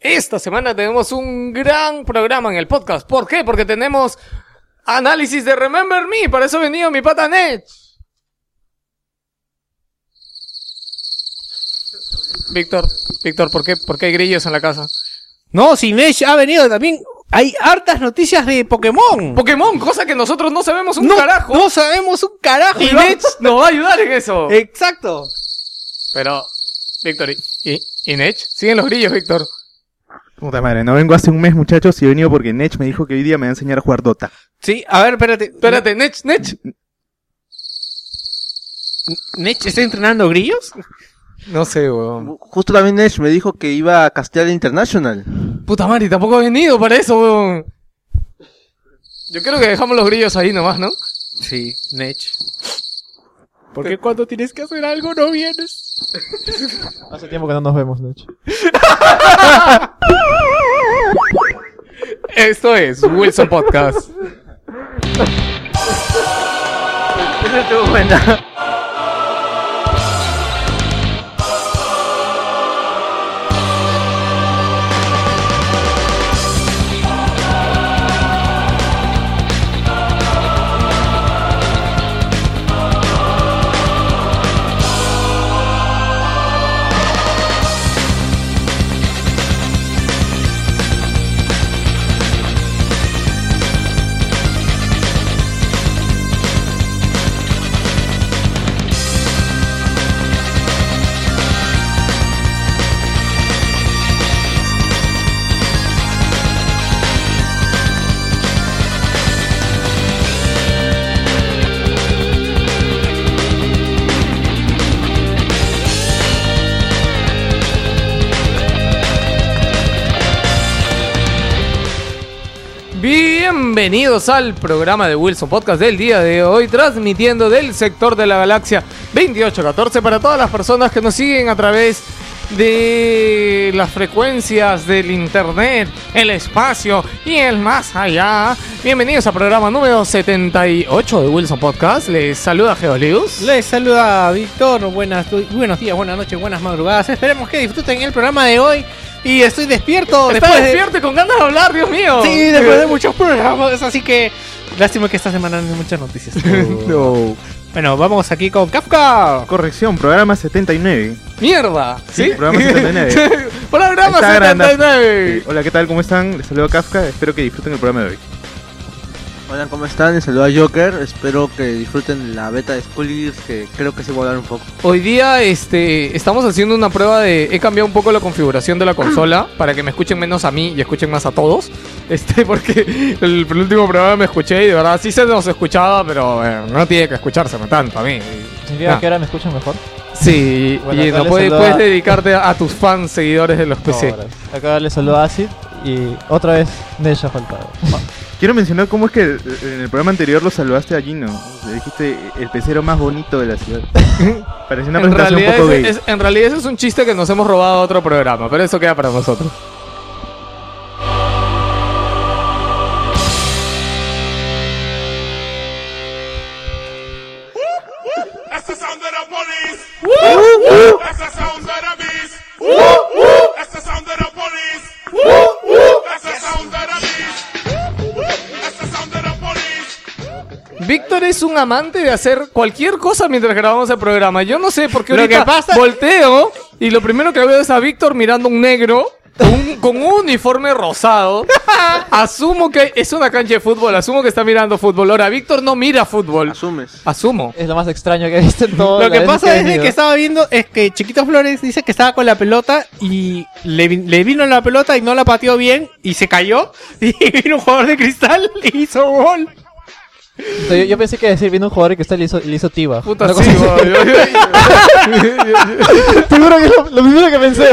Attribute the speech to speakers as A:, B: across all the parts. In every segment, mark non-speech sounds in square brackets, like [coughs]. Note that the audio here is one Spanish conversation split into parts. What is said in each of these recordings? A: Esta semana tenemos un gran programa en el podcast. ¿Por qué? Porque tenemos análisis de Remember Me. Para eso ha venido mi pata Nech. Víctor, Víctor, ¿por qué, ¿por qué hay grillos en la casa?
B: No, si Mesh ha venido también. Hay hartas noticias de Pokémon.
A: Pokémon, cosa que nosotros no sabemos un
B: no,
A: carajo.
B: no sabemos un carajo.
A: y
B: y Eh. vamos-
A: Nech nos va a ayudar en eso.
B: [laughs] Exacto.
A: Pero, Víctor, ¿y, y, y Nech? Siguen los grillos, Víctor.
C: Puta madre, no vengo hace un mes, muchachos, y he venido porque Nech me dijo que hoy día me va a enseñar a jugar Dota.
B: Sí, a ver, espérate.
A: Espérate, Nech, Nech.
B: ¿Nech está entrenando grillos?
A: No sé, weón.
D: Justo también Nech me dijo que iba a castear International.
A: Puta madre, tampoco ha venido para eso, weón. Yo creo que dejamos los grillos ahí nomás, ¿no?
B: Sí, Nech. Porque cuando tienes que hacer algo no vienes.
E: [laughs] Hace tiempo que no nos vemos, Nech.
A: Esto es Wilson Podcast. [laughs] Bienvenidos al programa de Wilson Podcast del día de hoy, transmitiendo del sector de la galaxia 2814 para todas las personas que nos siguen a través de las frecuencias del internet, el espacio y el más allá. Bienvenidos al programa número 78 de Wilson Podcast. Les saluda Geolius.
B: Les saluda Víctor. Buenas, tu- buenos días, buenas noches, buenas madrugadas. Esperemos que disfruten el programa de hoy. Y estoy despierto
A: Está
B: después de-
A: despierto y con ganas de hablar, Dios mío.
B: Sí, después de muchos programas, así que lástima que esta semana no hay muchas
E: [laughs]
B: noticias.
C: No.
B: bueno, vamos aquí con Kafka.
C: Corrección, programa 79.
A: Mierda. Sí,
C: programa 79.
A: [laughs] Programa
C: Está grande.
A: 79.
C: Eh, hola, ¿qué tal? ¿Cómo están? Les saludo a Kafka, espero que disfruten el programa de hoy.
D: Hola, ¿cómo están? Les saluda Joker. Espero que disfruten la beta de Skullgirls, que creo que se va a dar un poco.
A: Hoy día este, estamos haciendo una prueba de... He cambiado un poco la configuración de la consola para que me escuchen menos a mí y escuchen más a todos. [laughs] Este, porque el, último programa me escuché y de verdad sí se nos escuchaba, pero eh, no tiene que escuchárseme tanto a mí.
E: ¿Significa
A: Ah.
E: que ahora me escuchan mejor?
A: Sí,
E: Bueno,
A: y
E: acá
A: no
E: les
A: puedes,
E: saluda-
A: puedes dedicarte a tus fans, seguidores de los PC.
E: Ahora. Acá les saludo a Acid y otra vez Nech ha faltado.
C: Quiero mencionar cómo es que eh, en el programa anterior lo saludaste a Gino. Le dijiste el pecero más bonito de la ciudad. [laughs] Parece una
A: en,
C: presentación un
A: realidad
C: poco
A: ese-
C: gay.
A: es, en realidad ese es un chiste que nos hemos robado a otro programa, pero eso queda para nosotros.
F: That's the sound of the police. Woo! That's the sound of the beast. Woo! That's the sound of the police. Woo! That's the sound of the beast. That's the sound of the police.
A: Víctor es un amante de hacer cualquier cosa mientras grabamos el programa. Yo no sé por qué
B: Lo
A: ahorita
B: que pasa-
A: volteo y lo primero que veo es a Víctor mirando un negro con un, con un uniforme rosado. Asumo que es una cancha de fútbol, asumo que está mirando fútbol. Ahora, Víctor no mira fútbol.
D: Asumes.
A: Asumo.
E: Es lo más extraño que he visto en todo
B: Lo que pasa es de que estaba viendo es que Chiquito Flores dice que estaba con la pelota y le, vi- le vino la pelota y no la pateó bien y se cayó [laughs] y vino un jugador de cristal y hizo gol.
E: Yo, yo pensé que decir, vino un jugador que está le hizo, le hizo tiba.
A: Puta,
E: Una
A: sí,
E: cosa así.
A: bo- yo- yo-
E: [laughs] Te juro que es lo, lo primero que pensé.
A: [laughs]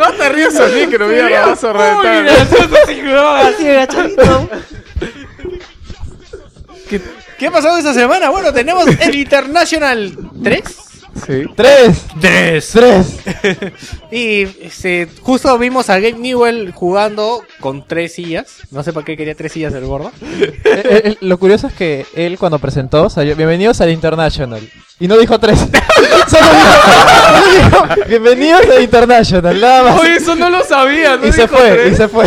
A: no te ríes al micro, mira, vas a reventar.
B: ¿Qué ha pasado esta semana? Bueno, tenemos el International 3.
E: ¡Tres! ¡Tres! ¡Tres!
B: Y este, justo vimos a Gabe Newell jugando con tres sillas. No sé para qué quería tres sillas el gordo.
E: Eh, eh, eh, lo curioso es que él cuando [laughs] presentó salió, bienvenidos al International. Y no dijo tres. Solo dijo, solo dijo, Bienvenidos a International, nada más.
A: Oye, eso no lo sabía, ¿no?
E: y se
A: dijo
E: fue,
A: tres.
E: y se
A: [laughs]
E: fue.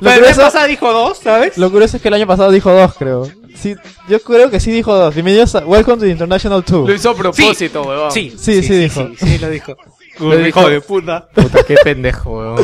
E: Lo
B: La vez
E: curioso,
B: pasada dijo dos, ¿sabes?
E: lo curioso es que el año pasado dijo dos, creo. Sí, yo creo que sí dijo dos. Bienvenidos a Welcome to the International 2.
A: Lo hizo a propósito, weón.
E: Sí, sí, dijo.
B: Sí, sí, lo dijo.
A: Lo dijo.
B: Hijo de puta.
A: Puta, qué pendejo, weón.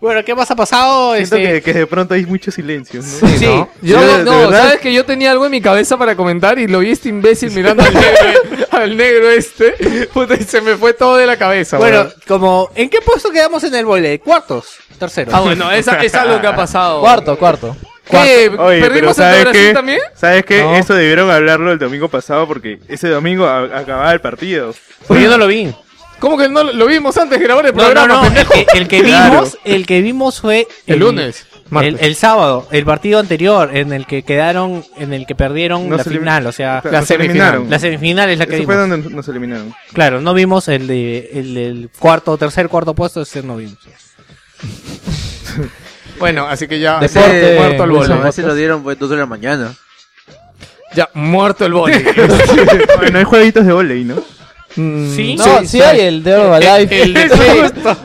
B: Bueno, ¿qué más ha pasado?
C: Siento
B: Este,
C: que, que de pronto hay mucho silencio, ¿no?
B: Sí,
A: ¿no? Yo,
C: Yo,
A: no,
C: de verdad-
A: sabes que yo tenía algo en mi cabeza para comentar y lo vi este imbécil mirando al negro, [laughs] al negro este. Puta, y se me fue todo de la cabeza.
B: bueno,
A: weón.
B: como, ¿en qué puesto quedamos en el volei? ¿Cuartos? ¿Tercero?
A: Ah, bueno, esa, esa es lo que ha pasado.
E: Cuarto, cuarto.
A: ¿Qué?
C: Oye, pero
A: ¿Perdimos ante
C: ¿sabes
A: Brasil
C: qué?
A: también?
C: ¿Sabes qué?
E: No.
C: Eso debieron hablarlo el domingo pasado porque ese domingo a- acababa el partido.
B: Pues yo no lo vi.
A: ¿Cómo que no lo- lo vimos antes de grabar el
B: No, no,
A: programa?
B: no. El
A: pendejo?
B: que, el que
C: Claro.
B: vimos, el que vimos fue
A: El lunes, martes.
B: El, el sábado, el partido anterior, en el que quedaron, en el que perdieron
C: No
B: la
C: se elim-
B: final, o sea,
C: Claro,
A: la
C: nos
A: semifinal.
C: eliminaron.
B: la semifinal es la que
C: Eso fue
B: vimos.
C: donde
A: [laughs]
C: nos eliminaron.
B: Claro, no vimos el de el, del cuarto, tercer, cuarto puesto, ese no vimos.
A: Bueno, así que ya.
E: Deporte,
A: sí, muerto el
E: Wilson.
A: boli.
E: Wilson.
D: A veces lo dieron pues, dos de la mañana.
A: Ya, muerto el boli.
C: bueno, hay jueguitos de volei, ¿no?
B: Sí.
E: No, sí, hay el de Orba
A: El, [laughs]
E: Live. [laughs]
A: el de, el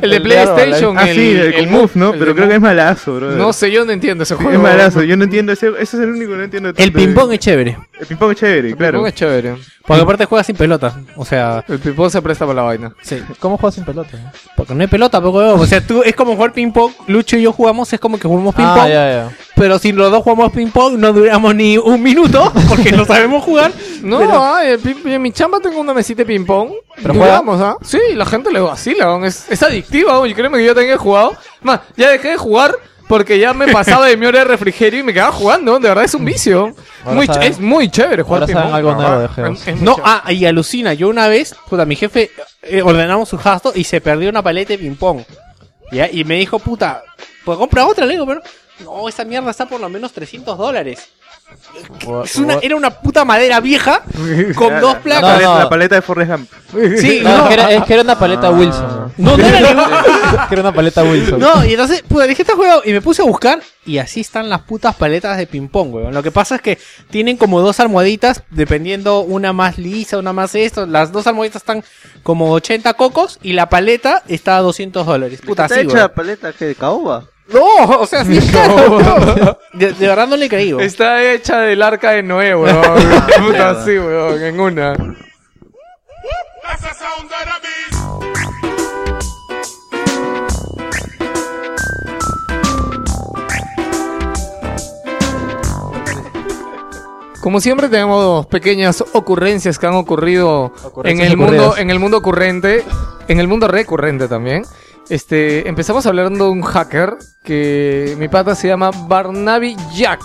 A: de
E: El de Arroba
A: PlayStation.
C: Ah, sí, el, con Move, ¿no?
A: el
C: Pero
A: de
C: creo que es
A: Move.
C: malazo, bro.
A: No sé, yo no entiendo ese juego.
C: es malazo, yo no entiendo ese, ese es el único que no entiendo.
B: El
C: tanto de-
B: ping-pong es chévere,
C: El ping-pong es chévere, claro.
A: Es chévere.
B: porque aparte juega sin pelota, o sea,
A: El pipón se presta para la vaina.
B: sí,
E: ¿Cómo juegas sin pelota?
B: porque no hay pelota, poco o sea, tú es como jugar ping-pong, Lucho y yo jugamos, es como que jugamos ping-pong,
E: Ah, ya, ya.
B: pero si los dos jugamos ping-pong no duramos ni un minuto, porque no sabemos jugar.
A: No,
B: Pero-
A: ah, el pim- en mi chamba tengo una mesita de ping-pong.
E: Pero
A: Y
E: juega.
A: jugamos, ¿ah? Sí, la gente le vacila, weón. es, es adictiva, weón. Yo créeme que yo también he jugado. Más, ya dejé de jugar porque ya me pasaba de mi hora de refrigerio y me quedaba jugando. weón. De verdad es un vicio.
E: Ahora
A: Muy ch-
E: saben-
A: es muy chévere jugar
E: ahora saben
A: ping-pong. Ah,
E: algo nuevo de
A: Es-
E: juegos.
A: es muy
B: No,
A: chévere.
B: ah, y alucina, yo una vez, puta, mi jefe eh, ordenamos su gasto y se perdió una paleta de ping-pong. ¿ya? Y me dijo, puta, pues compra otra, le digo, pero no, esa mierda está por lo menos 300 dólares.
E: Ah,
B: ah, Es una- era una puta madera vieja con dos
C: La,
B: placas.
C: paleta,
E: No, no.
C: la paleta de Forrest Gump.
B: Sí,
E: [laughs] No,
B: no,
E: es, que era, es que era una paleta Wilson. [laughs]
B: no, no era ningún-
E: que era una paleta Wilson.
B: No, y entonces, puta, dije este juego y me puse a buscar y así están las putas paletas de ping-pong, weón. Lo que pasa es que tienen como dos almohaditas, dependiendo una más lisa, una más esto. Las dos almohaditas están como 80 cocos y la paleta está a 200 dólares. Puta,
D: ¿Está
B: así,
D: hecha
B: weón.
D: la paleta que de caoba?
B: No, o sea, sí, claro. de, de verdad no le creí, weón.
A: Está hecha del arca de Noé, [laughs] weón. Puta, sí, weón. En una.
F: That's the sound of the beast.
A: Como siempre tenemos pequeñas ocurrencias que han ocurrido en
E: Ocurrencias
A: el mundo,
E: ocurridas.
A: en el mundo ocurrente, en el mundo recurrente también. Este, empezamos hablando de un hacker que mi pata se llama Barnaby Jack.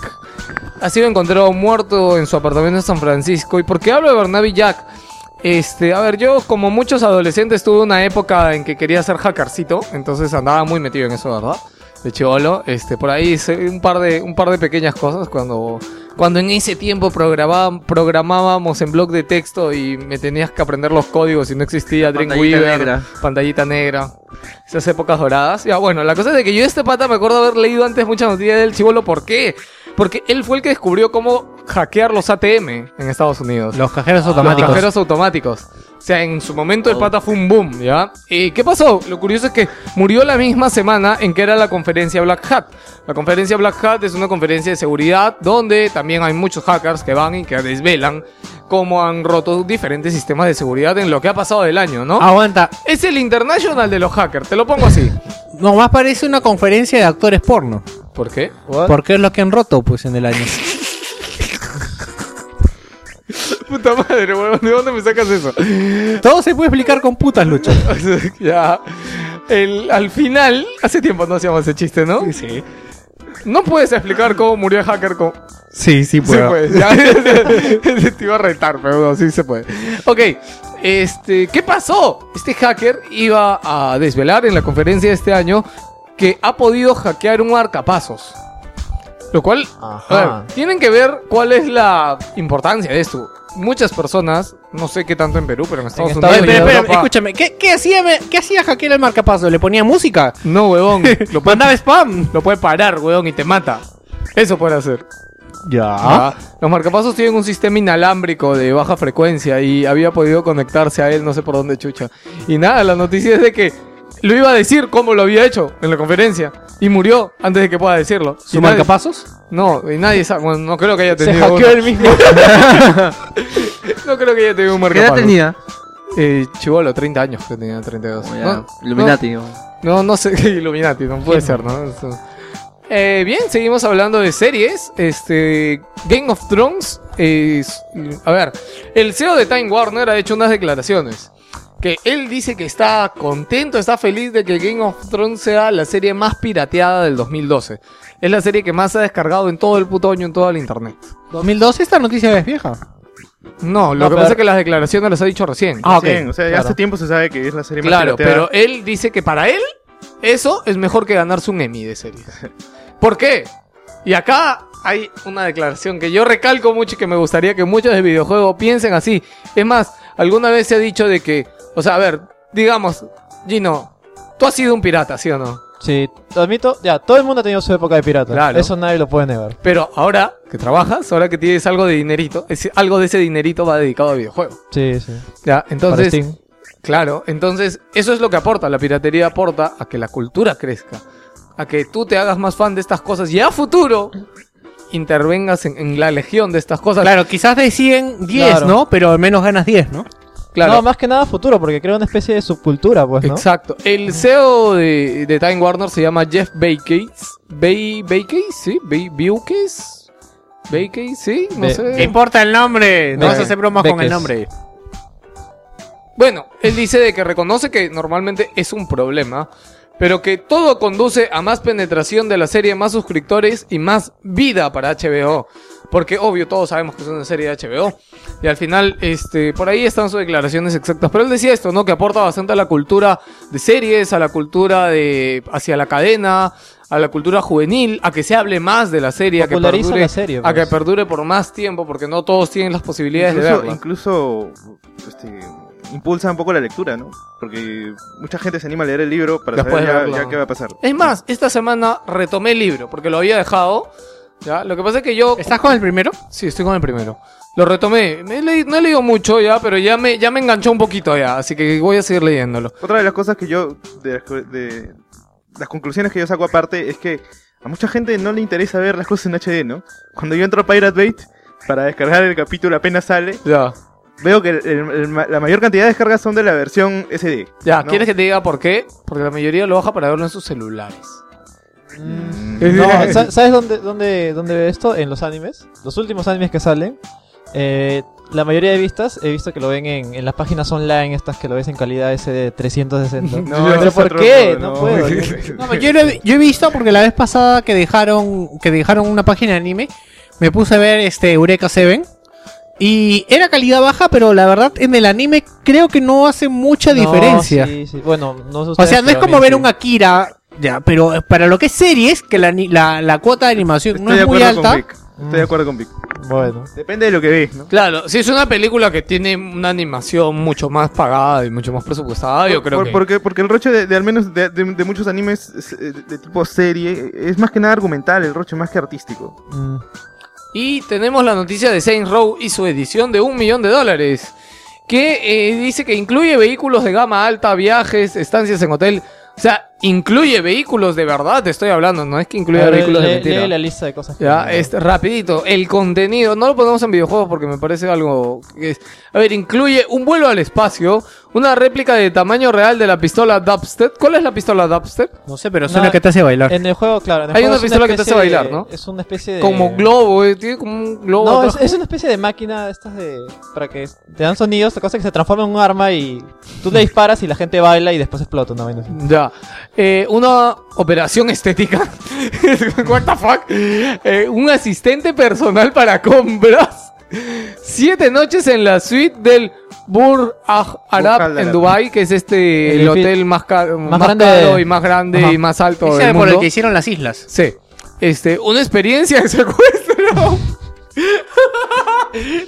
A: Ha sido encontrado muerto en su apartamento en San Francisco. ¿Y por qué hablo de Barnaby Jack? Este, a ver, yo como muchos adolescentes tuve una época en que quería ser hackercito, entonces andaba muy metido en eso, ¿verdad? De chivolo, este, por ahí hice un par de, un par de pequeñas cosas cuando, cuando en ese tiempo programaban- programábamos en blog de texto y me tenías que aprender los códigos y no existía
D: Pantallita
A: Dreamweaver,
D: negra.
A: pantallita negra, esas épocas doradas. Ya bueno, la cosa es de que yo este pata me acuerdo haber leído antes muchas noticias del chivolo, ¿por qué? Porque él fue el que descubrió cómo hackear los ATM en Estados Unidos.
B: Los cajeros
A: Los
B: automáticos.
A: cajeros automáticos. O sea, en su momento el pata fue un boom, ¿ya? ¿Y qué pasó? Lo curioso es que murió la misma semana en que era la conferencia Black Hat. La conferencia Black Hat es una conferencia de seguridad donde también hay muchos hackers que van y que desvelan cómo han roto diferentes sistemas de seguridad en lo que ha pasado del año, ¿no?
B: Aguanta.
A: Es el international de los hackers, te lo pongo así.
B: Nomás parece una conferencia de actores porno.
A: ¿Por qué?
E: What?
B: Porque es lo que han roto, pues, en el año.
A: [laughs] Puta madre, weón, ¿de dónde me sacas [laughs] eso?
B: Todo se puede explicar con putas, Lucho.
A: ya. El- al final, hace tiempo no hacíamos ese chiste, ¿no?
B: Sí.
A: No puedes explicar cómo murió el hacker con...
B: Sí,
A: Sí
B: sí, puedo.
A: puedes. [laughs] Ya, te iba a retar, pero no, sí se puede. Ok, este, ¿qué pasó? Este hacker iba a desvelar en la conferencia de este año que ha podido hackear un marcapasos. Lo cual,
E: Ajá.
A: a ver, tienen que ver cuál es la importancia de esto. Muchas personas, no sé qué tanto en Perú, pero en Estados
E: Estados
A: Unidos.
B: Oye,
E: Oye,
A: y en
B: pero, pero,
A: Europa-
B: escúchame, ¿qué, qué hacía, ¿qué hacía Jaquiel el marcapaso? ¿Le ponía música?
E: [laughs]
A: No, huevón.
B: Lo mandaba spam.
A: Lo puede parar, weón, y te mata. Eso puede hacer.
E: Ya.
A: Ya. Los marcapasos tienen un sistema inalámbrico de baja frecuencia y había podido conectarse a él, no sé por dónde chucha. Y nada, la noticia es de que lo iba a decir como lo había hecho en la conferencia y murió antes de que pueda decirlo. Y
B: ¿Su
A: nadie-
B: marcapasos?
A: No, y nadie sabe. Bueno, no creo que haya
E: Se
A: tenido.
E: hackeó
A: uno.
E: el mismo.
A: No creo que haya tenido un
D: ¿Qué edad
A: marcapasos.
D: tenía?
A: Eh, chivolo, 30 años que tenía, 32.
D: Como Oh, ya,
A: No,
D: Illuminati. ¿no?
A: No, no, sé, [laughs] Illuminati, no puede ser, ¿no? Eso. Eh, bien, seguimos hablando de series. Este, Game of Thrones. es- a ver, el CEO de Time Warner ha hecho unas declaraciones. Que él dice que está contento, está feliz de que Game of Thrones sea la serie más pirateada del 2012. Es la serie que más se ha descargado en todo el puto año, en todo el internet.
B: 2012 esta noticia es vieja.
A: No, lo
E: No,
A: que
E: pero-
A: pasa es que las declaraciones las ha dicho recién.
B: Ah, ok.
C: Recién, o sea, ya
E: claro.
C: hace tiempo se sabe que es la serie
A: Claro,
C: más pirateada.
A: pero él dice que para él eso es mejor que ganarse un Emmy de [laughs] series. ¿Por qué? Y acá hay una declaración que yo recalco mucho y que me gustaría que muchos de videojuegos piensen así. Es más, alguna vez se ha dicho de que, o sea, a ver, digamos, Gino, tú has sido un pirata, ¿sí o no?
E: Sí, lo admito, ya, todo el mundo ha tenido su época de pirata.
A: Claro.
E: Eso nadie lo puede negar.
A: Pero ahora que trabajas, ahora que tienes algo de dinerito, ese- algo de ese dinerito va dedicado a videojuegos.
E: Sí, sí.
A: Ya,
E: Para
A: entonces,
E: Steam.
A: Claro, entonces eso es lo que aporta, la piratería aporta a que la cultura crezca, a que tú te hagas más fan de estas cosas y a futuro intervengas en, en la legión de estas cosas.
B: Claro, quizás deciden 10,
E: Claro.
B: ¿no? Pero al menos ganas 10, ¿no?
A: Claro,
E: No, más que nada futuro, porque crea una especie de subcultura, pues, ¿no?
A: exacto. El CEO de, de Time Warner se llama Jeff Bakeys. Bay, Bakeys, sí, Bay, Bukes, Bakeys, sí, no
E: Be-
A: sé.
B: ¿Qué importa el nombre? No
E: Be-
B: vas a hacer bromas con el
E: Beques.
B: nombre.
A: Bueno, él dice de que reconoce que normalmente es un problema, pero que todo conduce a más penetración de la serie, más suscriptores y más vida para HBO. Porque obvio, todos sabemos que es una serie de HBO. Y al final, este, por ahí están sus declaraciones exactas. Pero él decía esto, ¿no? Que aporta bastante a la cultura de series, a la cultura de. hacia la cadena, a la cultura juvenil, a que se hable más de la serie, a que
E: Populariza
A: perdure.
E: la serie,
A: A
E: pues.
A: que perdure por más tiempo, porque no todos tienen las posibilidades de
C: incluso,
A: verla.
C: incluso, este, impulsa un poco la lectura, ¿no? Porque mucha gente se anima a leer el libro para
A: Después de
C: saber
A: verlo.
C: ya, ya qué va a pasar.
A: Es más, esta semana retomé el libro porque lo había dejado. ¿ya? Lo que pasa es que yo.
B: ¿Estás con el primero?
A: Sí, estoy con el primero. Lo retomé. Me he leído- no he leído mucho ya, pero ya me, ya me enganchó un poquito ya. Así que voy a seguir leyéndolo.
C: Otra de las cosas que yo, de las, co- de las conclusiones que yo saco aparte es que a mucha gente no le interesa ver las cosas en HD, ¿no? Cuando yo entro a Pirate Bait para descargar el capítulo apenas sale,
A: Ya.
C: veo que el- el- el ma- la mayor cantidad de descargas son de la versión SD.
A: Ya,
C: ¿no?
A: ¿quieres que te diga por qué? Porque la mayoría lo baja para verlo en sus celulares.
E: Mm,
A: Es-
E: No, sa- ¿sabes dónde, dónde, dónde veo esto? En los animes. Los últimos animes que salen. eh, la mayoría de vistas he visto que lo ven en, en las páginas online, estas que lo ves en calidad SD de 360.
A: [laughs]
C: No, ese
E: ¿Pero
C: es
E: por
C: otro-
E: qué?
C: no,
E: No, puedo. yo-
B: No, pero yo, lo he- yo he visto porque la vez pasada que dejaron que dejaron una página de anime, me puse a ver este Eureka 7 y era calidad baja, pero la verdad en el anime creo que no hace mucha
E: No,
B: diferencia.
E: sí, sí. Bueno, no sé
B: o
E: ustedes,
B: sea, no es
E: pero a
B: como
E: mí
B: ver
E: sí.
B: un Akira, ya, pero para lo que es series que la, ani- la, la cuota de animación
C: Estoy
B: no
C: de
B: es muy
C: acuerdo
B: alta.
C: con Vic. Estoy de acuerdo con Vic.
E: Bueno.
C: Depende de lo que ves, ¿no?
A: Claro, si es una película que tiene una animación mucho más pagada y mucho más presupuestada, yo creo
C: Por-
A: que.
C: porque, porque el roche de, de al menos de, de- de muchos animes es, eh, de, de tipo serie eh, es más que nada argumental el roche más que artístico.
E: mm.
A: Y tenemos la noticia de Saints Row y su edición de un millón de dólares. Que eh, dice que incluye vehículos de gama alta, viajes, estancias en hotel. O sea, incluye vehículos de verdad, te estoy hablando. No es que incluya
E: A ver,
A: vehículos de
E: lee-
A: mentira.
E: lee la lista de cosas que-
A: Ya, este, rapidito. El contenido, no lo ponemos en videojuegos porque me parece algo que es... A ver, incluye un vuelo al espacio, una réplica de tamaño real de la pistola Dubstep. ¿Cuál es la pistola Dubstep?
B: No sé, pero
E: No,
B: suena que te hace bailar.
E: En el juego, claro. en el
A: Hay
E: juego
A: una
E: es
A: pistola que te hace
E: especie de-
A: bailar, ¿no?
E: Es una especie de.
A: Como globo, eh, tiene como un globo.
E: No, es,
A: atrás.
E: es una especie de máquina de estas de. para que te dan sonidos, cosa que se transforma en un arma y tú le disparas y la gente baila y después explota una vaina así.
A: Ya. Eh, una operación estética. [laughs] What the fuck? Eh, un asistente personal para compras. Siete noches en la suite del Burj Al Arab
C: Arab.
A: en Dubai, que es este
E: El
A: el,
E: edifi-
A: hotel más, ca- más
E: grande
A: caro
E: de-
A: y más grande
E: Ajá.
A: y más alto
B: Ese
A: del
B: por el
A: mundo.
B: que hicieron las islas.
A: Sí. Este, una experiencia de secuestro.
B: [laughs]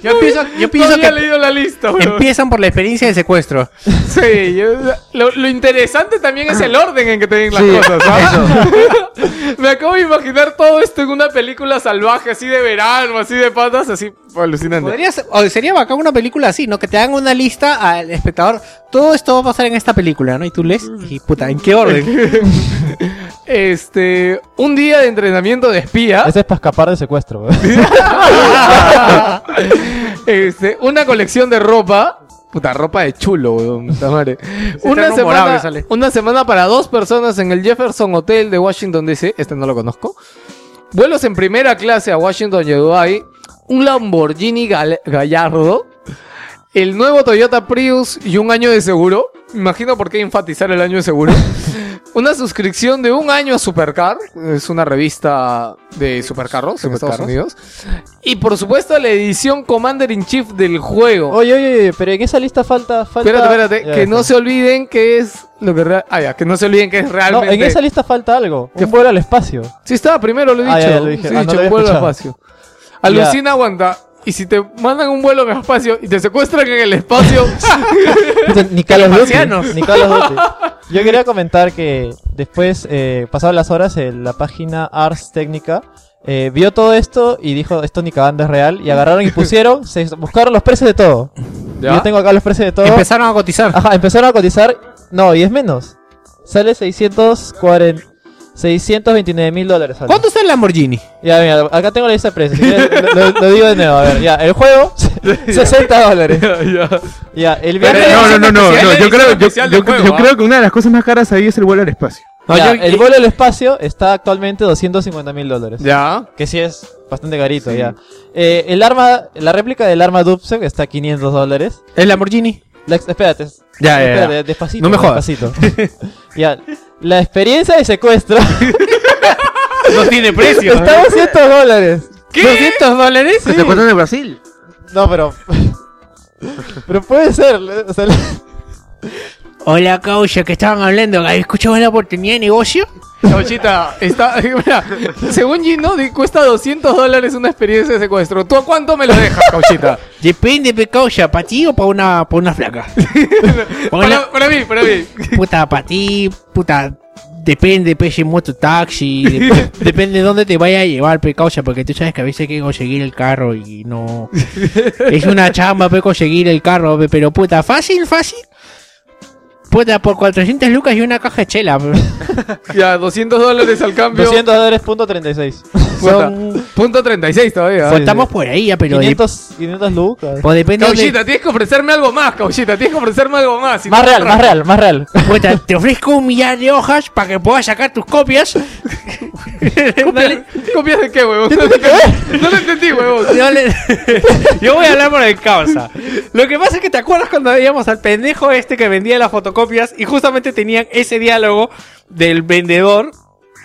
B: Yo pienso, yo pienso
A: había
B: que
A: leído la lista, weón.
B: [laughs] empiezan por la experiencia del secuestro.
A: Sí, yo- lo, lo interesante también es el orden en que te vienen las
D: Sí,
A: cosas, ¿ah? [laughs] ¿sabes? Me acabo de imaginar todo esto en una película salvaje, así de verano, así de patas, así fue alucinante.
B: Podría ser- o sería bacán una película así, ¿no? Que te hagan una lista al espectador. Todo esto va a pasar en esta película, ¿no? Y tú lees y puta, ¿en qué [laughs] orden?
A: Este, un día de entrenamiento de espía,
E: Ese es para escapar del
A: [laughs]
E: secuestro, weón.
A: este, una colección de ropa. Puta, ropa de chulo, weón. puta madre. Una semana,
B: memorable sale.
A: una semana para dos personas en el Jefferson Hotel de Washington DC. Este no lo conozco. Vuelos en primera clase a Washington y Dubai. Un Lamborghini Gal- Gallardo. El nuevo Toyota Prius y un año de seguro. Imagino por qué enfatizar el año de
E: [laughs]
A: seguro. Una suscripción de un año a Supercar. Es una revista de supercarros en Estados Unidos. Y por supuesto la edición Commander in Chief del juego.
E: Oye, oye, oye, pero en esa lista falta. falta...
A: Espérate, espérate,
E: Ya,
A: que
E: está.
A: no se olviden que es lo que real- ah, ya, que no se olviden que es
E: No,
A: realmente.
E: en esa lista falta algo.
A: ¿Qué
E: Un vuelo al espacio.
A: Sí estaba primero lo he dicho.
E: Ah, ya, ya lo dije.
A: Sí,
E: Ah, no
A: he dicho,
E: lo había
A: un vuelo al
E: escuchado.
A: espacio. Alucina, aguanta. Y si te mandan un vuelo en el espacio y te secuestran en el
E: [laughs]
A: espacio,
E: Dicen,
A: [laughs]
E: Ni Call of Duty,
B: marcianos.
E: Ni Call of Duty. Yo quería comentar que después, eh, pasadas las horas, eh, la página Ars Técnica eh, vio todo esto y dijo, esto ni cagando es real.
A: [laughs]
E: Y agarraron y pusieron, se buscaron los precios de todo.
A: ¿ya?
E: Yo tengo acá los precios de todo.
B: Empezaron a cotizar.
E: Ajá, empezaron a cotizar. No, y es menos. Sale 640... 629 mil dólares. sale.
B: ¿Cuánto está el Lamborghini?
E: Ya, mira, acá tengo la lista de precios. si quieres, lo, lo- lo digo de nuevo, a ver, ya. El juego, 60 dólares. Ya, el viaje.
A: Pero
C: No, no, no, no,
A: Especial,
C: no, yo
A: edición
C: creo, yo,
A: especial
C: yo-
A: del juego,
C: yo
A: ¿ah?
C: creo que una de las cosas más caras ahí es el vuelo al espacio.
A: [laughs]
B: No,
E: ya,
B: yo-
E: el vuelo al espacio está actualmente 250 mil dólares.
A: Ya.
E: Que sí es bastante carito, ya. Eh, el arma, la réplica del arma Dubsec está a 500 dólares.
B: El Lamborghini.
E: La ex- espérate. es-
B: Ya, ya, ya.
E: espérate, despacito.
B: No me jodas.
E: Despacito. [laughs] ya. La experiencia de secuestro
B: [laughs] No tiene precio.
E: está a 200 dólares.
B: ¿200 dólares?
D: ¿Te acuerdas de Brasil?
E: No, pero. [laughs] pero puede ser. O sea,
B: Hola, caucho, que estaban hablando. ¿Has escuchado la oportunidad de negocio?
A: Cauchita, está. [laughs] Mira, según Gino, di- cuesta 200 dólares una experiencia de secuestro. ¿Tú a cuánto me lo dejas, Cauchita?
B: Depende, pe caucha, ¿para ti o para una, pa' una [laughs] flaca? Pa' una-
A: para, para mí, para mí.
B: [laughs] puta, para ti, puta. Depende, peche moto taxi. dep- depende de dónde te vaya a llevar, pe caucha, porque tú sabes que a veces hay que conseguir el carro y no. es una chamba, pe conseguir el carro, pe, pero puta, fácil, fácil. Puta, por 400 lucas y una caja de chela. pe.
A: Ya, 200 dólares al cambio.
E: 200 dólares punto 36.
A: Puta,
B: Son-
A: Punto 36 todavía.
B: Contamos por ahí, ya, pero. de-
E: 500, 500 lucas.
B: o depende dónde-
A: Cauchita, tienes que ofrecerme algo más, Cauchita. Tienes que ofrecerme algo más. Si
E: Más
A: no,
E: real,
A: otra-
E: más real, más real.
B: Puta, te ofrezco un millar de hojas para que puedas sacar tus copias. [laughs] Dale,
A: ¿Copias de qué, huevón? No te entendí- [laughs] no te entendí, huevón.
B: dale. [laughs] Yo voy a hablar por el causa. Lo que pasa es que te acuerdas cuando veíamos al pendejo este que vendía las fotocopias y justamente tenían ese diálogo del vendedor.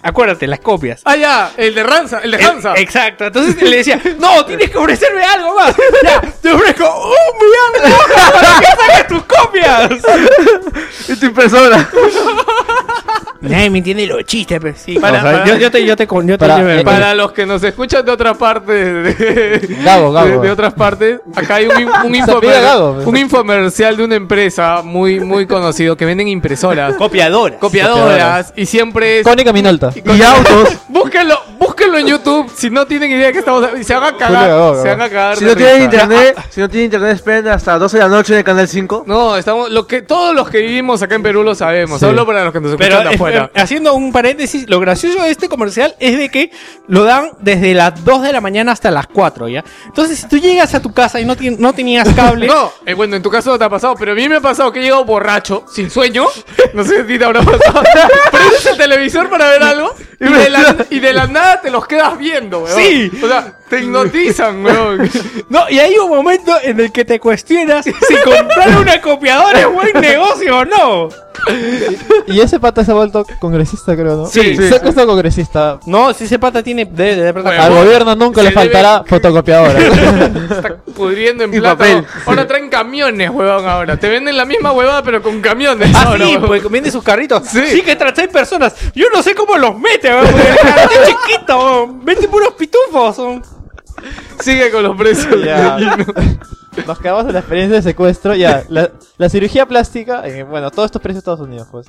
B: Acuérdate, las copias.
A: Ah, ya, el de Ranza, el de
B: El-
A: Hansa.
B: Exacto, entonces le decía, [laughs] no, tienes que ofrecerme algo más. Ya, [laughs] te ofrezco un [laughs] millón de hojas para que saques tus copias.
D: Es tu impresora.
B: Nadie me entiende los chistes, pero sí.
A: Para- para-
B: yo, yo te, yo te, con- yo te-
E: Para-
B: yo me-
E: eh,
A: Para los que nos escuchan de otras partes, de,
E: Gago, Gago.
A: de- de otras partes, acá hay un, in- un,
E: [laughs] Se
A: infomer-
E: pide Gago.
A: un infomercial de una empresa muy, muy conocido que venden impresoras,
E: [laughs]
B: copiadoras.
A: copiadoras y siempre es.
E: Cónica Minolta.
D: Y autos.
A: [laughs] Búsquenlo, búsquenlo en YouTube. Si no tienen idea de qué estamos y se van a cagar,
E: Julio Gago,
A: se van a
E: Gago.
A: cagar.
D: Si
A: de
D: no tienen
A: risa.
D: internet, si no tienen internet, esperen hasta 12 de la noche en el canal 5.
A: No, estamos, lo que, todos los que vivimos acá en Perú lo sabemos.
E: Sí.
A: Solo para los que nos escuchan
B: Pero
A: de afuera.
B: eh,
D: [laughs]
B: eh, haciendo un paréntesis, lo gracioso de este comercial es de que lo dan desde las 2 de la mañana hasta las 4, ¿ya? Entonces, si tú llegas a tu casa y no, tien- no tenías
A: [laughs]
B: cable,
A: No, eh, bueno, en tu caso no te ha pasado, pero a mí me ha pasado que he llegado borracho, sin sueño. [laughs] No sé si a ti te habrá pasado. [laughs] Prendes el televisor para ver algo y de la, y de la nada te los quedas viendo, weón.
B: Sí.
A: O sea, te hipnotizan, weón.
B: no, y hay un momento en el que te cuestionas si comprar una copiadora es buen negocio o no.
E: Y ese pata se ha vuelto congresista, creo, ¿no?
A: Sí,
E: Se ha puesto congresista.
B: No, si ese pata tiene de, de plata.
A: Bueno.
E: Al gobierno nunca
A: Se
E: le faltará fotocopiadora.
A: Está pudriendo en
D: Y
A: plata.
D: papel.
A: Ahora traen camiones, weón, ahora. Te venden la misma huevada, pero con camiones.
B: Ah,
A: ahora,
B: sí,
A: weón.
B: pues vende sus carritos.
A: Sí.
B: Sí, que trae personas. Yo no sé cómo los mete, weón, porque el carrito es chiquito, weón. vende puros pitufos. weón.
A: Sigue con los presos.
E: Ya. Nos quedamos en la experiencia de secuestro. Ya, la, la cirugía plástica, eh, bueno, todo esto es precio de Estados Unidos, pues.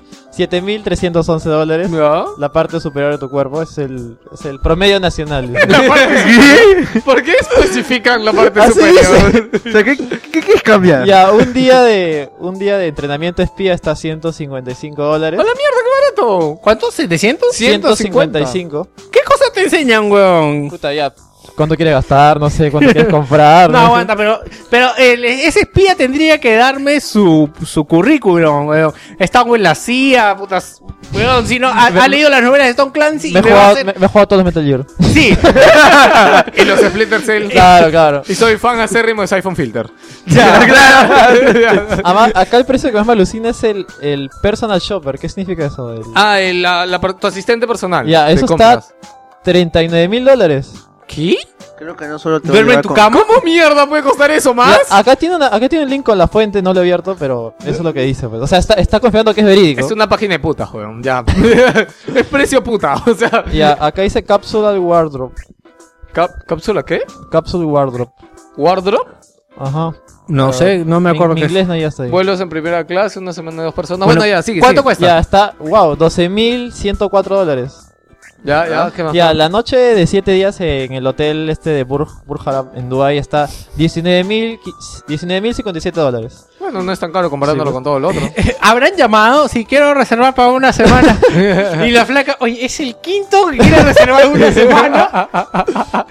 E: 7.311 dólares.
A: ¿Ya?
E: La parte superior de tu cuerpo es el, es el promedio nacional. dice.
A: La parte superior. ¿Por qué especifican la parte
E: Así
A: superior?
D: O sea, ¿qué, qué quieres cambiar?
E: ya, un día de un día de entrenamiento espía está a 155 dólares.
A: ¡A la mierda, qué barato!
B: ¿Cuánto? ¿700?
E: 155.
B: ¿Qué cosa te enseñan, weón?
E: Puta, ya. ¿Cuánto quieres gastar? No sé, ¿cuánto quieres comprar?
B: [laughs] No aguanta, pero, pero el- ese espía tendría que darme su, su currículum, weón. Está en la CIA, putas. Weón, si no, ha, ha leído las novelas de Tom Clancy y
E: Me he
B: me va a
E: jugado,
B: hacer-
E: me- me he jugado todos los Metal Gear.
B: Sí,
A: y los Splinter Cell.
E: Claro, [laughs] claro.
A: Y soy fan acérrimo de Siphon Filter. [laughs]
E: Ya.
A: claro.
E: Además, Ah, acá el precio que más me alucina es el, el personal shopper. ¿Qué significa eso? El-
A: Ah, el- la, la per- tu asistente personal.
E: Ya,
A: de
E: eso
A: compras.
E: está 39 mil dólares.
A: ¿Qué?
D: Creo que no solo te va a
B: duerme en
D: llevar
B: tu
D: con-
B: cama.
A: ¿Cómo mierda puede costar eso
E: Ya,
A: más?
E: Acá tiene, una- acá tiene un link con la fuente, no lo he abierto, pero eso es lo que dice. Pues. O sea, está, está confiando que es verídico.
A: Es una página de puta, weón. Ya. [laughs] es precio puta. O sea.
E: Ya, acá dice Capsule Wardrobe.
A: Cap- ¿Cápsula qué?
E: Capsule Wardrobe.
A: ¿Wardrobe?
E: Ajá.
B: [laughs] No sé, no me acuerdo
E: Mi,
B: qué
E: mi
B: es.
E: inglés no ya está ahí.
A: Vuelos en primera clase, una semana de dos personas. Bueno,
B: Bueno,
A: ya, sigue.
B: ¿Cuánto
A: sigue.
B: cuesta?
E: Ya está, wow, 12.104 dólares.
A: Ya, ya, ¿qué más?
E: Ya, la noche de 7 días en el hotel este de Burj, Burj Arab en Dubái está 19.000 qui- 19.057 dólares.
A: Bueno, no es tan caro comparándolo
E: Sí,
A: con todo lo otro.
B: Habrán llamado si quiero reservar para una [laughs] semana. y la flaca, oye, es el quinto que quiere reservar [laughs] una semana.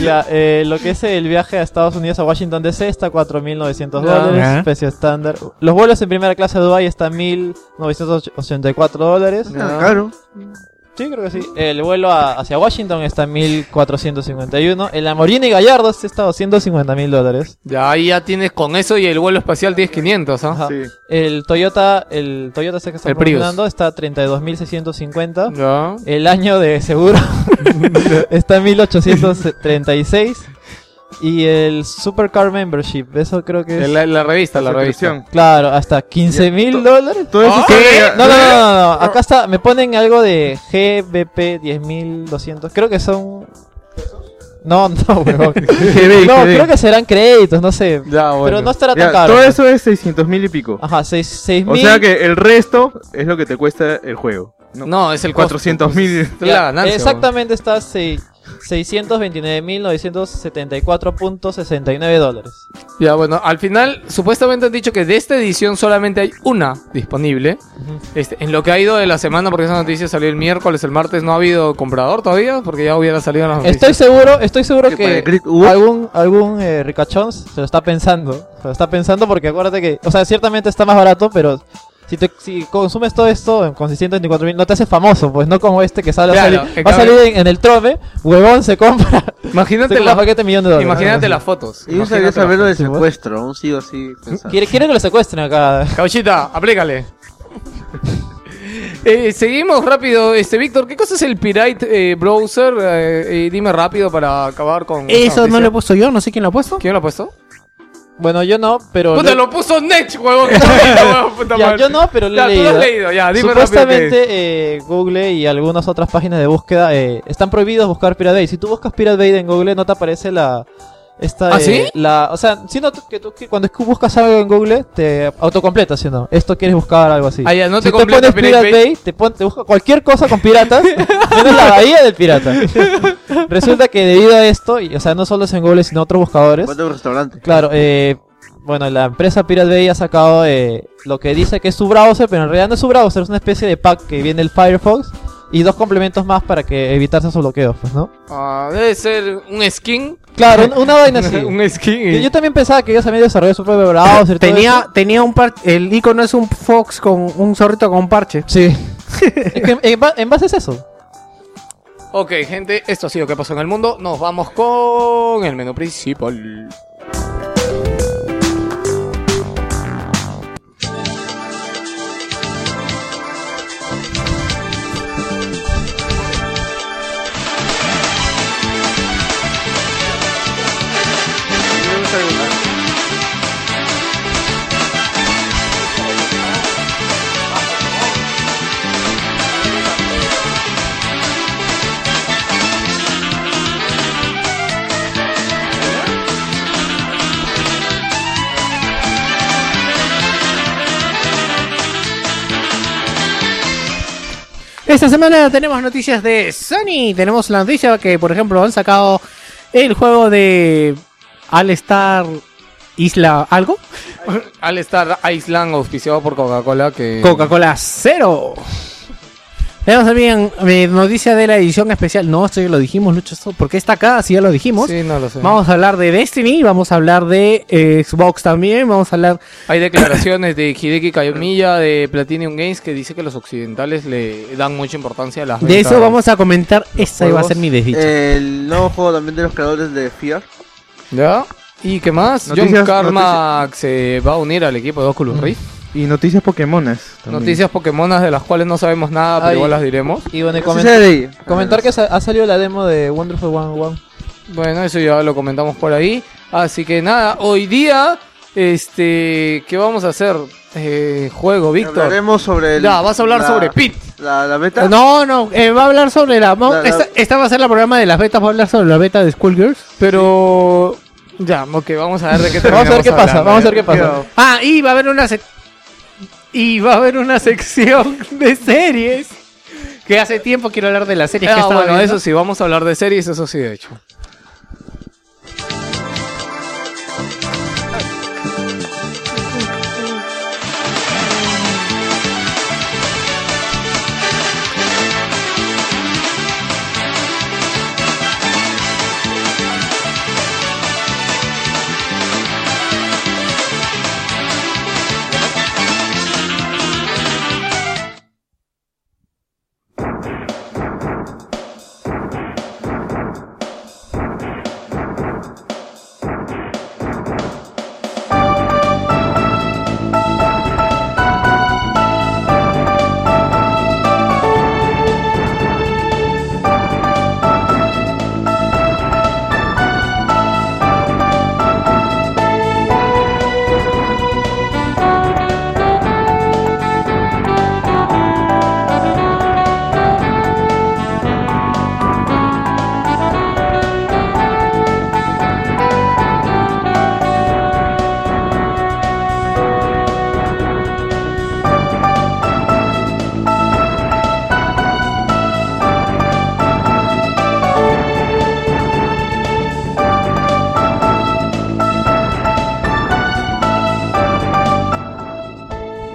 E: Ya, eh, lo que es el viaje a Estados Unidos, a Washington DC, está 4.900
A: Ya.
E: dólares,
B: Ya.
E: precio estándar. Los vuelos en primera clase a Dubái están 1.984 dólares.
D: Ah, claro.
E: Sí, creo que sí. El vuelo a- hacia Washington está 1.451. El Lamborghini Gallardo sí está 250.000 dólares.
A: [laughs] Ya, ahí ya tienes con eso y el vuelo espacial 10.500, ¿ah?
E: Ajá.
C: Sí.
E: El Toyota, el Toyota sé que está
A: El Prius.
E: promocionando, está a 32.650.
A: Ya.
E: El año
A: [laughs]
E: de seguro está en 1836. Y el Supercar Membership, eso creo que es.
A: La, la revista, la
C: La
A: revista.
C: suscripción.
E: Claro, hasta 15 mil dólares.
C: Todo eso
A: ¿Ah?
C: sale
A: ¿Qué?
C: a- [laughs]
E: No, no, no, no, no, acá está, me ponen algo de GBP 10.200. Creo que son. No, [laughs] no, huevón.
C: GB,
E: No,
C: GB.
E: creo que serán créditos, no sé.
A: Ya, bueno.
E: Pero no estará tan
C: Ya,
E: caro.
C: todo eso es 600 mil y pico.
D: Ah,
E: Ajá, 6.000.
C: O sea que el resto es lo que te cuesta el juego. No,
A: No, es el costo.
C: 400 mil.
A: Es la ganancia,
E: Exactamente está seis- 629.974.69 dólares.
A: weón. Ya, bueno, al final, supuestamente han dicho que de esta edición solamente hay una disponible. Este, en lo que ha ido de la semana, porque esa noticia salió el miércoles, el martes, no ha habido comprador todavía, porque ya hubiera salido en las noticias.
E: Estoy seguro, estoy seguro
D: Que para el
E: que
D: Greek Wood-
A: Ah,
E: algún, algún eh, ricachón se lo está pensando. Se lo está pensando porque acuérdate que, o sea, ciertamente está más barato, pero si, te- si consumes todo esto con 624 mil, no te haces famoso, pues no como este que sale a
A: Claro,
E: salir-
A: en
E: va a
A: cambio-
E: salir en, en el trome, huevón se compra.
A: [laughs] Imagínate,
E: Se
A: la-
E: compra paquete de millón de dólares.
A: imagínate las fotos.
D: Y yo sabía
A: Imagínate
D: saber lo del
E: Sí, bueno.
D: secuestro, aún sigo así pensando.
E: Quiere, quiere que lo secuestren acá.
A: las- Cauchita, aplícale. [laughs] Eh, seguimos rápido, este Víctor, ¿qué cosa es el Pirate eh, Browser? Eh, eh, dime rápido para acabar con... esa
B: Eso no
A: noticia.
B: lo he puesto yo, no sé quién lo ha puesto.
A: ¿Quién lo ha puesto?
E: Bueno, yo no, pero.
A: Puta,
E: yo-
A: lo puso Nech, huevón. [laughs] Huevón, puta
E: Ya,
A: madre.
E: yo no, pero lo he
A: Ya, tú lo has
E: leído.
A: leído, ya, dime rápido.
E: Supuestamente eh, Google y algunas otras páginas de búsqueda eh, están prohibidos buscar Pirate Bay. Si tú buscas Pirate Bay en Google no te aparece la... Esta,
A: ¿Ah,
E: eh,
A: sí?
E: La, o sea, sino que tú que cuando tú buscas algo en Google te autocompleta, si no. Esto quieres buscar algo así.
A: Ah, ya, no
E: si
A: te
E: tú
A: completa
E: pones
A: Pirate
E: Pirate
A: Bay.
E: Bay, te, pon- te busca cualquier cosa
A: [laughs]
E: con piratas, menos la bahía del pirata. [laughs] Resulta que debido a esto, y, o sea, no solo es en Google, sino otros buscadores,
D: ¿Cuánto restaurante?
E: Claro, eh, bueno, la empresa Pirate Bay ha sacado eh, lo que dice que es su browser, pero en realidad no es su browser, es una especie de pack que viene el Firefox y dos complementos más para que evitarse esos bloqueos, pues, ¿no?
A: Ah, debe ser un skin.
E: Claro, un- una vaina así.
A: un skin.
E: Yo,
A: y-
E: yo también pensaba que ellos habían desarrollado su propio browser. y todo
B: Tenía,
E: eso.
B: tenía un par el icono es un fox con un zorrito con un parche.
E: Sí. [laughs] Es que en, ba- en base es eso.
A: Ok, gente, esto ha sido ¿Qué pasó en el mundo? Nos vamos con el menú principal.
F: Esa
B: Esta semana tenemos noticias de Sony. Tenemos la noticia que, por ejemplo, han sacado el juego de All Star Isla algo.
A: Al estar Island auspiciado por Coca-Cola que...
B: Coca-Cola Cero. Tenemos también eh, noticia de la edición especial. No, esto ya lo dijimos, Lucho. esto- ¿Por qué está acá? Si ya lo dijimos.
A: Sí, no lo sé.
B: Vamos a hablar de Destiny, vamos a hablar de eh, Xbox también, vamos a hablar
A: Hay declaraciones de Hideki Kayomiya de Platinum Games que dice que los occidentales le dan mucha importancia a las
B: de eso.
A: ventas.
B: Vamos a comentar. Esa iba a
D: juegos, Eh,
B: ser mi desdicha.
D: El nuevo juego también de los creadores de Fear.
A: ¿Ya? ¿Y qué más? John
C: Noticias-
A: Carmack se va a unir al equipo de Oculus Rift.
E: Mm,
C: Y noticias Pokémonas. también.
A: Noticias Pokémonas de las cuales no sabemos nada, pero
E: Ay.
A: igual las diremos.
E: Y bueno, y
D: Ese
E: comen-
D: es de ahí.
E: comentar que sa- ha salido la demo de Wonderful 101.
A: Bueno, eso ya lo comentamos por ahí. Así que nada, hoy día, este, ¿qué vamos a hacer? Eh, juego, Víctor.
D: Hablaremos sobre el-
A: Ya, vas a hablar
D: la-
A: sobre Pit.
D: La, la beta.
B: No, no, eh, va a hablar sobre la, vamos-
D: La- la-
B: Esta, esta va a ser la programa de las betas, va a hablar sobre la beta de Schoolgirls.
A: Pero ya, ok, vamos a ver de qué
E: [laughs] Vamos a ver
A: terminamos
E: qué pasa,
A: hablando,
E: vamos a ver
A: ¿eh?
E: qué pasa.
B: Ah, y va a haber una sec- y va a haber una sección de series que hace tiempo quiero hablar de las series que
A: Ah,
B: estaba
A: bueno,
B: viendo.
A: eso sí, vamos a hablar de series, eso sí, de hecho.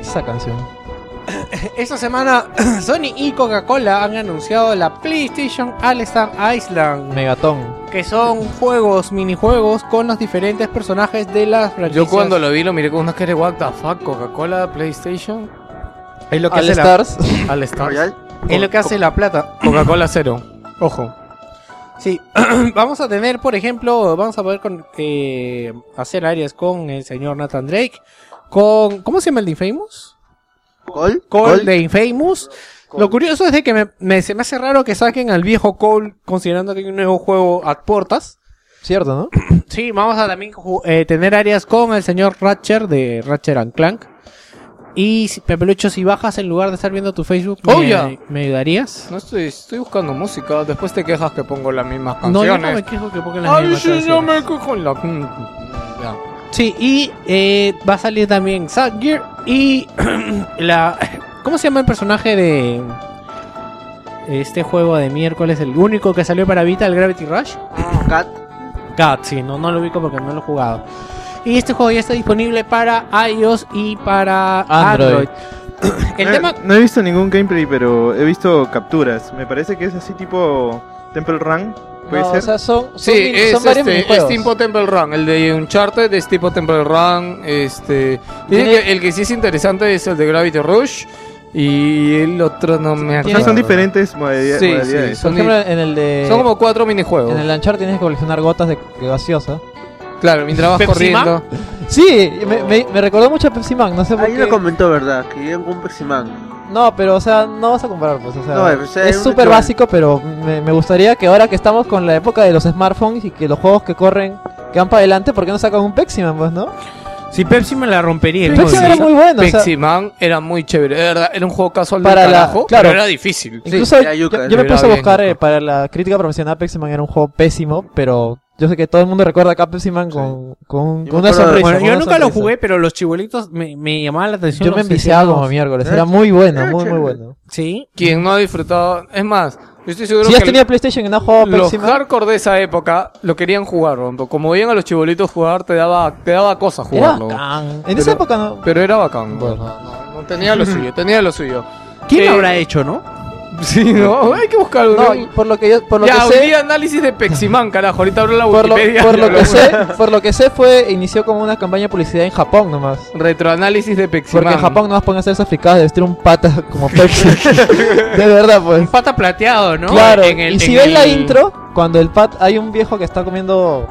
E: Esa canción.
B: Esta semana [clears throat] Sony y Coca-Cola han anunciado la PlayStation All Star Island.
E: Megatón.
B: que son juegos, minijuegos con los diferentes personajes de las franquicias.
A: Yo cuando lo vi lo miré con unas que era what the fuck, Coca-Cola, PlayStation,
B: es lo que
E: All
B: hace la,
E: Stars.
B: [laughs]
A: All
D: Royal.
B: es lo que hace la plata. [clears throat]
A: Coca-Cola cero. Ojo.
B: Sí, [clears throat] vamos a tener, por ejemplo, vamos a poder con, eh, hacer áreas con el señor Nathan Drake, con ¿cómo se llama el de Infamous?
D: Col.
B: Cole, de Infamous. Lo curioso es de que me, me- se me hace raro que saquen al viejo Cole considerando que hay un nuevo juego a puertas.
E: Cierto, ¿no?
B: [clears throat] Sí, vamos a también ju- eh, tener áreas con el señor Ratcher de Ratcher and Clank. Y si- Pepelucho, si bajas en lugar de estar viendo tu Facebook,
A: Oh,
B: me,
A: ya.
B: ¿me ayudarías?
A: No estoy, estoy buscando música, después te quejas que pongo las mismas
B: No, yo no
A: canciones.
B: me quejo que pongan las
A: Ay,
B: mismas
A: sí, yo
B: canciones.
A: me quejo en la... mm, Ya.
B: Sí, y eh, va a salir también Sadgear y [clears throat] la... [clears throat] ¿Cómo se llama el personaje de este juego de miércoles? El único que salió para Vita, el Gravity Rush.
D: Cat.
B: Cat, sí, no, no lo ubico porque no lo he jugado. Y este juego ya está disponible para iOS y para Android. [clears throat]
E: Android.
B: El
C: no,
B: tema...
C: no he visto ningún gameplay, pero he visto capturas. Me parece que es así tipo Temple Run. ¿Puede
E: No,
C: ser?
E: O sea, son, son,
A: Sí,
E: mini-
A: es,
E: son varios
A: este, es
E: minijuegos.
A: tipo Temple Run. El de Uncharted es tipo Temple Run. Este, dice
E: Tiene-
A: que el que sí es interesante es el de Gravity Rush. Y el otro no me
C: O sea,
A: acuerdo.
C: son diferentes modalidad-
A: Sí, sí,
C: modalidades.
E: Por
A: son,
E: ejemplo, en el de.
A: son como cuatro minijuegos.
E: En el Lanchar tienes que coleccionar gotas de de gaseosa.
A: Claro, mientras vas
B: ¿Pepsi Man?
A: corriendo.
E: Sí, me, me, me recordó mucho a Pepsi Man, no sé por
D: Ahí
E: qué.
D: lo comentó, ¿verdad? Que llega un Pepsiman.
E: No, pero o sea, no vas a comparar, pues, o sea,
D: No, pues, hay
E: es
D: un
E: súper
D: ritual.
E: básico, pero me, me gustaría que ahora que estamos con la época de los smartphones y que los juegos que corren que van para adelante, ¿por qué no sacan un Peximan, pues, no?
B: Si Pepsi me la rompería. el
E: Pepsi
B: juego.
E: era muy [laughs] bueno, o sea,
A: Pepsi Man era muy chévere. de verdad, era un juego casual
E: Para
A: del
E: la-
A: carajo,
E: claro.
A: pero era difícil.
E: incluso
D: Sí,
E: yo,
D: era yuca,
E: yo me
A: era
E: puse a
A: bien
E: buscar
A: yuca.
E: eh, para la crítica profesional, Peximan era un juego pésimo, pero Yo sé que todo el mundo recuerda a Capsiman con, con,
D: Yo
E: con
D: me acuerdo
E: una
D: de-
E: sonrisa.
B: Bueno,
E: con
B: yo
E: una
B: nunca lo
E: sonrisa.
B: jugué, pero los chibuelitos me, me llamaban la atención.
E: Yo me
B: los
E: enviciaba como
B: seteados.
E: miércoles.
D: Eh,
E: Era muy bueno,
C: Ah,
E: muy, muy
C: chévere.
E: bueno.
B: Sí.
A: Quien no ha disfrutado. Es más, yo estoy seguro
E: Si
A: que
E: has tenido PlayStation y no has jugado a
A: los
E: Capsiman,
A: hardcore de esa época lo querían jugar, Rompo. Como veían a los chibolitos jugar, te daba, te daba cosa
E: era
A: jugarlo.
E: bacán.
B: Ah.
E: En esa época no.
A: Pero era bacán.
E: Bueno.
A: No, no, no, tenía
E: [laughs]
A: lo suyo, tenía lo suyo.
B: ¿Quién
A: Eh,
B: lo
A: [laughs]
B: habrá hecho, no?
A: Sí, no, hay que buscar
E: No,
A: un
E: y por lo que yo, por lo
A: ya,
E: que
A: un
E: sé,
A: día análisis de Peximán, carajo. Ahorita abro la
E: por lo,
A: Wikipedia. [laughs]
E: por lo
A: y
E: que
A: hablamos.
E: sé, por lo que sé fue inició como una campaña de publicidad en Japón nomás.
A: Retroanálisis de Peximán.
E: Porque en Japón no vas a poner esas fricadas de vestir un pata [laughs] como Pepsi.
A: [laughs]
E: de verdad, pues.
B: Un pata plateado, ¿no?
E: Claro,
B: En el-
E: y si
B: en
E: ves la
B: el-
E: intro, cuando el pat hay un viejo que está comiendo.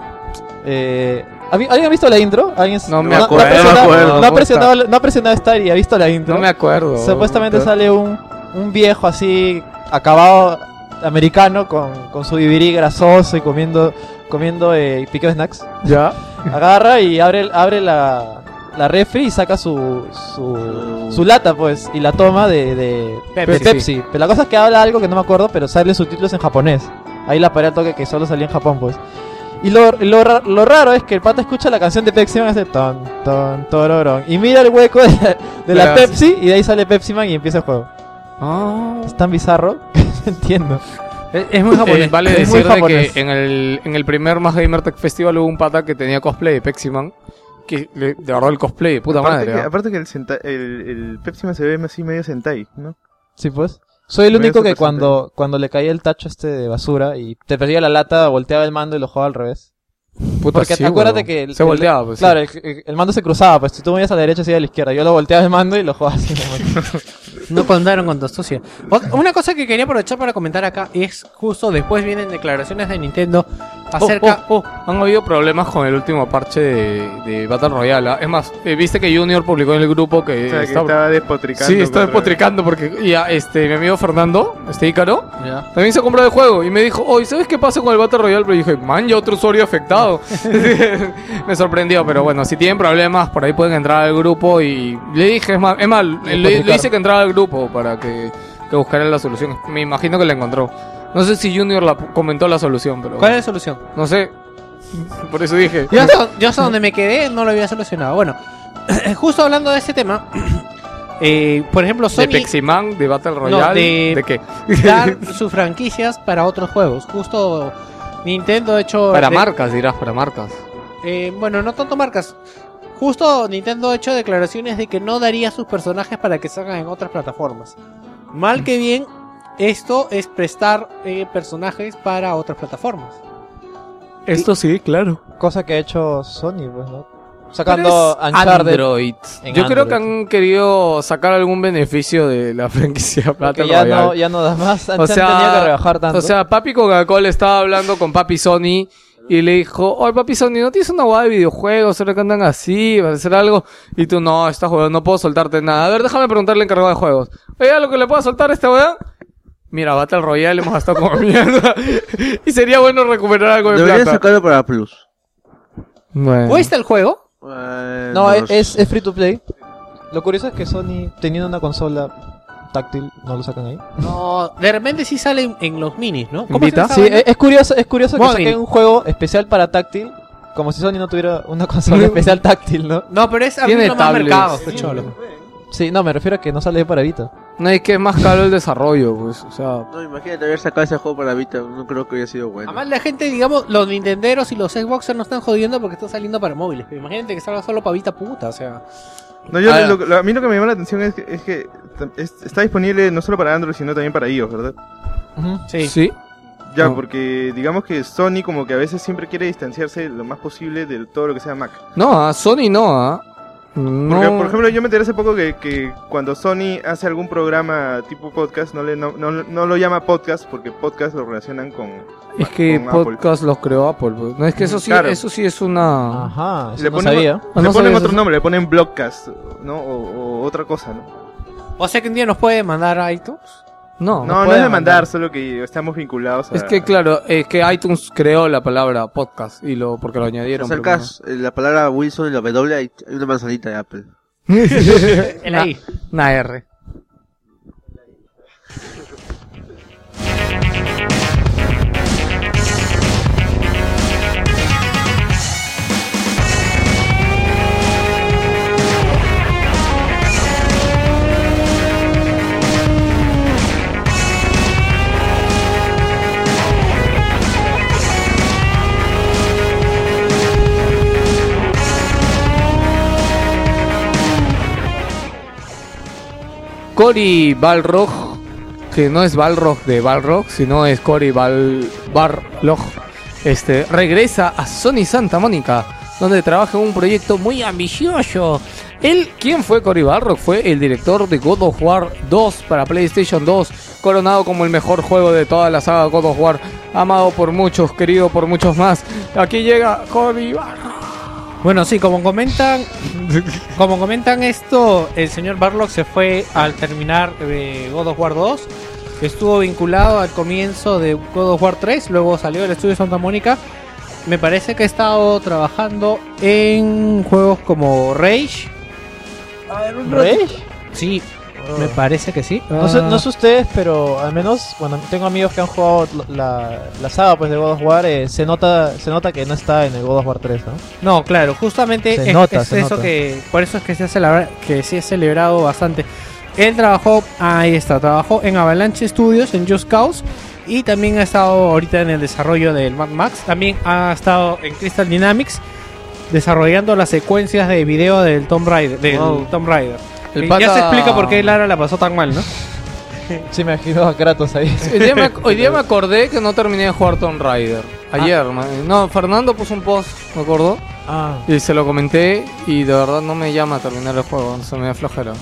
E: Eh, ¿habi- ¿Alguien ha visto la intro? ¿Alguien
A: No me
E: ha
A: acuerdo,
E: presionado- No,
A: no me acuerdo.
E: ha presionado, no ha presionado Star y ha visto la intro.
A: No me acuerdo.
E: Supuestamente sale un, un viejo así, acabado americano, con, con su vivirí grasoso y comiendo, comiendo eh, piqueo de snacks.
A: Ya.
E: Agarra y abre, abre la, la refri y saca su, su, su lata, pues, y la toma de, de de
A: Pepsi.
E: Pepsi. Pero la cosa es que habla algo que no me acuerdo, pero sale subtítulos en japonés. Ahí la paré al toque que solo salía en Japón, pues. Y lo, lo, ra- lo raro es que el pata escucha la canción de Pepsi Man y hace ton, ton, tororón. Y mira el hueco de la, de la
A: Claro.
E: Pepsi y de ahí sale Pepsi Man y empieza el juego.
A: Ah.
E: Es tan bizarro [laughs] que no entiendo.
B: Es,
A: [laughs]
B: es muy japonés.
A: Eh, vale
E: Es muy
A: decir de
E: japonés.
A: que en el, en el primer Más Gamer Tech Festival hubo un pata que tenía cosplay de Peximan. Que le, de verdad el cosplay de puta
C: aparte,
A: madre.
C: que,
A: ¿ah?
C: aparte que el, senta- el, el Pepsi Man se ve así medio Sentai, ¿no?
E: Sí, pues. Soy el
C: Medio
E: único que
C: supercente.
E: cuando, cuando le caía el tacho este de basura y te perdía la lata, volteaba el mando y lo jugaba al revés.
A: Puta,
E: porque
A: sí,
E: acuérdate
A: huevón.
E: que el-
A: se
E: el-
A: volteaba. Pues, sí.
E: Claro, el, el- el mando se cruzaba, pues si tú me ibas a la derecha, se iba a la izquierda. Yo lo volteaba el mando y lo jugaba
A: [laughs]
E: así. nomás.
B: No contaron con tu astucia. Ot- Una cosa que quería aprovechar para comentar acá es justo después vienen declaraciones de Nintendo
A: Oh,
B: acerca.
A: oh, oh, Han habido problemas con el último parche de, de Battle Royale. ¿ah? Es más, eh, viste que Junior publicó en el grupo que,
C: O sea, que
A: está-
C: estaba despotricando.
A: Sí, está
C: contra-
A: despotricando porque ya, este, mi amigo Fernando, este Ícaro,
B: Ya.
A: También se compró el juego y me dijo, oye, ¿sabes qué pasa con el Battle Royale? Pero dije, man, ya otro usuario
B: [laughs]
A: afectado. [laughs] me sorprendió, pero bueno, si tienen problemas, por ahí pueden entrar al grupo y le dije, es más, es más, le, le
E: Publicar.
A: hice que entrara al grupo para que, que buscara la solución. Me imagino que la encontró. No sé si Junior la pu- comentó la solución, pero
B: ¿Cuál es la solución?
A: no sé. Por eso dije,
B: Yo hasta, yo hasta donde me quedé no lo había solucionado. Bueno, [clears throat] justo hablando de ese tema, [clears throat] eh, por ejemplo,
A: de
B: Sony
A: Peximan, de Battle Royale,
B: de-
A: de... qué? [laughs]
B: dar sus franquicias para otros juegos. Justo Nintendo ha hecho
A: Para
B: de-
A: marcas, dirás, para marcas.
B: Eh, bueno, no tanto marcas. Justo Nintendo ha hecho declaraciones de que no daría sus personajes para que salgan en otras plataformas. Mal que bien, esto es prestar eh, personajes para otras plataformas.
A: Esto sí, claro.
E: Cosa que ha hecho Sony, pues, ¿no? Sacando Uncharted.
A: Android.
E: en
A: Yo creo
E: Android.
A: que han querido sacar algún beneficio de la [laughs] franquicia Battle
E: Porque ya
A: Royale.
E: no, ya no da más.
A: O
E: Han
A: sea,
E: tenido que rebajar tanto.
A: O sea, Papi Coca-Cola estaba hablando con Papi Sony y le dijo, oye Papi Sony, ¿no tienes una guada de videojuegos? ¿Será que andan así? ¿Va a hacer algo? Y tú, no, esta jugada no puedo soltarte nada. A ver, déjame preguntarle al encargado de juegos. Oye, ¿lo que le puedo soltar a este weón? Mira, Battle Royale hemos gastado como [laughs] mierda. y sería bueno recuperar algo de
D: Deberían
A: plata.
D: sacarlo para Plus.
A: Bueno.
B: ¿Cuesta el juego?
D: Eh,
E: no, es,
D: sé.
E: es- es free to play. Lo curioso es que Sony, teniendo una consola táctil, no lo sacan ahí.
B: No, de repente sí salen en los minis, ¿no?
A: ¿Invita?
B: se
E: Sí, eh.
B: llama esa
E: es, es curioso, es curioso que
B: Móvil.
E: saquen un juego especial para táctil. Como si Sony no tuviera una [laughs] consola especial táctil, ¿no?
B: vaina? No, pero es
A: Tiene
B: abriendo más
A: tablets.
B: mercados,
E: este
B: pues, cholo.
E: Sí, no, me refiero a que no sale para Vita.
A: No hay que es más caro el desarrollo, pues. O sea,
D: No, imagínate haber sacado ese juego para Vita. No creo que hubiera sido bueno.
B: Además la gente, digamos, los nintenderos y los Xboxers no están jodiendo porque están saliendo para móviles. Pero imagínate que salga solo pavita puta, o sea...
C: No, yo,
A: Ah,
C: lo- lo- a mí lo que me llama la atención es que, es que tam- es- está disponible no solo para Android, sino también para iOS, ¿verdad?
E: Ujú.
B: Sí.
A: sí.
C: Ya,
A: No.
C: porque digamos que Sony como que a veces siempre quiere distanciarse lo más posible de todo lo que sea Mac.
A: No, a Sony no, ¿ah? No.
C: Porque, por ejemplo, yo me enteré hace poco que, que cuando Sony hace algún programa tipo podcast, no, le, no, no, no lo llama podcast porque podcast lo relacionan con...
A: es que
C: con Apple. Mm,
A: podcast los creó Apple. pues. No, es que eso sí,
C: Claro.
A: eso sí es una.
E: Ajá, eso
C: Le
E: no
C: ponen-
E: sabía.
A: Ah,
C: le
A: no
C: ponen
A: sabías
C: otro
A: eso.
C: nombre, le ponen blogcast, ¿no? O, o otra cosa, ¿no?
B: O sea que un día nos puede mandar a iTunes.
A: No.
C: No, no,
E: puede
C: es de mandar,
E: mandar.
C: solo que estamos vinculados a...
A: Es que claro, es que iTunes creó la palabra podcast y lo porque lo
D: Te
A: añadieron.
D: acercas eh, la palabra Wilson y la W, hay hay una manzanita de Apple.
B: El ahí.
A: [laughs] Una R.
F: Esa
A: Cory Balrog, que no es Balrog de Balrog, sino es Cory Bal Barlog, este, regresa a Sony Santa Mónica, donde trabaja en un proyecto muy ambicioso. Él, ¿quién fue Cory Balrog? Fue el director de God of War 2 para PlayStation 2, coronado como el mejor juego de toda la saga God of War, amado por muchos, querido por muchos más. Aquí llega Cory Balrog.
B: Bueno, sí, como comentan, como comentan esto, el señor Barlock se fue al terminar eh, God of War 2. Estuvo vinculado al comienzo de God of War 3, luego salió del estudio de Santa Mónica. Me parece que ha estado trabajando en juegos como Rage.
E: ¿Rage?
B: Sí, me parece que sí.
E: No sé,
B: Ah,
E: no sé ustedes, pero al menos bueno, tengo amigos que han jugado la, la saga pues de God of War, eh, se nota se nota que no está en el God of War 3, ¿no?
B: No, claro, justamente
E: Se
B: es,
E: nota,
B: es
E: se
B: eso
E: nota.
B: que por eso es que se ha celebra- que se ha celebrado bastante. Él trabajó, ahí está, trabajó en Avalanche Studios, en Just Cause y también ha estado ahorita en el desarrollo del Mad Max, también ha estado en Crystal Dynamics desarrollando las secuencias de video del Tomb Raider, del
A: Wow.
B: Tomb Raider.
A: El
B: Y
A: pata-
B: Ya se explica por qué Lara la pasó tan mal, ¿no?
E: Sí, me imagino a Kratos ahí.
A: Hoy día, me, hoy día me acordé que no terminé de jugar Tomb Raider. Ayer, man. No, Fernando puso un post, ¿me acuerdo?
E: Ah.
A: Y se lo comenté y de verdad no me llama a terminar el juego, se me da flojera.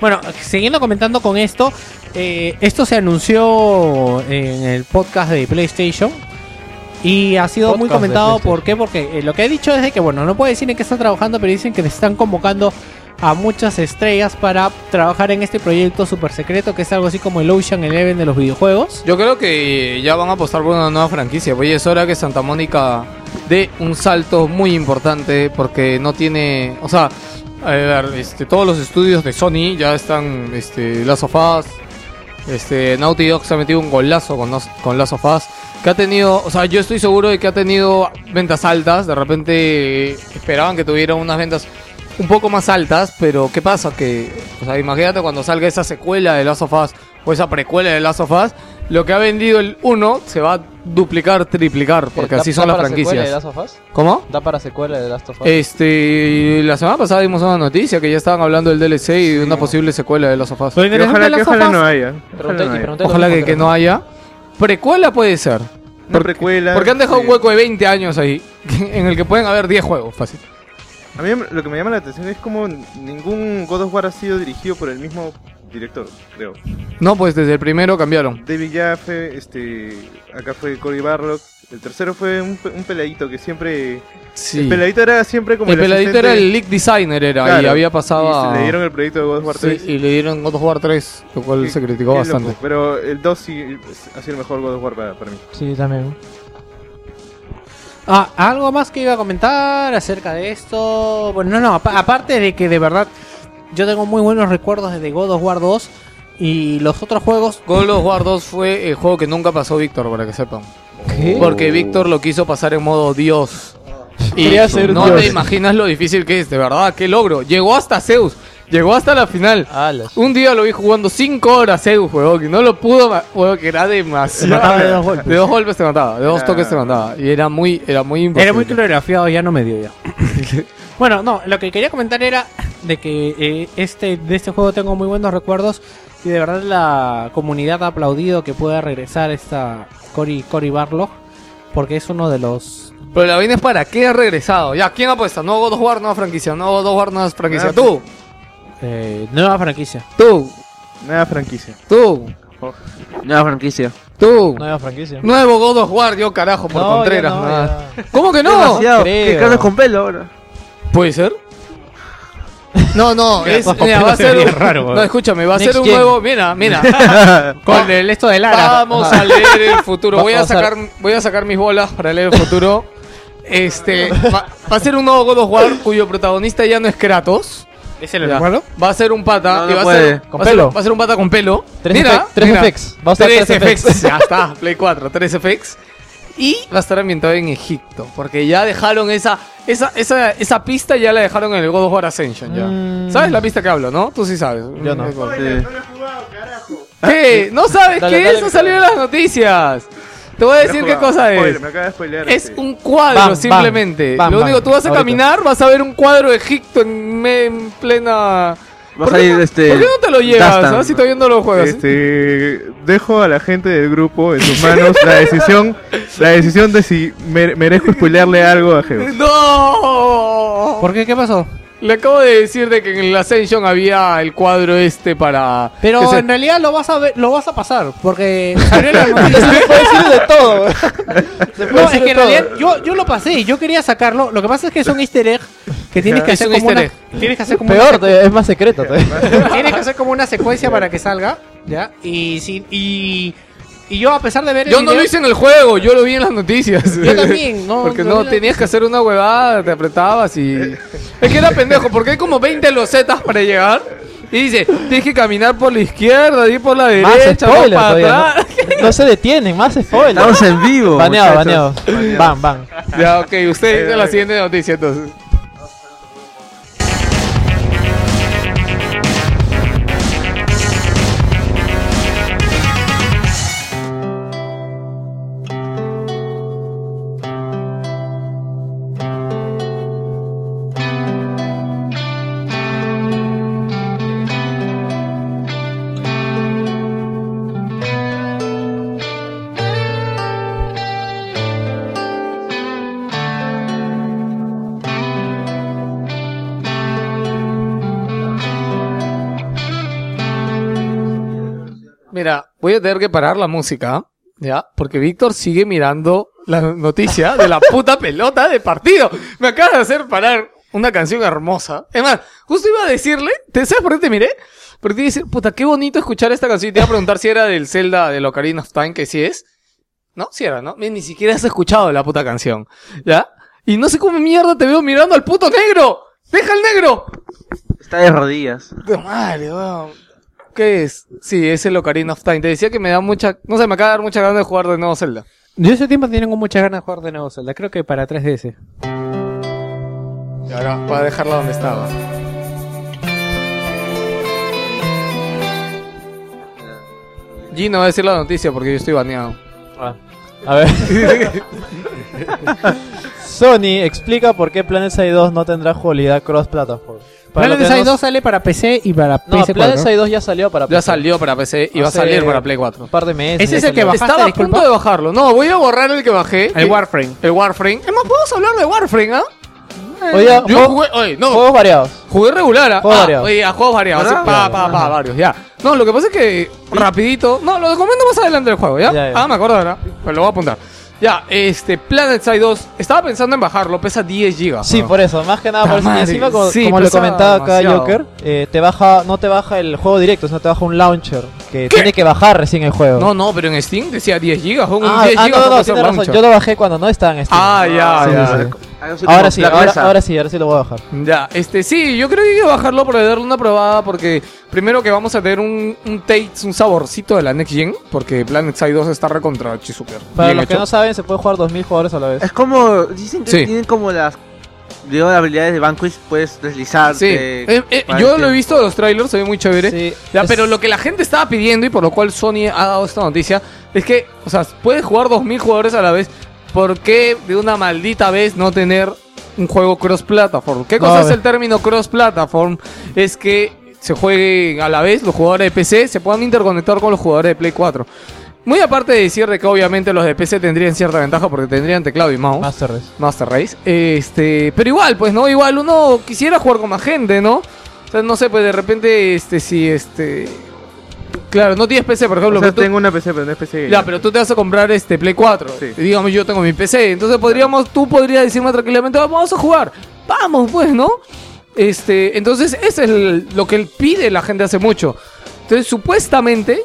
B: Bueno, siguiendo comentando con esto, eh, esto se anunció en el podcast de PlayStation y ha sido muy
E: Podcast de
B: comentado.
E: PlayStation.
B: ¿Por qué? Porque eh, lo que he dicho es de que, bueno, no puede decir en qué están trabajando, pero dicen que están convocando a muchas estrellas para trabajar en este proyecto super secreto que es algo así como el Ocean Eleven de los videojuegos.
A: Yo creo que ya van a apostar por una nueva franquicia. Oye, es hora que Santa Mónica dé un salto muy importante porque no tiene. O sea, a ver, este, todos los estudios de Sony ya están. Este, Last of Us, Este, Naughty Dog se ha metido un golazo con, nos- con Last of Us, Que ha tenido. O sea, yo estoy seguro de que ha tenido ventas altas. De repente eh, esperaban que tuviera unas ventas un poco más altas, pero ¿qué pasa? Que, o sea, imagínate cuando salga esa secuela de Last of Us o esa precuela de Last of Us, lo que ha vendido el 1 se va a duplicar, triplicar, [laughs] porque así son las franquicias. Eh, ¿Cómo?
E: ¿Da para secuela de Last of Us?
A: Este, la semana pasada vimos una noticia que ya estaban hablando del DLC y de una posible secuela de Last of Us.
B: Lo
C: Que
B: interesante
C: ojalá,
B: de
C: que
B: Last of
C: ojalá
B: Us-
C: no haya.
E: Pregunté-
C: Ojalá no
E: y
C: haya.
E: pregunté lo
A: Ojalá
E: mismo
A: que, que no haya. Precuela puede ser.
C: Una precuela.
A: Porque han dejado un
C: sí.
A: hueco de 20 años ahí, [laughs] en el que pueden haber 10 juegos, fácil.
C: A mí lo que me llama la atención es como ningún God of War ha sido dirigido por el mismo director, creo.
A: No, pues desde el primero cambiaron.
C: David Jaffe, este, acá fue Cory Barlock. El tercero fue un, pe- un peladito que siempre...
A: Sí.
C: El peladito era siempre como
A: el peladito era
C: asistente-
A: el lead designer, era, y
C: Claro,
A: había pasado a...
C: y se le dieron el proyecto de God of War
A: Sí,
C: 3.
A: y le dieron God of War 3, lo cual
C: Qué-
A: se criticó
C: qué
A: bastante.
C: loco, pero el 2 sí es- ha sido el mejor God of War para, para mí.
E: Sí, también.
B: Ah, algo más que iba a comentar acerca de esto. Bueno, no, no, apa- aparte de que de verdad yo tengo muy buenos recuerdos de God of War 2 y los otros juegos.
A: God of War 2 fue el juego que nunca pasó Víctor, para que sepan.
E: ¿Qué?
A: Porque Víctor lo quiso pasar en modo [laughs] Dios. Y
E: Quería ser
A: no
E: Dios.
A: te imaginas lo difícil que es, de verdad, qué logro. Llegó hasta Zeus, llegó hasta la final.
E: Alas.
A: Un día lo vi jugando 5 horas Zeus, huevón, y no lo pudo, ma- huevón, que era demasiado.
E: Ah,
B: mataba de dos golpes.
A: De dos golpes te mataba, de dos
C: Era-
A: toques te mataba. Y era muy, era muy
B: Era muy
A: imposible.
B: coreografiado, ya no me dio ya. [laughs] bueno, no, lo que quería comentar era de que eh, este de este juego tengo muy buenos recuerdos y de verdad la comunidad ha aplaudido que pueda regresar esta Cory Cory Barlog porque es uno de los
A: Pero la vaina es para qué ha regresado. Ya, ¿quién apuesta? No God of War, nueva franquicia. No God of War, nueva franquicia.
C: Ah,
A: tú,
B: eh, nueva franquicia.
A: tú,
C: Nueva franquicia.
A: tú,
D: Nueva franquicia.
A: tú.
E: Nueva franquicia.
A: Nuevo God of War, yo carajo, por
E: No,
A: Contreras.
E: ya no,
A: nada.
E: ya.
A: ¿Cómo que no?
D: Demasiado.
E: creo.
D: ¿Qué cargas con pelo ahora?
A: ¿Puede ser? No, no, es, [laughs]
B: Ojo,
A: mira,
B: pero
A: va a
B: se
A: ser
B: veía
A: un-
B: raro, weón.
A: No, escúchame, va a
E: Next
A: ser un
E: gen.
A: nuevo. Mira, mira. [laughs]
B: Con el esto de Lara.
A: Vamos a leer el futuro.
E: Va-
A: Voy a
E: vamos a
A: sacar, voy a sacar mis bolas para leer el futuro. [laughs] Este va, va a ser un nuevo God of War cuyo protagonista ya no es Kratos.
B: ¿Es el
A: Ya. Va a ser un pata
D: No,
A: que
D: no
A: va,
D: puede.
A: a ser,
E: Con
A: va a ser-
E: pelo.
A: va a ser un pata con pelo.
E: Tres
A: mira,
E: FX, tres
A: mira.
E: FX. Va a estar
A: Tres
E: tres
A: FX.
E: FX.
A: Ya está, Play 4, 3 FX. Y va a estar ambientado en Egipto, porque ya dejaron esa esa esa, esa pista ya la dejaron en el God of War Ascension ya.
E: Mm.
A: ¿Sabes la pista que hablo, no? Tú sí sabes.
E: Yo no.
D: Sí.
A: ¿Qué? ¿No sabes
E: Dale,
A: qué?
E: dale,
A: Eso
E: dale.
A: salió en las noticias. Te voy a decir qué cosa es.
C: Me acaba de spoilear.
A: Es
C: este.
A: un cuadro
E: Bam,
A: simplemente.
E: bam,
A: Lo
E: bam,
A: único, tú vas a
E: ahorita.
A: caminar, vas a ver un cuadro de Egipto en, me- en plena
D: Va a
A: ¿Por qué
D: salir
A: no-
D: este.
A: ¿Por qué no te lo llevas?
D: Dastan.
A: ah? Si todavía no lo juegas.
C: Este, dejo a la gente del grupo en sus manos la decisión, la decisión de si me- merezco spoilearle algo a Geo.
A: [laughs] ¡No!
B: ¿Por qué? ¿Qué pasó?
A: Le acabo de decir de que en el Ascension había el cuadro este para. que
B: Pero
A: se-
B: en realidad lo vas a ver, lo vas a pasar,
E: [laughs]
B: porque salió la noticia.
E: Se puede decir de todo.
B: [laughs]
E: Se puede
B: No, es
E: decir
B: que
E: de
B: en
E: todo.
B: realidad yo, yo lo pasé y yo quería sacarlo. Lo que pasa es que es un easter egg que tienes que
A: Es
B: hacer
A: un
B: como una,
A: easter
B: tienes que hacer como
E: Peor,
B: una,
E: todavía, es más
B: [laughs]
E: secreto. [laughs] todavía.
B: tienes que hacer como una secuencia para que salga, ¿ya? Y sin y, y yo a pesar de ver el
A: Yo no lo
B: video-
A: hice en el juego, yo lo vi en las noticias.
B: Yo también,
A: [laughs]
B: no,
A: Porque
B: no
A: no,
B: vi la-
A: tenías que hacer una huevada, te apretabas
B: [laughs]
A: y. Es que era pendejo, porque hay como 20 losetas para llegar. Y dice, tienes que caminar por la izquierda, ir por la
E: Más
A: derecha, más
E: spoiler
A: para
E: todavía.
A: atrás.
E: ¿no? No se detienen, más spoiler.
D: Estamos en vivo.
E: [laughs] Baneado, baneado.
D: muchachos.
E: Van, van.
A: Ya, ok, usted dice la siguiente noticia entonces. Mira, voy a tener que parar la música, ¿ya? Porque Víctor sigue mirando la noticia de la puta pelota de partido. Me acaba de hacer parar una canción hermosa. Es más, justo iba a decirle, ¿te sabes por qué te miré? Porque te iba a decir, puta, qué bonito escuchar esta canción. Y te iba a preguntar si era del Zelda de Ocarina of Time, que sí es. No, sí era, ¿no? Ni ni siquiera has escuchado la puta canción, ¿ya? Y no sé cómo mierda te veo mirando al puto negro. ¡Deja al negro!
D: Está de rodillas.
A: Puta madre, weón. ¿Qué es? Sí, es el Ocarina of Time. Te decía que me da mucha. No sé, me acaba de dar mucha ganas de jugar de nuevo Zelda.
B: Yo ese tiempo tengo muchas ganas de jugar de nuevo Zelda, creo que para 3DS.
A: Y ahora voy a dejarla donde estaba. Gino va a decir la noticia porque yo estoy baneado.
E: Ah, A ver. Sony explica por qué PlanetSide 2 no tendrá jugabilidad cross-platform. Para lo que
B: PlanetSide
E: no-
B: 2 sale para PC y para
E: No,
B: PS4.
E: PlanetSide 2 ya salió para
A: Ya
E: PC.
A: salió para PC y va a
E: Hace
A: salir para Play 4.
E: Un par de meses.
B: Ese
E: ya
B: es el que
E: salió.
B: bajaste,
A: Estaba a
B: disculpa?
A: punto de bajarlo. No, voy a borrar el que bajé.
B: El Warframe.
A: El Warframe. Es más, podemos hablar de Warframe, ¿ah?
E: Oye,
A: Yo
B: oh.
E: juego-
A: jugué. Oye, no.
E: Juegos variados.
A: Jugué regular, ¿ah?
E: Juegos
A: Ah,
E: variados.
A: oye, a juegos variados. así, pa, pa, pa, varios, ya. No, lo que pasa es que rapidito. No, lo comento más adelante del juego, ¿ya?
E: Ya, ya.
A: Ah, me acuerdo ahora. Me lo voy a apuntar. Ya, este, Planet Side 2. Estaba pensando en bajarlo, pesa 10 gigas.
E: Sí,
A: ¿no?
E: por eso, más que nada
A: Puta
E: por eso. Y
A: madre,
E: encima, como,
A: sí,
E: como lo
A: pesaba
E: comentaba acá
A: demasiado.
E: Joker, eh, te baja, no te baja el juego directo, sino te baja un launcher que
A: ¿Qué?
E: tiene que bajar recién el juego.
A: No, no, pero en Steam decía 10 gigas. Un
E: ah,
A: 10
E: ah,
A: gigas
E: no, no,
A: no
E: no,
A: pesa
E: tienes razón.
A: mucho.
E: Yo lo bajé cuando no estaba en Steam.
A: Ah, ya,
E: Sí,
A: ya.
E: sí, sí.
D: Algo así
E: Ahora
D: Ah, como
E: sí,
D: Black
E: ahora,
D: Mesa.
E: ahora sí, ahora sí lo voy a bajar.
A: Ya, este sí, yo creo que hay que bajarlo para darle una probada porque primero que vamos a tener un, un taste, un saborcito de la Next Gen, porque Planet Side 2 está recontra super.
E: Para los que no saben, se puede jugar 2000 jugadores a la vez.
D: Es como. Dicen que
A: Sí.
D: tienen como las. Digo, las habilidades de Vanquish, puedes deslizar.
A: Sí, Eh, eh, yo lo he visto en los trailers, se ve muy chévere.
E: Sí,
A: Ya,
E: es-
A: pero lo que la gente estaba pidiendo y por lo cual Sony ha dado esta noticia es que, o sea, puedes jugar 2.000 jugadores a la vez. ¿Por qué de una maldita vez no tener un juego cross-platform? ¿Qué
E: No,
A: cosa
E: a
A: es
E: ver.
A: el término cross-platform? Es que se jueguen a la vez los jugadores de PC, se puedan interconectar con los jugadores de Play 4. Muy aparte de decir de que obviamente los de PC tendrían cierta ventaja porque tendrían teclado y mouse.
E: Master Race.
A: Master Race. Este, pero igual, pues, ¿no? Igual uno quisiera jugar con más gente, ¿no? O sea, no sé, pues de repente, este, si este. Claro, no tienes PC, por ejemplo.
C: O sea,
A: pero tú-
C: tengo una PC, pero no es PC.
A: Ya, pero tú te vas a comprar este Play 4.
C: Sí.
A: Y digamos, yo tengo mi PC. Entonces podríamos, tú podrías decirme tranquilamente, "Ah, vamos a jugar. Vamos, pues, ¿no? Este, entonces, eso es el- lo que él pide la gente hace mucho. Entonces, supuestamente,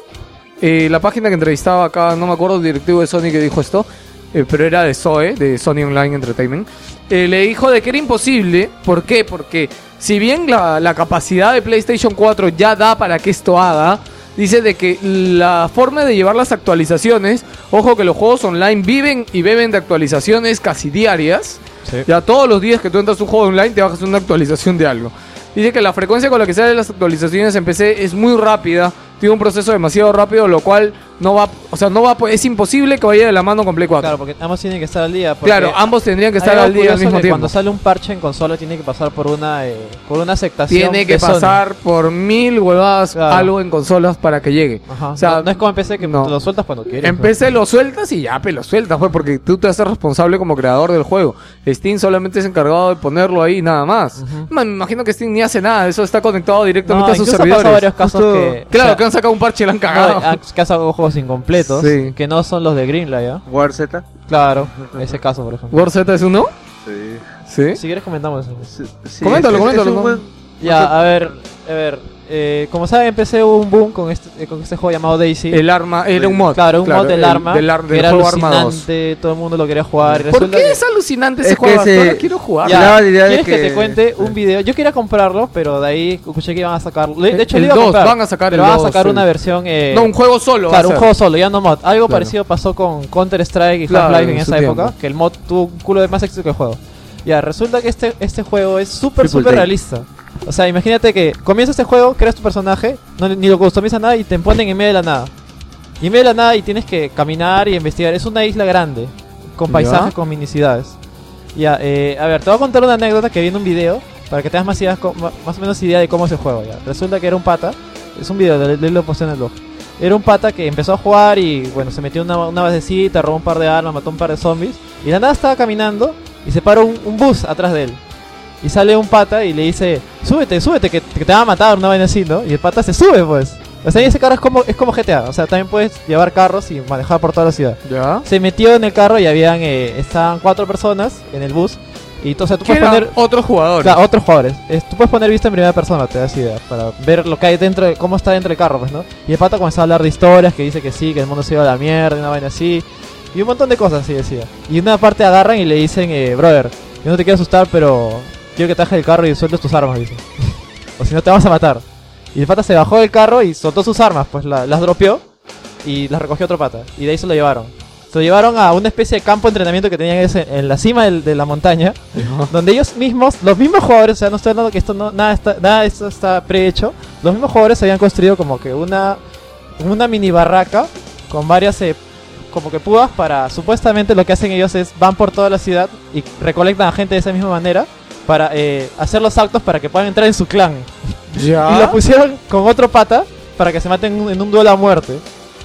A: eh, la página que entrevistaba acá, no me acuerdo el directivo de Sony que dijo esto, eh, pero era de Zoe, de Sony Online Entertainment, eh, le dijo de que era imposible. ¿Por qué? Porque si bien la, la capacidad de PlayStation 4 ya da para que esto haga, dice de que la forma de llevar las actualizaciones, ojo que los juegos online viven y beben de actualizaciones casi diarias. Ya todos los días que tú entras a un juego online te bajas una actualización de algo. Dice que la frecuencia con la que salen las actualizaciones en PC es muy rápida, tiene un proceso demasiado rápido, lo cual no va, O sea, no va, a po- es imposible que vaya de la mano con Play 4.
E: Claro,
A: Claro,
E: porque ambos tienen que estar al día. porque
A: ambos tendrían que
E: hay
A: estar
E: algo
A: al día al
E: curioso
A: mismo
E: que
A: tiempo.
E: Cuando sale un parche en consola tiene que pasar por una eh, por una aceptación.
A: Tiene que
E: de Sony.
A: pasar por mil huevadas
E: Claro. Ah,
A: algo en consolas para que llegue.
E: Ajá.
A: O sea,
E: no, no es como en PC que
A: no.
E: te lo sueltas cuando quieres.
A: En PC lo sueltas y ya, pe, lo sueltas, pues, porque tú te haces responsable como creador del juego. Steam solamente es encargado de ponerlo ahí, nada más. Man, me imagino que Steam ni hace nada, eso está conectado
E: No,
A: directamente a sus
E: incluso ha pasado
A: servidores.
E: varios casos
D: Justo-
E: que.
A: Claro,
E: o
A: que
E: sea,
A: han sacado un parche y lo han cagado.
E: no, han- que han sacado juegos incompletos
A: Sí.
E: que no son los de Greenlight, ¿ya?
D: War Z.
E: Claro, ese caso, por ejemplo.
A: ¿War Z es uno?
D: Sí.
A: Sí.
E: Si quieres comentamos eso.
D: sí,
A: Coméntalo,
D: es- es- es
A: coméntalo,
D: un
A: ¿no?
D: buen-
E: Ya, a ver, a ver. eh, como saben, en PC hubo un boom con este, eh, con este juego llamado Daisy.
A: El arma, era un mod.
E: claro, un mod del
A: el-
E: arma.
A: Del, ar- del
E: que era
A: juego Arma 2.
E: alucinante, todo el mundo lo quería jugar. y
A: ¿Por
E: resulta
A: qué
E: que-
A: es alucinante
D: Es
A: ese
D: que
A: juego?
D: se-
A: Ahora quiero jugar.
E: Ya,
D: Me daba la idea de
E: ¿Quieres que...
D: que-
E: te cuente un video? Yo quería comprarlo, pero de ahí escuché que iban a sacar. De de hecho,
A: El
E: lo iba a
A: 2,
E: comprar,
A: van a sacar
E: pero
A: el
E: van
A: 2,
E: a sacar
A: sí.
E: una versión. eh,
A: No, un juego solo. va
E: Claro, un
A: a ser.
E: juego solo, ya no mod. Algo
A: Claro.
E: parecido pasó con Counter-Strike y
A: Claro,
E: Half-Life en
A: en su
E: esa época,
A: tiempo.
E: que el mod tuvo un culo de más éxito que el juego. Ya, resulta que este, este juego es súper,
D: Triple
E: súper
D: take.
E: realista. O sea, imagínate que comienza este juego, creas tu personaje, no, ni lo customizas nada y te ponen en medio de la nada. Y en medio de la nada y tienes que caminar y investigar. Es una isla grande, con
A: Ya.
E: paisajes, con minicidades. Ya, eh, a ver, te voy a contar una anécdota que vi en un video para que tengas más, ideas, co- ma- más o menos idea de cómo se juega. Ya. Resulta que era un pata, es un video, le, le lo posté en el blog. Era un pata que empezó a jugar y bueno, se metió en una, una basecita, robó un par de armas, mató un par de zombies. Y de la nada estaba caminando y se paró un, un bus atrás de él. Y sale un pata y le dice, súbete, súbete, que, que te va a matar, una vaina así, ¿no? Y el pata se sube, pues. O sea, y ese carro es como, es como GTA, o sea, también puedes llevar carros y manejar por toda la ciudad.
A: Ya.
E: Se metió en el carro y habían, eh, estaban cuatro personas en el bus. Y entonces tú
A: ¿Qué
E: puedes
A: eran
E: poner...
A: otros jugadores?
E: Claro, otros jugadores. Es- tú puedes poner vista en primera persona, te das idea, para ver lo que hay dentro, de, cómo está dentro del carro, pues, ¿no? Y el pata comenzó a hablar de historias, que dice que sí, que el mundo se iba a la mierda, una vaina así, y un montón de cosas así decía. Y una parte agarran y le dicen, eh, brother, yo no te quiero asustar, pero quiero que te bajes del carro y sueltes tus armas, dice. [laughs] o si no te vamos a matar. Y el pata se bajó del carro y soltó sus armas, pues la- las dropeó y las recogió otro pata. Y de ahí se lo llevaron. Se lo llevaron a una especie de campo de entrenamiento que tenían ese- en la cima del- de la montaña donde ellos mismos, los mismos jugadores, o sea, no estoy hablando que esto no, nada, está, nada de esto está prehecho, los mismos jugadores habían construido como que una, una mini barraca con varias, eh, como que púas para, supuestamente lo que hacen ellos es, van por toda la ciudad y recolectan a gente de esa misma manera para eh, hacer los actos para que puedan entrar en su clan. Y lo
A: Ya.
E: pusieron con otro pata para que se maten en un duelo a muerte.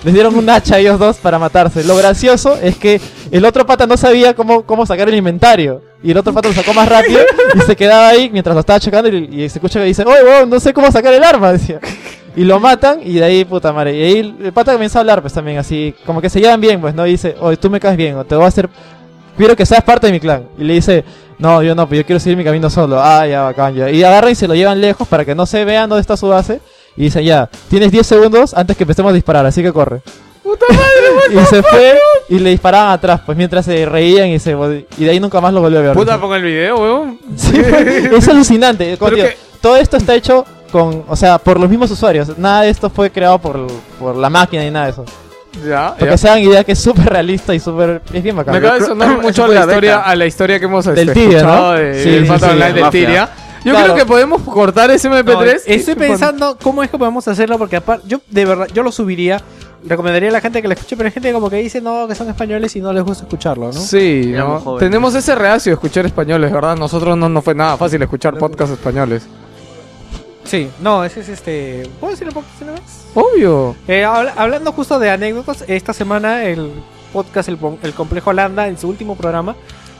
E: Les dieron un hacha a ellos dos para matarse. Lo gracioso es que el otro pata no sabía cómo, cómo sacar el inventario. Y el otro pata lo sacó más rápido y se quedaba ahí mientras lo estaba chocando y, y se escucha que dice, oye, weón, no sé cómo sacar el arma, [laughs] decía. Y lo matan y de ahí, puta madre. Y ahí el pata comienza a hablar, pues también así, como que se llevan bien, pues, ¿no? Y dice, oye, tú me caes bien, o te voy a hacer... Quiero que seas parte de mi clan. Y le dice, no, yo no, pues yo quiero seguir mi camino solo. Ah, ya, bacán, ya. Y agarran y se lo llevan lejos para que no se vean dónde está su base. Y dicen, ya, tienes 10 segundos antes que empecemos a disparar, así que corre. [laughs] y se fue y le disparaban atrás, pues mientras se reían y se vol- y de ahí nunca más lo volvió a ver.
A: Puta, pongo el video, weón.
E: Sí,
A: [laughs]
E: fue- es alucinante. como
A: Pero
E: digo, Todo esto está hecho con, o sea, por los mismos usuarios. Nada de esto fue creado por, por la máquina ni nada de eso.
A: Ya,
E: Porque
A: ya.
E: se dan idea que es súper realista y súper es bien
A: Me
E: bacán.
A: acaba de sonar mucho a la, historia, a la historia que hemos
E: Del
A: este,
E: Tibia, ¿no?
A: escuchado de-
E: Sí,
A: del
E: sí,
A: Battle
E: sí,
A: Online
D: la
A: del
D: mafia.
A: Tibia. Yo
E: Claro.
A: creo que podemos cortar ese MP3.
B: No, estoy
A: y-
B: pensando cómo es que podemos hacerlo, porque aparte, yo de verdad, yo lo subiría, recomendaría a la gente que lo escuche, pero hay gente como que dice no, que son españoles y no les gusta escucharlo, ¿no?
A: Sí,
D: Era
A: ¿no?
D: muy joven.
A: tenemos ese reacio de escuchar españoles, ¿verdad? Nosotros no nos fue nada fácil escuchar podcasts españoles.
B: Sí, no, ese es este. ¿Puedo decirlo un poco una vez?
A: Obvio.
B: Eh, habla- hablando justo de anécdotas, esta semana el podcast El, Pom- El Complejo Holanda, en su último programa,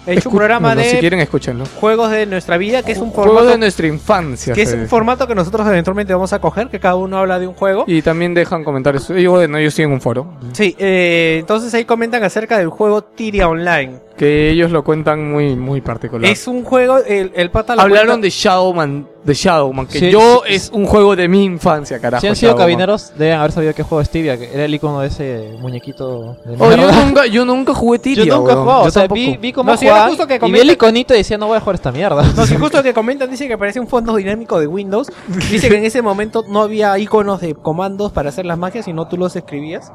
B: ha hecho
A: Escu-
B: un programa
A: bueno,
B: de
A: Si quieren, escúchenlo.
B: juegos de nuestra vida, que es un
A: Juego de
B: formato,
A: nuestra infancia.
B: que, es
A: se
B: un
A: dice.
B: formato que nosotros eventualmente vamos a coger, que cada uno habla de un juego.
A: Y también dejan comentarios. Y bueno, ellos siguen un foro.
B: Sí, eh, entonces ahí comentan acerca del juego Tiria Online.
A: Que ellos lo cuentan muy, muy particular.
B: Es un juego, el, el pata lo
A: Hablaron
B: cuenta-
A: de Shadowman, de Shadowman, que
E: Sí,
A: yo
E: sí,
A: es un juego de mi infancia, carajo.
E: Si han sido
A: Shadowman.
E: cabineros, deben haber sabido qué juego es Tibia, que era el icono de ese muñequito de
A: Oh, yo,
E: mierda.
A: nunca, yo nunca jugué Tibia.
E: [laughs] Yo nunca he
A: weón.
E: jugado,
A: Yo
E: o sea,
A: tampoco.
E: vi, vi cómo
B: No, si era
E: jugaban
B: justo que
E: y vi el
B: comenta-
E: iconito y decía, no voy a jugar
A: [laughs]
E: esta mierda.
B: No, si justo que comentan, dice que aparece un fondo dinámico de Windows. Dice que en ese momento no había iconos de comandos para hacer las magias, sino tú los escribías.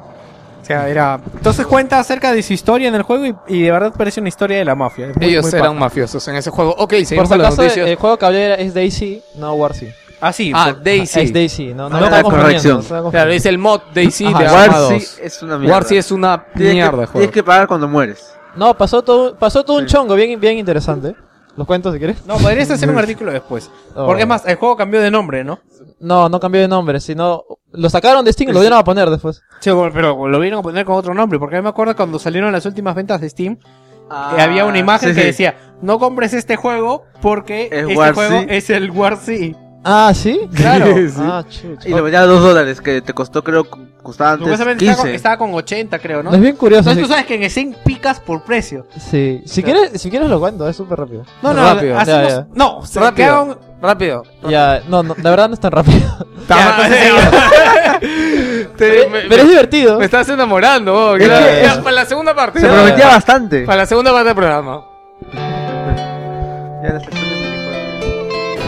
B: O sea, era. Entonces cuenta acerca de su historia en el juego y, y de verdad parece una historia de la mafia. Es muy-
A: Ellos
B: muy
A: eran
B: paja.
A: mafiosos en ese juego. Ok,
E: Por
A: seguimos
E: si
A: con las
E: acaso,
A: noticias.
E: el juego que hablé era- es Daisy, no Warzy.
B: Ah, sí.
A: Ah,
B: por-
A: Daisy.
E: Es Daisy, no, no
D: Ah,
E: me
D: corrección.
E: estaba confundiendo. estaba
A: Claro,
E: confundiendo.
A: es el mod Daisy de
E: Ajá,
A: Arma
D: War
A: 2.
D: sí es una mierda.
A: War sí es una
D: Tienes que-
A: mierda de juego.
D: Tienes que pagar cuando mueres.
E: No, pasó todo, pasó todo un chongo bien, bien interesante. ¿Los cuento si quieres?
B: No, podrías hacer un artículo después. Porque es más, el juego cambió de nombre, ¿no?
E: No, no cambió de nombre, sino lo sacaron de Steam y lo volvieron a poner después.
B: Sí, pero lo vieron a poner con otro nombre. Porque a mí me acuerdo cuando salieron las últimas ventas de Steam, Eh, había una imagen
D: Ah, sí,
B: que
D: sí.
B: decía, no compres este juego porque
D: Es
B: este
D: War
B: juego
D: C".
B: es el War C.
E: Ah, ¿sí?
B: Claro.
E: Ah, chucha.
D: Y lo vendía a 2 dólares, que te costó, creo, costaba antes
B: Supuestamente estaba con,
D: 15.
B: estaba con 80, creo, ¿no?
E: Es bien curioso.
B: Entonces
E: sí.
B: tú sabes que en Steam picas por precio.
E: Sí. Si
B: Claro.
E: quieres, si quieres lo cuento, es súper rápido.
B: No, no,
A: Rápido,
B: hacemos-
E: ya, ya.
B: no, se
A: Rápido.
B: quedaron-
A: Rápido.
E: Ya, no, no, la verdad no es tan rápido.
A: Tama- [laughs] Te- me,
E: Pero es divertido.
A: me estás enamorando, vos.
E: Es
A: Ya,
E: que-
A: ya, para la segunda parte.
D: Se
A: ya.
D: prometía bastante.
A: Para la segunda parte del programa.
D: Ya la sección de películas.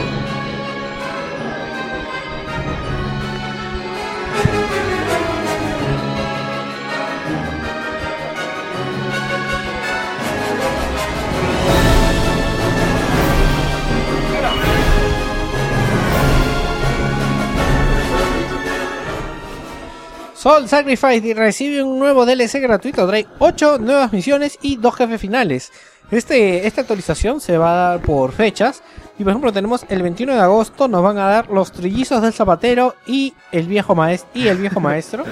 B: Soul Sacrifice recibe un nuevo DLC gratuito, trae 8 nuevas misiones y 2 jefes finales. Este, esta actualización se va a dar por fechas. Y por ejemplo tenemos el 21 de agosto nos van a dar los trillizos del zapatero y el viejo maestro y el viejo maestro.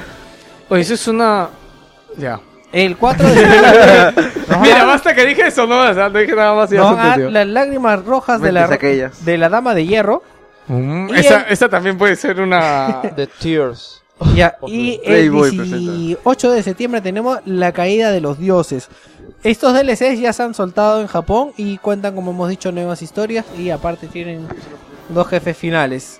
A: Oye, eso es una. Ya.
B: El 4 de septiembre nos
A: Mira,
B: van a-
A: basta que dije eso, no, o sea, Ah. no dije nada más y ya
B: nos
A: se
B: van a dar
A: entendió.
B: las lágrimas rojas de la,
D: Mentes aquellas.
B: de la dama de hierro.
A: Mm,
B: Y
A: esa,
B: el-
A: esa también puede ser una. [laughs]
E: The Tears.
B: Ya, y el
D: Playboy
B: 18 de septiembre tenemos la caída de los dioses. Estos DLCs ya se han soltado en Japón y cuentan, como hemos dicho, nuevas historias y aparte tienen dos jefes finales.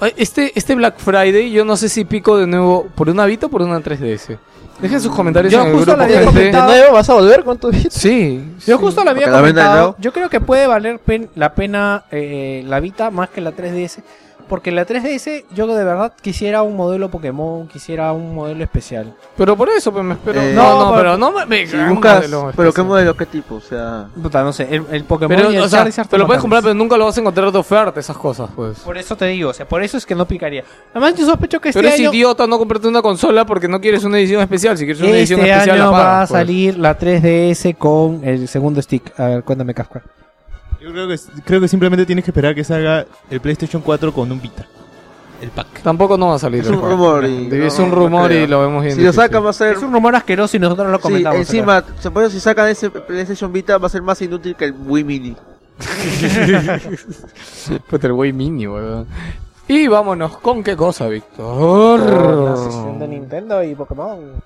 A: Oye, Este, este Black Friday, yo no sé si pico de nuevo por una Vita o por una 3DS. Dejen sus comentarios
B: Yo
A: en el
B: justo
A: grupo.
B: la había
A: gente.
E: ¿De nuevo vas a volver con tu vida?
A: Sí.
B: Yo
A: sí.
B: justo la había
D: Porque la venden de
B: comentado,
D: nuevo.
B: yo creo que puede valer pen- la pena eh, la Vita más que la 3DS, porque la 3DS yo de verdad quisiera un modelo Pokémon, quisiera un modelo especial.
A: Pero por eso pues, me espero.
D: Eh,
A: no, no,
B: no,
A: pero no me. me-
D: Si
A: un
D: buscas,
A: modelo
D: pero ¿qué
A: especial.
D: modelo? ¿Qué tipo? O sea...
B: Puta, no sé, el, el Pokémon y
A: Pero,
B: el
A: o sea,
B: Charizard
A: te lo
B: son
A: puedes comprar,
B: bacanes.
A: pero nunca lo vas a encontrar de oferta, esas cosas, pues.
B: Por eso te digo, o sea, por eso es que no picaría. Además yo sospecho que este
A: Pero es
B: año...
A: idiota no comprarte una consola porque no quieres una edición especial. Si quieres una edición
B: Este
A: especial,
B: año
A: la pagas,
B: va a
A: pues.
B: salir la 3DS con el segundo stick. A ver, cuéntame, Kafka.
G: Yo creo que, creo que simplemente tienes que esperar que salga el PlayStation 4 con un Vita. El pack.
A: Tampoco no va a salir.
D: Es
A: el
D: un
A: juego.
D: rumor y...
A: es
D: no-
A: un
D: no
A: rumor
D: creo.
A: y lo vemos bien.
D: Si lo
A: difícil.
D: sacan va a ser...
B: Es un rumor asqueroso y nosotros lo
D: Sí,
B: comentamos. acá.
D: encima, supongo que si sacan ese PlayStation Vita va a ser más inútil que el Wii Mini.
A: Puta, el güey mini, weón. Y vámonos con qué cosa, Víctor. Oh.
B: Nintendo y Pokémon.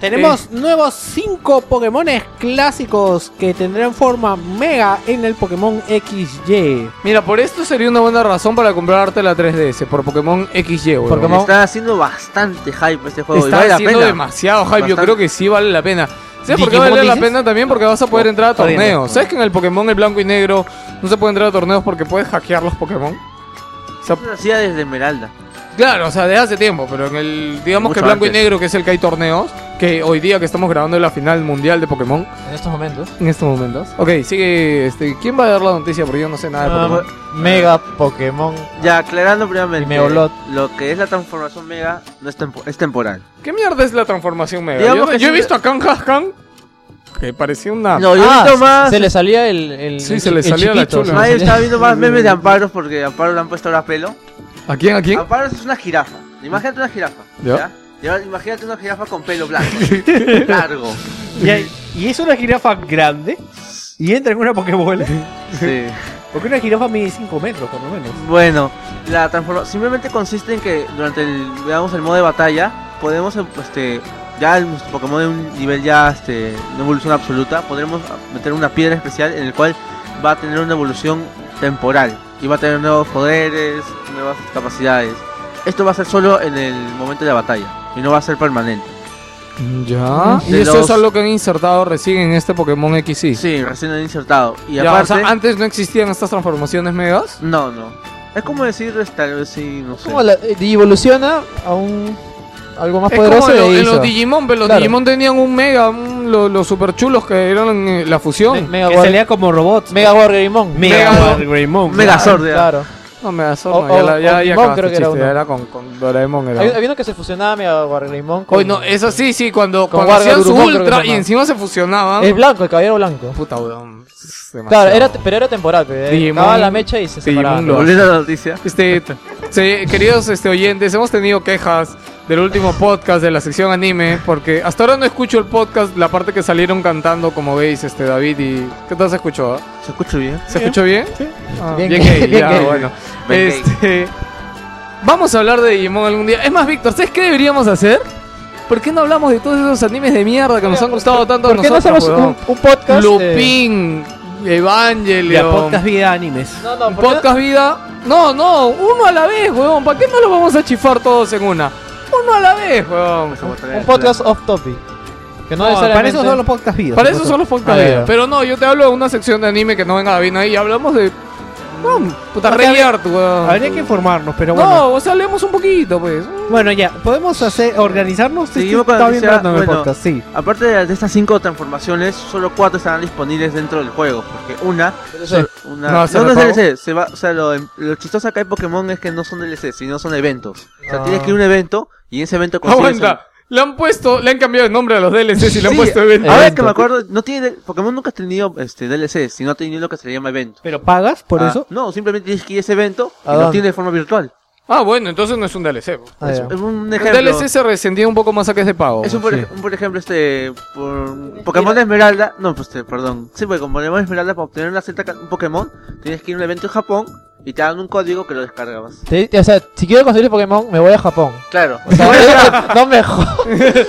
B: Tenemos nuevos 5 Pokémones clásicos que tendrán forma mega en el Pokémon XY.
A: Mira, por esto sería una buena razón para comprarte la 3DS, por Pokémon XY, weón.
E: Pokémon-
D: Está haciendo bastante hype este juego. y
A: Está
D: vale la
A: haciendo
D: pena.
A: demasiado hype, yo
D: Bastante.
A: creo que sí vale la pena. ¿Sabes por qué
B: ¿Digimon
A: vale la
B: dices?
A: pena también? Porque vas a
D: Oh,
A: poder entrar a
B: Jodiendo.
A: torneos. ¿Sabes que en el Pokémon, el blanco y negro, no se puede entrar a torneos porque puedes hackear los Pokémon? O sea,
D: Lo hacía desde Esmeralda.
A: Claro, o sea, de hace tiempo, pero en el, digamos
D: Mucho
A: que blanco y
D: antes.
A: negro, que es el que hay torneos, que hoy día que estamos grabando la final mundial de Pokémon,
E: En estos momentos.
A: en estos momentos. Ok, sigue, este, ¿quién va a dar la noticia? Porque yo no sé nada de
E: Ah, pues,
A: Pokémon.
E: Um, mega Pokémon.
D: Ya, aclarando previamente.
E: Y Meolot.
D: Lo que es la transformación mega no es, tempo- es temporal.
A: ¿Qué mierda es la transformación mega?
D: Digamos
A: yo
D: que
A: yo he
D: sí-
A: visto a Kan Haskan, que parecía una...
D: No, yo he
E: Ah,
D: visto más.
E: se le salía el. el
A: Sí,
E: el
A: se le
E: chi- el
A: salía la
E: chiquicho,
A: chola.
E: se le
D: Nadie
E: salía.
D: está viendo
E: [laughs]
D: más memes de Amparos porque Amparo le han puesto ahora pelo.
A: ¿A quién, a quién?
D: Amparos es una jirafa. Imagínate una jirafa.
A: Ya.
E: [laughs]
D: ¿ya? Y ahora Imagínate una jirafa con pelo blanco. largo.
B: Y hay, y es una jirafa grande y entra en una Pokébola.
D: Sí.
B: Porque una jirafa mide 5 metros, por lo menos.
D: Bueno, la transformación simplemente consiste en que durante el, digamos, el modo de batalla, podemos, este, ya el nuestro Pokémon de un nivel ya, este, una evolución absoluta, podremos meter una piedra especial en el cual va a tener una evolución temporal y va a tener nuevos poderes, nuevas capacidades. Esto va a ser solo en el momento de la batalla y no va a ser permanente.
A: Ya. Y
D: De
A: eso
D: los-
A: es algo que han insertado recién en este Pokémon XY.
D: Sí, recién han insertado. Y
A: Ya, o
D: aparte,
A: sea, antes no existían estas transformaciones megas.
D: no, no. Es como decir, es tal vez sí, no sé.
E: Como la, eh, evoluciona a un algo más
A: Es
E: poderoso
A: como en, lo-
E: e
A: en
E: hizo.
A: los Digimon, pero los
E: Claro.
A: Digimon tenían un mega, un- lo- los super chulos que eran eh, la fusión.
E: Mega
B: que
E: War-
B: salía como robots.
E: Mega Wargreymon.
B: Mega
A: Mega-
B: War Greymon.
D: Megazord, ya.
E: Claro.
A: no me da
E: o-
A: ya, la-
E: o-
A: ya,
E: o
A: ya
E: Digimon
A: acabaste
E: creo que
A: el
E: era
A: chiste,
E: uno.
A: era con, con Doraemon. Era.
E: Hay- Había uno que se fusionaba Mega Wargreymon con...
A: Hoy no, eso sí, sí, cuando,
E: Con
A: cuando
E: Warga
A: hacían su
E: Durumon, creo que se
A: ultra y
E: llamaba.
A: encima se fusionaban.
E: Es blanco, el caballero blanco.
A: Puta, weón. es demasiado.
E: Claro, era, te- pero era temporal. Pero, eh,
A: Digimon-
E: acababa la mecha y se separaba.
A: Digimon lo-
D: Volviendo a la noticia.
A: Este, se- queridos este, oyentes, hemos tenido quejas del último podcast de la sección anime, porque hasta ahora no escucho el podcast, la parte que salieron cantando, como veis, este, David y... ¿Qué tal se escuchó? ah?
D: ¿Se escucha bien?
A: ¿Se escuchó bien? Ah,
E: Bien
A: bien
E: gay,
A: gay,
E: bien
A: ya,
E: gay.
A: bueno.
D: Bien gay.
A: Este, vamos a hablar de Digimon algún día. Es más, Víctor, ¿sabes qué deberíamos hacer? ¿Por qué no hablamos de todos esos animes de mierda que nos han gustado tanto a
E: ¿Por qué no
A: nosotros?
E: hacemos un,
A: weón?
E: un podcast? eh,
A: Lupin,
B: Ya,
A: Evangelion,
B: podcast vida animes.
E: No, no,
A: Un
E: ¿por qué no-
A: podcast vida. No, no, uno a la vez, weón. ¿Para qué no lo vamos a chifar todos en una? Uno a la vez, weón.
E: Un podcast off topic. Que no, necesariamente...
B: para eso son los podcast vida.
A: Para eso son los podcasts
E: Ah,
A: vida.
E: ya.
A: Pero no, yo te hablo de una sección de anime que no venga David ahí y hablamos de. Weón, puta
B: Porque
A: Rey
B: habría-
A: Art, weón.
B: Habría que informarnos, pero bueno.
A: No, o sea, leemos un poquito, pues.
B: Bueno, ya, podemos hacer, organizarnos. Sí,
D: Seguimos con la
B: está bien
D: noticia.
B: random el
D: Bueno.
B: podcast, sí.
D: Aparte de de estas cinco transformaciones, solo cuatro estarán disponibles dentro del juego, porque una, solo- una-
A: No,
D: no,
A: se
D: no es
A: repagó.
D: DLC, se va, o sea, lo, lo chistoso acá de Pokémon es que no son DLC, sino son eventos. O sea,
E: Ah.
D: tienes que ir a un evento y en ese evento consigues
A: Aguanta. Le han puesto, le han cambiado el nombre a los DLCs y le han
D: Sí,
A: puesto
D: [laughs]
A: evento.
D: Ahora
E: Evento.
D: que me acuerdo, no tiene Pokémon nunca ha tenido este DLC, sino ha tenido lo que se llama evento.
B: Pero pagas por
D: Ah,
B: eso.
D: No, simplemente tienes que ir a ese evento y
E: ¿A
D: lo
E: dónde?
D: tiene de forma virtual.
A: Ah, bueno, entonces no es un DLC. weón.
E: Ah, ya.
D: Es un
A: El
D: ejemplo.
A: DLC se resentía un poco más a que es de pago.
D: Es un
E: Oh,
A: weón.
D: por, un por ejemplo, este. Por, Pokémon Esmeralda. No, pues, este, perdón. Sí, porque con Pokémon Esmeralda, para obtener una cierta, ca- un Pokémon, tienes que ir a un evento en Japón y te dan un código que lo descargabas.
E: Te- te- o sea, si quiero conseguir Pokémon, me voy a Japón.
A: [laughs]
D: Claro.
E: O [laughs] sea, no me jodas.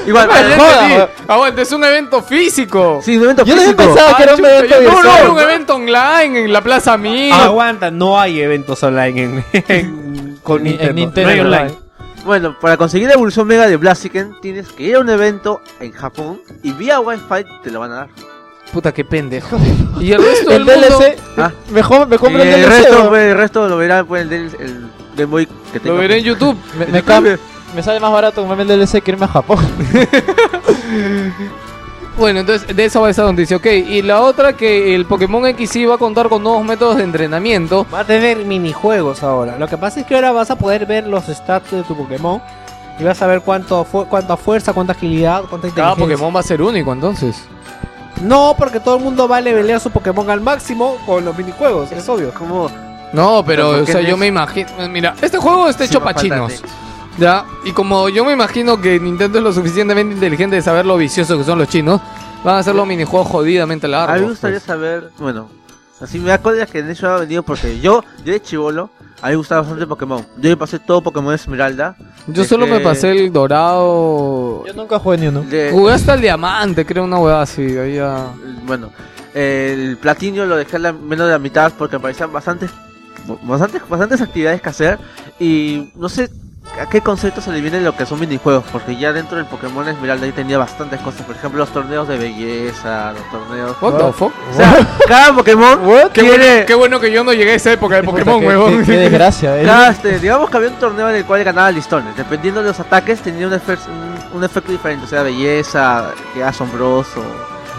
D: Igual,
A: Ah, ya
E: Joda,
A: entendí.
E: weón.
A: Aguanta, es un evento físico.
D: sí, un evento
E: Yo también
D: físico.
E: pensaba Ah, que era un
A: Ah, chuta,
E: evento
A: yo- no, no,
E: virtual.
A: era un evento online en la Plaza Mil.
B: Aguanta, no hay eventos online en, [laughs] en- con
E: Ni-
B: Nintendo.
E: en Nintendo.
B: No hay online.
E: ¿verdad?
D: Bueno, para conseguir la evolución mega de Blaziken, tienes que ir a un evento en Japón y vía Wi-Fi te lo van a dar.
A: Puta, qué pendejo. Y el resto del
E: El
A: mundo
E: DLC.
D: Ah.
E: Mejor me compro
D: Y
E: el
D: el,
E: DLC.
D: resto,
E: weón.
D: pues, el resto lo verá pues, el, del- el Game Boy que pues. tengo.
A: lo veré en YouTube.
E: Me, me cam- me sale más barato comprarme el DLC que irme a Japón.
A: Bueno, entonces de esa va esa donde dice, ok, y la otra que el Pokémon XY va a contar con nuevos métodos de entrenamiento.
B: Va a tener minijuegos ahora. Lo que pasa es que ahora vas a poder ver los stats de tu Pokémon. Y vas a ver cuánto fu- cuánta fuerza, cuánta agilidad, cuánta
A: Cada
B: inteligencia.
A: Pokémon va a ser único entonces.
B: No, porque todo el mundo va a levelear su Pokémon al máximo con los minijuegos, es obvio.
D: Como
A: No, pero
D: Pero,
A: o
D: ¿qué
A: sea, yo
D: es?
A: me imagino, mira, este juego está hecho
D: va a
A: para
D: faltar
A: chinos.
D: de-
A: Ya, y como yo me imagino que Nintendo es lo suficientemente inteligente de saber lo viciosos que son los chinos, van a hacer los minijuegos jodidamente
D: A mí me
A: largos. pues.
D: gustaría saber, bueno, así me da cólera que Necho ha venido porque yo, yo de chivolo, a mí me gustaba bastante Pokémon. Yo me pasé todo Pokémon Esmeralda.
A: Yo solo me
D: Este-
A: pasé el dorado.
E: Yo nunca jugué ni uno.
D: de-
A: Jugué hasta el diamante, creo, una hueá así. ahí ya.
D: bueno, el platino lo dejé a la- menos de la mitad porque me parecían bastantes, bastantes, bastantes actividades que hacer y no sé a qué concepto se le viene lo que son minijuegos porque ya dentro del Pokémon Esmeralda yo tenía bastantes cosas, por ejemplo los torneos de belleza, los torneos...
A: What the fuck?
D: O sea, cada Pokémon
E: What?
A: Qué,
D: tiene...
A: bueno, eh, qué bueno que yo no llegué a esa época de Pokémon,
E: Puta, qué-
A: huevón.
E: Qué, qué desgracia, eh.
D: Cada, este, digamos que había un torneo en el cual ganaba listones. Dependiendo de los ataques, tenía un, efe- un, un efecto diferente. O sea, belleza, que era asombroso,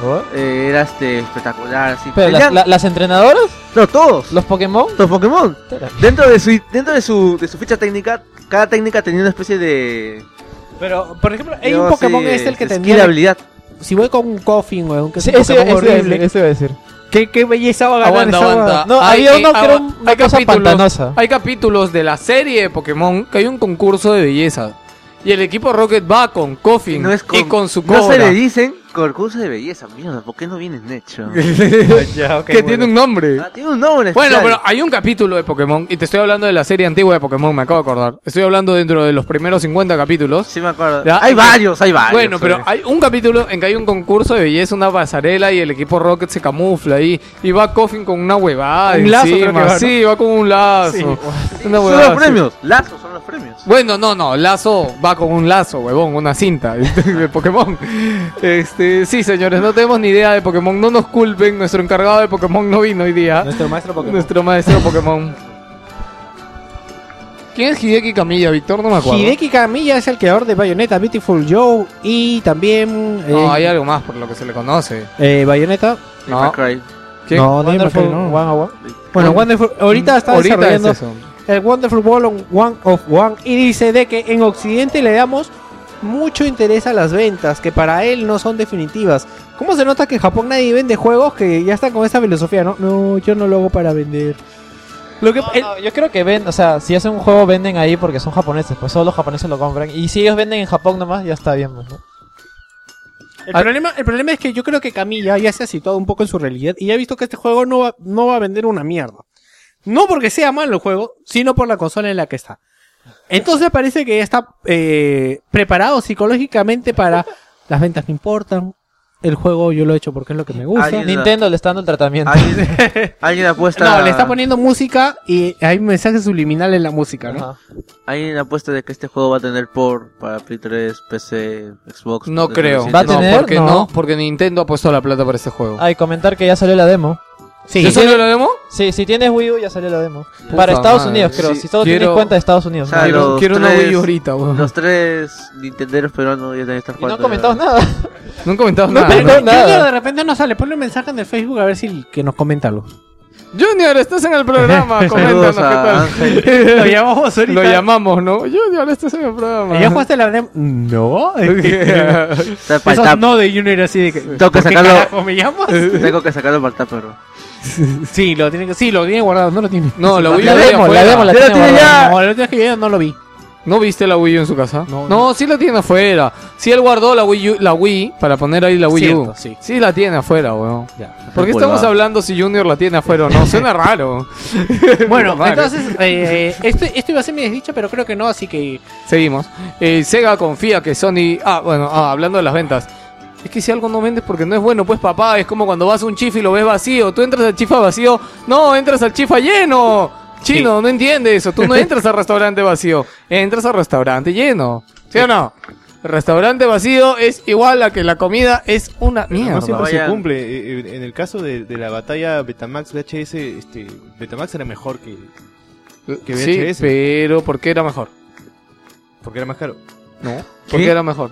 E: What?
D: eh, era este, espectacular. Así.
E: ¿Oh? Pero las,
D: Tenían-
E: la- las entrenadoras,
D: no, todos.
E: los Pokémon.
D: Los Pokémon. Dentro, de su, dentro de, su, de su ficha técnica, cada técnica tenía una especie de.
B: Pero, por ejemplo, hay un
D: digamos,
B: Pokémon
D: eh,
B: es
A: este,
B: el que
D: skill
B: tenía.
D: de habilidad.
B: Si voy con un Coffin, weón, que es
E: Sí,
B: un
E: ese, ese,
B: Pokémon
E: iba a decir,
B: horrible.
E: ese iba a decir.
B: ¿Qué, qué belleza va a ganar
A: Ah, Aguanta, Ah,
B: esa huevada?
A: aguanta.
E: No,
A: Hay-
E: había
A: hay-
E: uno que era
A: agua-
E: una
A: hay
E: cosa
A: capítulos-
E: pantanosa.
A: Hay capítulos de la serie de Pokémon que hay un concurso de belleza. Y el equipo Rocket va con Coffin
D: No es con-
A: y con su
D: No
A: cobra.
D: se le dicen concurso de belleza, mierda, ¿por qué no
A: [laughs]
D: vienes Necho?
A: que tiene un nombre.
D: Ah, tiene un nombre
A: Bueno,
D: especial.
A: pero hay un capítulo de Pokémon, y te estoy hablando de la serie antigua de Pokémon, me acabo de acordar. Estoy hablando dentro de los primeros 50 capítulos.
D: Sí me acuerdo.
A: Ya.
D: Hay varios, hay
B: Ah,
D: varios. eh.
A: Bueno, pero
D: oye.
A: hay un capítulo en que hay un concurso de belleza, una pasarela y el equipo Rocket se camufla ahí y va Coffin con una huevada.
B: Un lazo creo
A: encima.
B: que va, ¿no?
A: Sí, va con un [laughs] lazo. Una
D: Son
A: huevada
D: los
A: así.
D: premios. Lazos son los premios.
A: Bueno, no, no, lazo va con un lazo, huevón, una cinta de Pokémon. Este, sí, señores, no tenemos ni idea de Pokémon, no nos culpen, nuestro encargado de Pokémon no vino hoy día.
B: Nuestro maestro Pokémon.
A: Nuestro maestro Pokémon. ¿Quién es Hideki Camilla, Víctor? No me acuerdo.
B: Hideki Kamiya es el creador de Bayonetta, Beautiful Joe y también eh,
A: No, hay algo más por lo que se le conoce.
B: eh, Bayonetta.
A: No.
D: Far Cry.
A: ¿Quién?
B: No, Devil May
E: Wonderful
B: Cry no.
E: One Hour.
B: Bueno, Wonderful, ahorita está
A: Mm, Ahorita
B: desarrollando
A: es eso.
B: el Wonderful Ball on One of One y dice de que en Occidente le damos mucho interés a las ventas, que para él no son definitivas. ¿Cómo se nota que en Japón nadie vende juegos que ya están con esa filosofía, no? No, yo no lo hago para vender. Lo que, el-
E: No, no, yo creo que ven, o sea, si hacen un juego venden ahí porque son japoneses, pues solo los japoneses lo compran. Y si ellos venden en Japón nomás, ya está bien. pues, ¿no?
B: El
E: Ah.
B: problema, el problema es que yo creo que Camilla ya se ha situado un poco en su realidad y ya ha visto que este juego no va, no va a vender una mierda. No porque sea malo el juego, sino por la consola en la que está. Entonces parece que ya está eh, preparado psicológicamente
E: [laughs]
B: para las ventas no importan. El juego yo lo he hecho porque es lo que me gusta.
D: Alguien-
E: Nintendo le está dando el tratamiento. [laughs]
D: Alguien,
A: [laughs]
D: alguien apuesta.
B: No, le está poniendo música y hay un mensaje subliminal en la música, ¿no?
E: Ajá.
D: Alguien apuesta de que este juego va a tener por para Play 3, PC, Xbox.
A: No creo.
E: ¿Va a
A: No,
E: tener?
A: porque no.
E: No.
A: porque Nintendo ha puesto la plata para este juego.
E: Ah, y comentar que ya salió la demo.
B: Sí,
A: ¿Ya salió la demo?
E: Sí, si tienes Wii U ya salió la demo.
A: Puta
E: Para Estados
A: madre.
E: Unidos, creo.
D: Sí,
E: si solo
A: quiero-
E: tienes cuenta de Estados Unidos.
D: Ah,
A: quiero
D: los
A: quiero una
D: tres-
A: Wii U ahorita, weón.
D: Los tres Nintenderos peruanos ya también están
E: Y
D: jugando.
E: no han comentado nada.
A: No han comentado
E: No,
A: nada.
E: pero-
A: ¿no?
B: Junior
E: nada.
B: de repente no sale, ponle un mensaje en el Facebook a ver si que nos comenta
E: [laughs]
B: algo.
A: Junior, estás en el programa. Coméntanos
D: [laughs] Saludos a
A: qué [laughs]
B: Lo
A: tal.
B: llamamos ahorita.
A: Lo llamamos, ¿no? Junior, estás en el programa.
B: ¿Ya jugaste la demo? No. Este,
D: Está para el
B: Esos
D: tap.
B: no de Junior así de que. ¿por
D: que
B: qué
D: sacarlo.
B: carajo me llamas?
D: Tengo que sacarlo para el tap, pero.
B: sí, lo tiene que, sí, lo tiene guardado, no lo tiene.
A: No, la Wii U
E: La
A: ya
E: demo, la
A: fuera.
E: demo la
D: Ya lo
E: tiene
D: tiene
E: guardada.
B: No,
D: ya.
B: la última vez que yo no lo vi.
A: ¿No viste la Wii U en su casa?
B: No,
A: sí la tiene afuera. Sí, él guardó la Wii U, la Wii para poner ahí la Wii U.
B: Cierto, sí.
A: la tiene afuera, weón. ¿Por qué
D: Pues
A: estamos
D: va.
A: hablando si Junior la tiene afuera o no? [laughs] Suena raro.
B: Bueno,
A: Vale.
B: entonces, eh, esto, esto iba a ser mi desdicha, pero creo que no, así que.
A: Seguimos. Eh, Sega confía que Sony. Ah, bueno, ah, hablando de las ventas. Es que si algo no vendes porque no es bueno, pues papá, es como cuando vas a un chifa y lo ves vacío. Tú entras al chifa vacío. No, entras al chifa lleno. Chino, no entiende eso. Tú no entras al restaurante vacío. Entras al restaurante lleno. ¿Sí o no? El restaurante vacío es igual a que la comida es una
G: No
A: mierda.
G: siempre
D: vayan.
G: se cumple. Eh, eh, En el caso de, de la batalla Betamax VHS, este, Betamax era mejor que. que
A: Sí,
G: VHS.
A: pero ¿por qué era mejor?
G: porque era más caro.
A: No. ¿Por qué era mejor?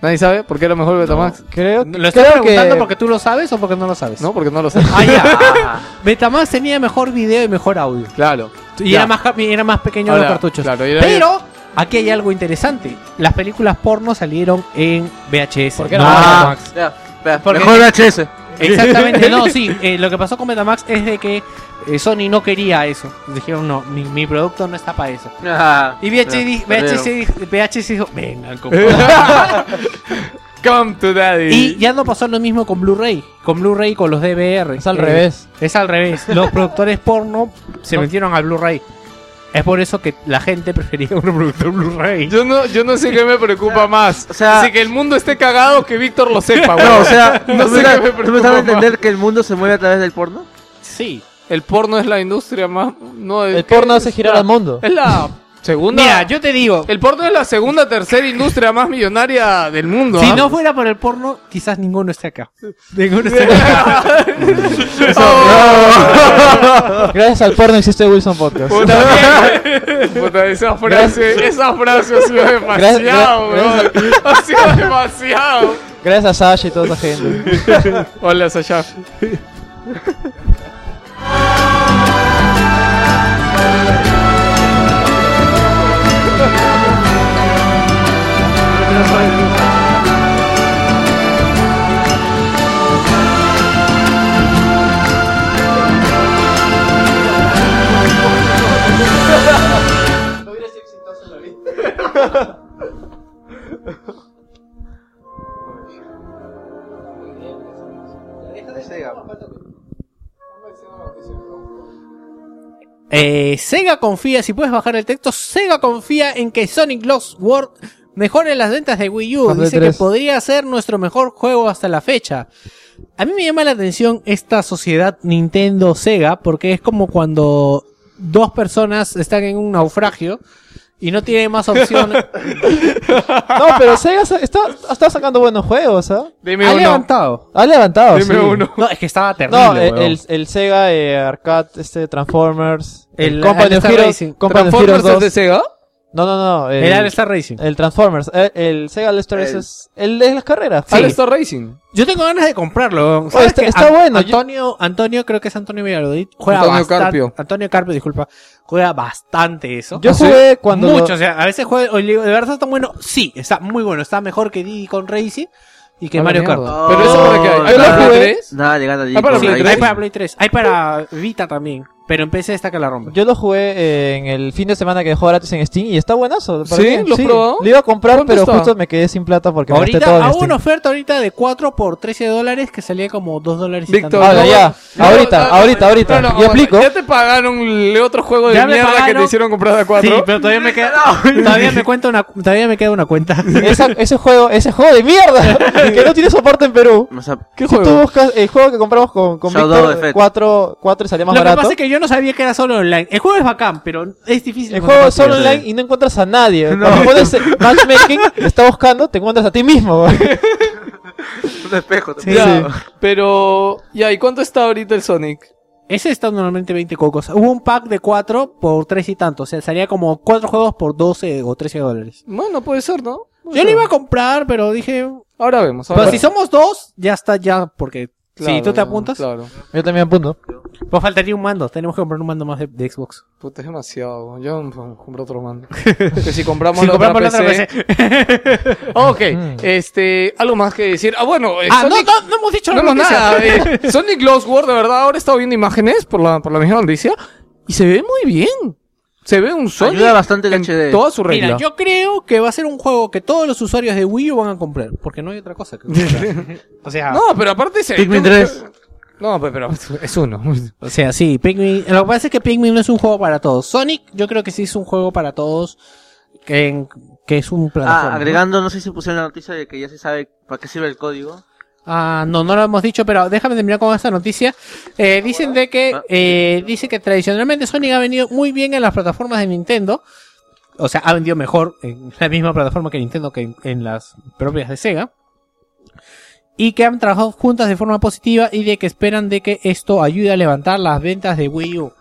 A: ¿Nadie sabe por qué era mejor Betamax?
E: Creo,
B: ¿Lo estás
E: creo
B: preguntando
E: que...
B: porque tú lo sabes o porque no lo sabes?
A: No, porque no lo sé.
B: Ah, ya. Betamax tenía mejor video y mejor audio.
A: Claro.
B: Y
A: Ya.
B: era más, ca- y era más pequeño
A: Ahora,
B: los cartuchos.
A: claro, y era-
B: pero aquí hay algo interesante. Las películas porno salieron en VHS.
E: Porque era
B: No,
A: Ah,
E: más
B: Betamax.
E: Max.
D: Ah, Ya, espera,
B: Porque-
D: Mejor VHS.
B: Exactamente,
A: [laughs]
B: no, sí. eh, lo que pasó con Betamax es de que eh, Sony no quería eso. Dijeron, no, mi, mi producto no está para eso.
A: Ah,
D: Ajá.
B: Y VHS, di- VHS,
D: Ya, perdieron.
B: dijo- VHS dijo, vengan, compa".
A: [laughs] Come to daddy.
B: Y ya no pasó lo mismo con Blu-ray. Con Blu-ray y con los DVR.
E: Es al
B: Eh,
E: revés.
B: Es al revés.
A: [laughs]
B: Los productores porno se metieron al Blu-ray. Es por eso que la gente prefería un productor Blu-ray.
A: Yo no, yo no sé qué me preocupa más.
D: [laughs] o sea-
A: Así que el mundo esté cagado, que Víctor lo sepa, [laughs] güey.
D: [laughs] No, o sea,
A: No
D: ¿tú
A: sé qué me
D: me estás- ¿tú me
A: preocupa
D: estás a
A: más.
D: entender que el mundo se mueve a través del porno?
B: Sí.
A: El porno es la industria más. No,
E: El
A: ¿qué
E: porno
A: es?
E: hace girar al mundo.
A: Es la segunda.
B: Mira, yo te digo,
A: El porno es la segunda, tercera industria más millonaria del mundo.
B: si
A: ¿ah? [laughs]
B: no fuera por el porno, quizás ninguno esté acá. Ninguno
A: [laughs]
B: esté acá.
A: Oh,
E: Gracias al porno existe Wilson Podcast.
A: puta mierda. Puta, esa frase, esa frase ha sido demasiado,
E: Gracias-
A: güey. Ha sido demasiado.
E: Gracias a Sasha y toda
A: [laughs]
E: esa gente.
A: Hola, Sasha.
B: Eh, Sega confía, si puedes bajar el texto, Sega confía en que Sonic Lost World mejore las ventas de Wii U.
E: Más de
B: Dice que
E: tres.
B: podría ser nuestro mejor juego hasta la fecha. A mí me llama la atención esta sociedad Nintendo-Sega porque es como cuando dos personas están en un naufragio y no tienen más [laughs] opción.
E: No, pero Sega sa- está, está sacando buenos juegos, ¿ah?
A: Dime
B: ha
A: uno.
B: levantado.
E: Ha levantado.
A: Dime
E: sí.
A: uno.
B: No, eh, es que estaba terrible.
E: No, el,
B: weón.
E: el- el Sega eh, Arcade, este Transformers,
B: El
E: el, Company of
B: All-Star
E: Heroes,
B: Racing.
E: Company of Heroes
A: ¿Transformers es de
E: 2.
A: Sega?
E: No, no, no, el,
B: El All-Star Racing.
E: el Transformers, eh, el, Sega Lester
D: El-
E: es el de las carreras.
A: All Star Racing.
B: Yo tengo ganas de comprarlo.
E: Oye, está-
B: que
E: está bueno, yo-
B: Antonio, Antonio, creo que es Antonio Villalodí. Juega
A: Antonio
B: bastante.
A: Carpio.
B: Antonio Carpio, disculpa. Juega bastante eso.
E: Yo
A: ¿Ah, sí?
E: jugué cuando lo-
B: Mucho, o sea, a veces juega. o le digo, ¿De verdad está tan bueno? Sí, está muy bueno. Está mejor que Diddy con Racing y que
A: A la
B: Mario
A: mierda.
B: Kart.
A: Pero eso para qué hay.
E: Oh.
D: No,
A: ¿Hay
D: nada,
A: para tres?
D: Nada, le gana a Diddy
A: Ah, para
D: con
B: Sí,
A: Play
D: Racing.
B: hay para Play 3. Hay para Vita también. Pero en PC está que la rompe.
E: yo lo jugué eh, en el fin de semana que dejó gratis en Steam y está buenazo. ¿para
A: ¿Sí?
E: qué?
A: ¿Lo has probado?
E: Lo iba a comprar,
A: ¿Cuánto
E: pero
A: está?
E: justo me quedé sin plata porque me gasté todo
B: ahorita
E: en este.
B: hago
E: Steam.
B: una oferta ahorita de 4 por 13 dólares que salía como 2 dólares y
A: Víctor,
B: tanto.
E: Habla
A: No,
E: Ah, ya,
A: no, no,
E: ahorita,
A: no,
E: ahorita, ahorita.
A: no, no,
E: Yo
A: aguanta.
E: aplico.
A: Ya te pagaron el otro juego de
B: Ya me
A: mierda que
B: pagaron.
A: te hicieron comprar a
B: Sí,
A: cuatro.
B: pero todavía me
E: [laughs]
B: queda, todavía me cuenta una, todavía me queda una cuenta.
E: Esa- ese juego, ese juego de mierda [laughs] que no tiene soporte en Perú.
D: O sea,
A: ¿Qué
E: Si tú buscas el juego que compramos con, con
D: Shadow of
E: Víctor,
D: Effect.
E: 4, 4 y salía más
B: lo que
E: barato.
B: pasa es que yo no sabía que era solo online. El juego es bacán, pero es difícil.
E: El
B: encontrar
E: juego
B: partidas.
E: es solo online y no eh. encuentras a [laughs] nadie. Cuando pones eh, matchmaking, está buscando, te encuentras a ti mismo.
D: un espejo.
E: Sí,
A: Ya, pero... Ya, ¿y cuánto está ahorita el Sonic?
B: Ese está normalmente 20 cocos. Hubo un pack de 4 por 3 y tanto. O sea, salía como 4 juegos por 12 o 13 dólares.
A: Bueno, puede ser, ¿no? Puede
E: Pues
B: Yo lo
A: ser.
B: iba a comprar, pero dije.
A: Ahora vemos. ahora
B: Pero si
A: vemos.
B: somos dos, ya está, ya. Porque
A: Claro,
B: si tú te apuntas,
A: Claro.
E: [laughs] Yo también apunto.
B: pues faltaría un mando. Tenemos que comprar un mando más de, de Xbox.
A: Puta, es demasiado. Yo mm, compro otro
B: [laughs]
A: mando. que si compramos
B: Si
A: la
B: compramos la
A: otra
B: otra
A: PC...
B: PC.
A: Ok,
E: Mm.
A: este... Algo más que decir. Ah, bueno. eh,
B: ah, no,
A: Sonic-
B: no, no hemos dicho
A: No, no,
B: noticias.
A: nada.
B: [laughs]
A: eh, Sonic Lost World, de verdad, ahora he estado viendo imágenes por la, por la misma noticia y se ve muy bien. Se ve un Sonic
D: Ayuda bastante el Ah,
A: en
D: HD.
A: toda su regla.
B: Mira, yo creo que va a ser un juego que todos los usuarios de Wii U van a comprar. Porque no hay otra cosa que
E: [laughs]
B: comprar. o sea.
A: No, pero aparte se...
D: Pikmin
A: yo-
D: 3.
A: No, pe- pero es uno.
B: O sea, sí, Pikmin. Lo que pasa es que Pikmin no es un juego para todos. Sonic, yo creo que sí es un juego para todos. Que, en- que es un plataforma.
D: Ah,
B: ¿no?
D: agregando, no sé si pusieron la noticia de que ya se sabe para qué sirve el código.
B: Ah, no, no lo hemos dicho, pero déjame terminar con esta noticia. Eh, dicen de que, eh, dice que tradicionalmente Sonic ha venido muy bien en las plataformas de Nintendo. O sea, ha vendido mejor en la misma plataforma que Nintendo que en, en las propias de Sega. Y que han trabajado juntas de forma positiva y de que esperan de que esto ayude a levantar las ventas de Wii U.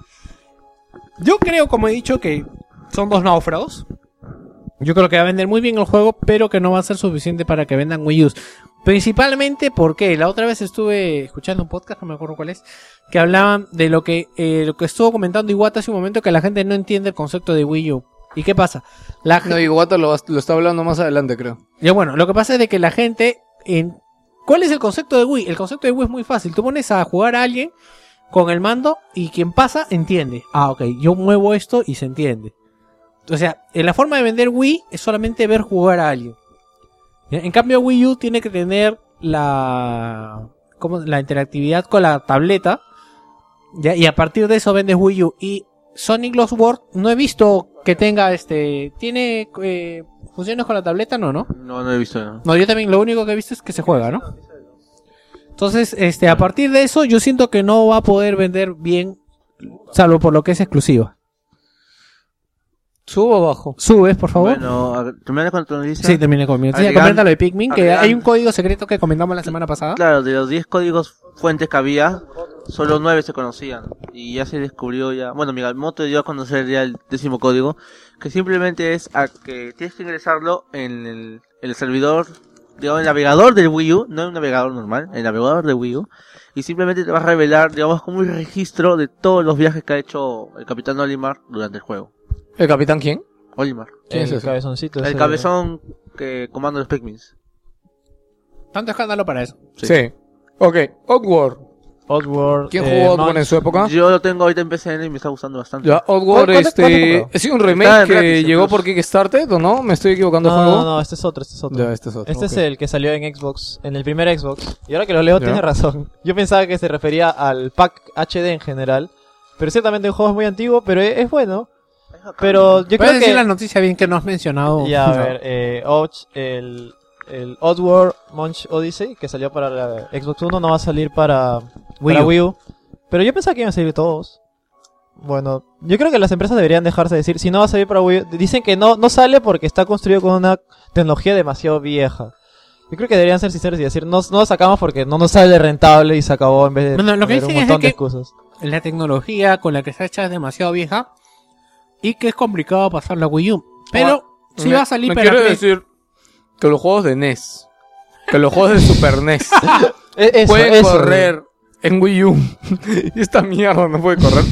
B: Yo creo, como he dicho, que son dos náufragos. Yo creo que va a vender muy bien el juego, pero que no va a ser suficiente para que vendan Wii U. Principalmente porque la otra vez estuve escuchando un podcast, no me acuerdo cuál es, que hablaban de lo que, eh, lo que estuvo comentando Iwata hace un momento, que la gente no entiende el concepto de Wii U. ¿Y qué pasa? La
A: No, Iguata lo, lo está hablando más adelante, creo.
B: ya bueno, lo que pasa es de que la gente en ¿Cuál es el concepto de Wii? El concepto de Wii es muy fácil. Tú pones a jugar a alguien con el mando y quien pasa entiende. Ah, ok, yo muevo esto y se entiende. O sea, en la forma de vender Wii es solamente ver jugar a alguien. Ya, En cambio, Wii U tiene que tener la, ¿cómo? la interactividad con la tableta. ¿ya? Y a partir de eso vendes Wii U. Y Sonic Lost World no he visto que tenga este. ¿Tiene eh, funciones con la tableta? No, ¿no?
D: No, no he visto. No.
B: No, yo también lo único que he visto es que se juega, ¿no? Entonces, este, a partir de eso, yo siento que no va a poder vender bien, salvo por lo que es exclusiva.
A: ¿Subo o bajo?
B: Subes, por favor.
D: Bueno, ag- terminando con tu noticia.
B: sí, terminé conmigo. Sí,
D: Agregando-
B: comenta lo de Pikmin, que
D: agregando-
B: hay un código secreto que comentamos la semana pasada.
D: Claro, de los 10 códigos fuentes que había, solo 9 se conocían. Y ya se descubrió ya. Bueno, Migamoto dio a conocer ya el décimo código, que simplemente es a que tienes que ingresarlo en el, el servidor, digamos, el navegador del Wii U, no en un navegador normal, en el navegador de Wii U. Y simplemente te va a revelar, digamos, como un registro de todos los viajes que ha hecho el Capitán Olimar durante el juego.
A: ¿El capitán quién?
D: Olimar.
A: ¿Quién es
E: el
A: ese?
E: cabezoncito.
D: El
E: ese.
D: cabezón que comanda los Pikmins.
B: Tanto escándalo para eso.
A: Sí. Ok, Oddworld.
E: Oddworld.
A: ¿Quién
E: eh,
A: jugó Oddworld
E: Mount-
A: en su época?
D: Yo lo tengo ahorita en PCN y me está gustando bastante.
A: Ya, Oddworld,
E: ¿Cuánto- cuánto
A: este...
E: compró?
A: Es un
D: Está
A: remake
D: en
A: que
D: gratis, en
A: llegó
D: Plus.
A: por Kickstarter, ¿o no? ¿Me estoy equivocando?
E: No,
A: juego?
E: no, no, este es otro, este es otro.
A: Ya, este es otro.
E: Este es
A: ok.
E: el que salió en Xbox, en el primer Xbox. Y ahora que lo leo,
A: Ya.
E: tiene razón. Yo pensaba que se refería al pack HD en general. Pero ciertamente el juego es muy antiguo, pero es, es bueno. Pero
B: Puedes
E: yo creo
B: decir
E: que...
B: la noticia bien que no has mencionado.
E: Ya, a ver, eh, Ouch, el, el Oddworld Munch Odyssey, que salió para la Xbox One, no va a salir para
B: Wii
E: para
B: U.
E: Wii U. Pero yo pensaba que iban a salir todos. Bueno, yo creo que las empresas deberían dejarse decir, si no va a salir para Wii U, dicen que no, no sale porque está construido con una tecnología demasiado vieja. Yo creo que deberían ser sinceros y decir, no, no lo sacamos porque no nos sale rentable y se acabó en vez de
B: Bueno, lo que
E: tener un
B: dicen es
E: montón
B: que-
E: de excusas.
B: La tecnología con la que está hecha es demasiado vieja y que es complicado pasar la Wii U. Pero si
A: Me-
B: va a salir
A: me
B: para
A: quiero
B: Play-
A: decir que los juegos de NES, que los juegos de Super NES [laughs]
E: Eh, eso,
A: pueden
E: eso.
A: correr en Wii U. [laughs] y esta mierda no puede correr.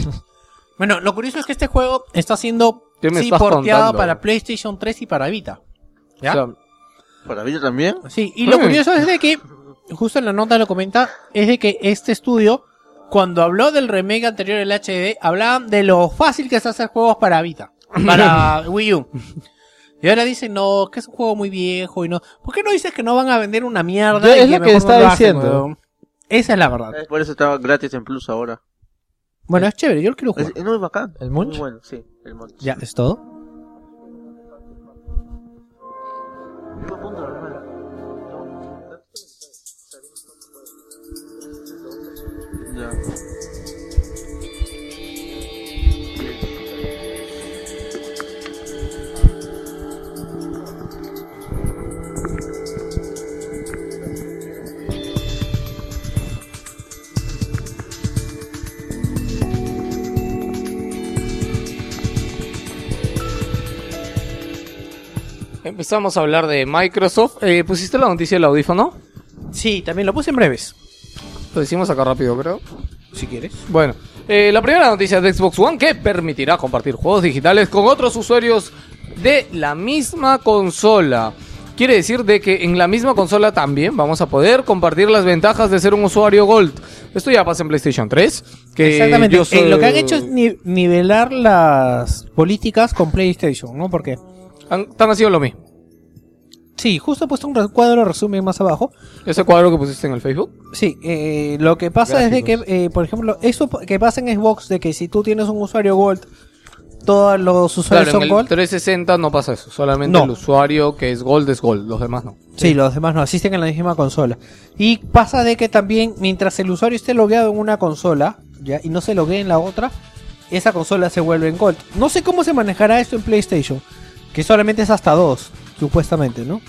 B: Bueno, lo curioso es que este juego está siendo
A: ¿Qué me
B: sí,
A: estás
B: porteado
A: contando?
B: para PlayStation 3 y para Vita. ¿Ya?
A: O sea,
D: ¿Para mí también?
B: Sí, y lo
A: Mm.
B: curioso es de que, justo en la nota lo comenta, es de que este estudio, cuando habló del remake anterior del HD, hablaban de lo fácil que es hacer juegos para Vita, para Wii U. Y ahora dicen, no, que es un juego muy viejo y no. ¿Por qué no dices que no van a vender una mierda?
E: Ya,
B: y
E: es lo que
B: mejor
E: estaba
B: no hacen,
E: diciendo.
B: huevón? Esa es la verdad.
D: Por eso está gratis en Plus ahora.
B: Bueno, es chévere, yo lo quiero
D: Es,
B: jugar.
D: es muy bacán.
E: ¿El
D: Muy
E: Munch?
D: bueno, sí, el Munch.
B: Ya, es todo.
D: Ya.
A: empezamos a hablar de Microsoft. Eh, ¿Pusiste la noticia del audífono?
B: Sí, también lo puse en breves,
A: Lo decimos acá rápido, creo.
B: si quieres.
A: Bueno, eh, la primera noticia de Xbox One que permitirá compartir juegos digitales con otros usuarios de la misma consola. Quiere decir de que en la misma consola también vamos a poder compartir las ventajas de ser un usuario Gold. Esto ya pasa en PlayStation 3. Que
B: Exactamente.
A: yo soy-
B: Eh, lo que han hecho es ni- nivelar las políticas con PlayStation, ¿no? Porque
A: han- Tan ha sido lo mismo.
B: sí, justo he puesto un re- cuadro resumen más abajo.
A: Ese cuadro que pusiste en el Facebook.
B: Sí, eh, lo que pasa es de que, eh, por ejemplo, eso p- que pasa en Xbox de que si tú tienes un usuario Gold, todos los usuarios
A: Claro, en
B: son
A: el
B: Gold.
A: 360 no pasa eso. Solamente
B: No.
A: el usuario que es Gold es Gold. Los demás no.
B: Sí, los demás no asisten en la misma consola. Y pasa de que también mientras el usuario esté logueado en una consola ya y no se loguee en la otra, esa consola se vuelve en Gold. No sé cómo se manejará esto en PlayStation, que solamente es hasta dos, supuestamente, ¿no?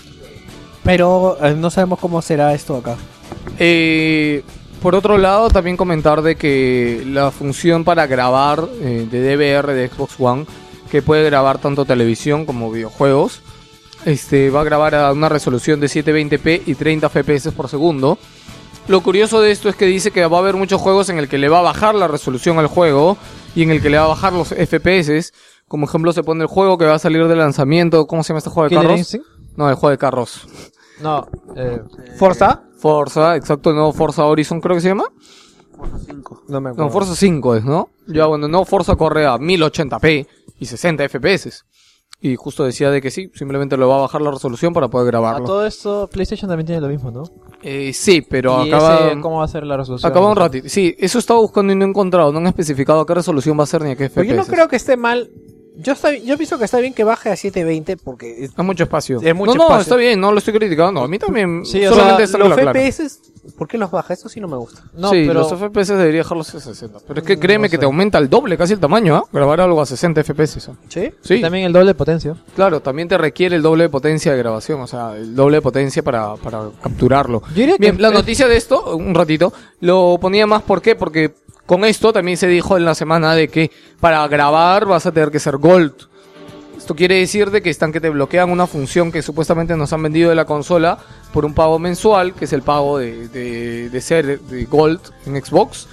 B: Pero eh, no sabemos cómo será esto acá.
A: Eh, por otro lado, también comentar de que la función para grabar eh, de DVR de Xbox One, que puede grabar tanto televisión como videojuegos, este, va a grabar a una resolución de 720p y 30 fps por segundo. Lo curioso de esto es que dice que va a haber muchos juegos en el que le va a bajar la resolución al juego y en el que le va a bajar los FPS. Como ejemplo se pone el juego que va a salir de lanzamiento, ¿cómo se llama este juego de
E: ¿Killer
A: carros?
E: Instinct?
A: No, el juego de carros.
E: No, eh,
B: Forza,
A: Forza, exacto, el nuevo Forza Horizon creo que se llama.
D: Forza 5.
B: no me acuerdo.
A: No, Forza 5 es, ¿no? Ya, bueno, no, Forza corre a 1080p y 60 FPS. Y justo decía de que sí, simplemente lo va a bajar la resolución para poder
E: a
A: grabarlo.
E: todo esto PlayStation también tiene lo mismo, ¿no?
A: Eh, sí, pero
E: ¿Y
A: acaba,
E: ese ¿Cómo va a ser la resolución?
A: acaba un ratito. Sí, eso estaba buscando y no he encontrado. No han especificado a qué resolución va a ser ni a qué FPS.
B: Pero yo no creo que esté mal. Yo, está, yo pienso que está bien que baje a 720 porque
A: Hay mucho espacio.
B: Es mucho
A: no, no,
B: espacio.
A: está bien, no lo estoy criticando. A mí también.
E: Sí, o
A: solamente
E: sea,
A: está
B: los
A: claro, claro.
B: FPS, ¿por qué los baja? Eso sí no me gusta.
E: No,
A: sí,
E: pero Mm,
A: los FPS debería dejarlos a 60. Pero es que
E: No
A: créeme que
E: sé.
A: te aumenta el doble casi el tamaño, ¿ah? Grabar algo a 60 FPS. ¿ah?
B: ¿Sí?
A: Sí.
E: también el doble de potencia.
A: Claro, también te requiere el doble de potencia de grabación, o sea, el doble de potencia para, para capturarlo.
E: Yo diría que-
A: Bien, la noticia de esto, un ratito, lo ponía más ¿por qué? porque con esto también se dijo en la semana de que para grabar vas a tener que ser Gold. Esto quiere decir de que están que te bloquean una función que supuestamente nos han vendido de la consola por un pago mensual, que es el pago de, de- de ser de Gold en Xbox.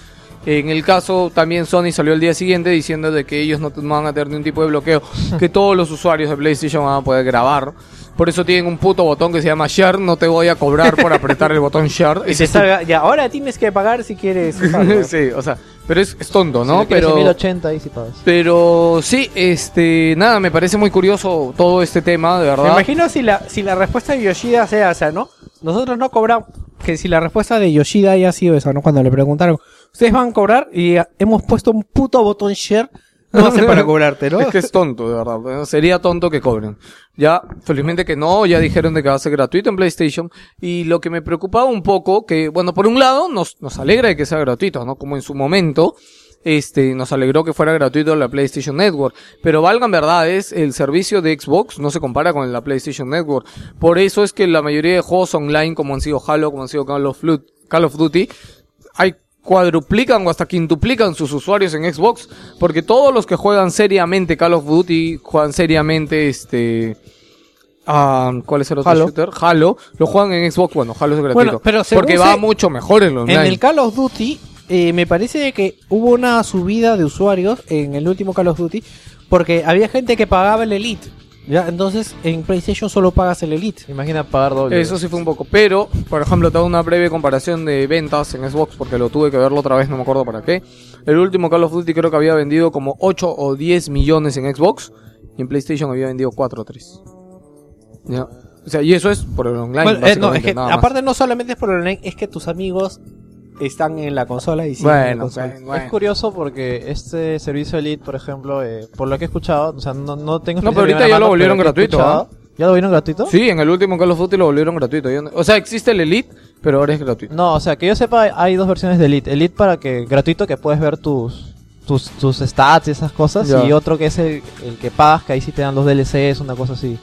A: En el caso también Sony salió el día siguiente diciendo de que ellos no, te- no van a tener ningún tipo de bloqueo, que todos los usuarios de PlayStation van a poder grabar. Por eso tienen un puto botón que se llama Share, no te voy a cobrar por apretar el botón Share.
B: Y te salga, ya, ahora tienes que pagar si quieres.
A: [laughs]
B: usarlo.
A: sí, [laughs] o sea, pero es, es tonto, ¿no?
E: Si lo quieres en
A: pero
E: 1080 ahí sí pagas.
A: pero sí, este, nada, me parece muy curioso todo este tema, de
B: Me
A: verdad.
B: imagino si la, si la respuesta de Yoshida sea esa, ¿no? Nosotros no cobramos. Que si la respuesta de Yoshida haya sido esa, ¿no? Cuando le preguntaron, ustedes van a cobrar y ah, hemos puesto un puto botón share. [laughs] No hace para cobrarte, ¿no?
A: Es que es tonto, de verdad. Sería tonto que cobren. Ya, felizmente que no, ya dijeron de que va a ser gratuito en PlayStation. Y lo que me preocupaba un poco, que, bueno, por un lado, nos, nos alegra de que sea gratuito, ¿no? Como en su momento, este, nos alegró que fuera gratuito la PlayStation Network. Pero valgan verdades, el servicio de Xbox no se compara con la PlayStation Network. Por eso es que la mayoría de juegos online, como han sido Halo, como han sido Call of Duty, Call of Duty hay cuadruplican o hasta quintuplican sus usuarios en Xbox, porque todos los que juegan seriamente Call of Duty, juegan seriamente este ah, ¿cuál es el otro
E: Halo.
A: shooter? Halo, lo juegan en Xbox, bueno, Halo es gratuito,
B: Bueno, pero según
A: porque va
B: se-
A: mucho mejor en lo online.
B: En el Call of Duty, eh, me parece de que hubo una subida de usuarios en el último Call of Duty, porque había gente que pagaba el Elite. ¿ya? Entonces, en PlayStation solo pagas el Elite.
E: Imagina pagar doble.
A: Eso sí fue un poco, pero por ejemplo te hago una breve comparación de ventas en Xbox porque lo tuve que verlo otra vez, no me acuerdo para qué. El último Call of Duty creo que había vendido como 8 o 10 millones en Xbox y en PlayStation había vendido 4 o 3. Ya. O sea, y eso es por el online.
B: Bueno, eh, no,
A: básicamente,
B: es que,
A: nada más.
B: aparte no solamente es por el online, es que tus amigos están en la consola y siguen en la
A: bueno,
B: consola.
A: bueno, bueno.
E: Es curioso porque este servicio Elite, por ejemplo, eh, por lo que he escuchado, o sea, no, no tengo
A: No, pero
E: experiencia de
A: ahorita
E: primera
A: ya lo
E: pero
A: volvieron
E: que he
A: gratuito, ¿ah?
E: escuchado- ¿Ya lo volvieron gratuito?
A: Sí, en el último Call of Duty lo volvieron gratuito. Yo no- O sea, existe el Elite, pero ahora es gratuito.
E: No, o sea, que yo sepa, hay dos versiones de Elite. Elite para que gratuito, que puedes ver tus tus, tus stats y esas cosas.
A: Ya.
E: Y otro que es el, el que pagas, que ahí sí te dan los DLCs, una cosa así.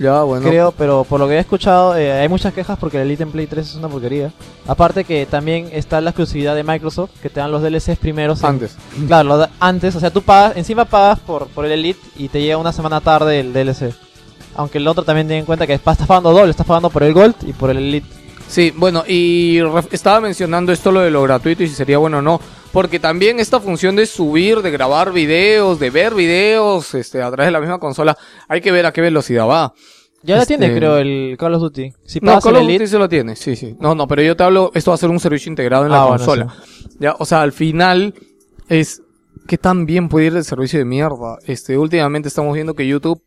A: Ya, bueno.
E: Creo, pero por lo que he escuchado, eh, hay muchas quejas porque el Elite en Play 3 es una porquería. Aparte que también está la exclusividad de Microsoft, que te dan los DLCs primeros. en-
A: Antes.
E: [laughs] claro, lo da- antes. O sea, tú pagas, encima pagas por, por el Elite y te llega una semana tarde el DLC. Aunque el otro también tiene en cuenta que estás pagando doble, estás pagando por el Gold y por el Elite.
A: Sí, bueno, y ref- estaba mencionando esto lo de lo gratuito y si sería bueno o no, porque también esta función de subir, de grabar videos, de ver videos, este, a través de la misma consola, hay que ver a qué velocidad va.
E: Ya la tiene,
A: Este-
E: creo, el Call of Duty. Si
A: No,
E: pagas
A: Call
E: el
A: of
E: Elite,
A: Duty se lo tiene, sí, sí. No, no, pero yo te hablo, esto va a ser un servicio integrado en la
E: Ah, bueno,
A: consola. Ya, o sea, al final es qué tan bien puede ir el servicio de mierda. Este, últimamente estamos viendo que YouTube,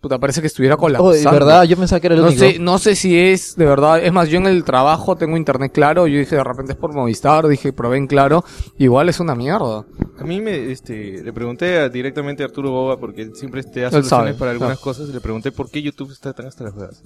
A: puta, parece que estuviera colapsando.
E: Oh, de verdad, yo pensaba que era el
A: No
E: único.
A: sé, no sé si es de verdad. Es más, yo en el trabajo tengo internet claro. Yo dije, de repente es por Movistar. Dije, probé en claro. Igual es una mierda.
G: A mí me, este, le pregunté a- directamente a Arturo Boba, porque él siempre te da
A: Él sabe,
G: soluciones para algunas cosas, y le pregunté por qué YouTube está tan hasta las ruedas.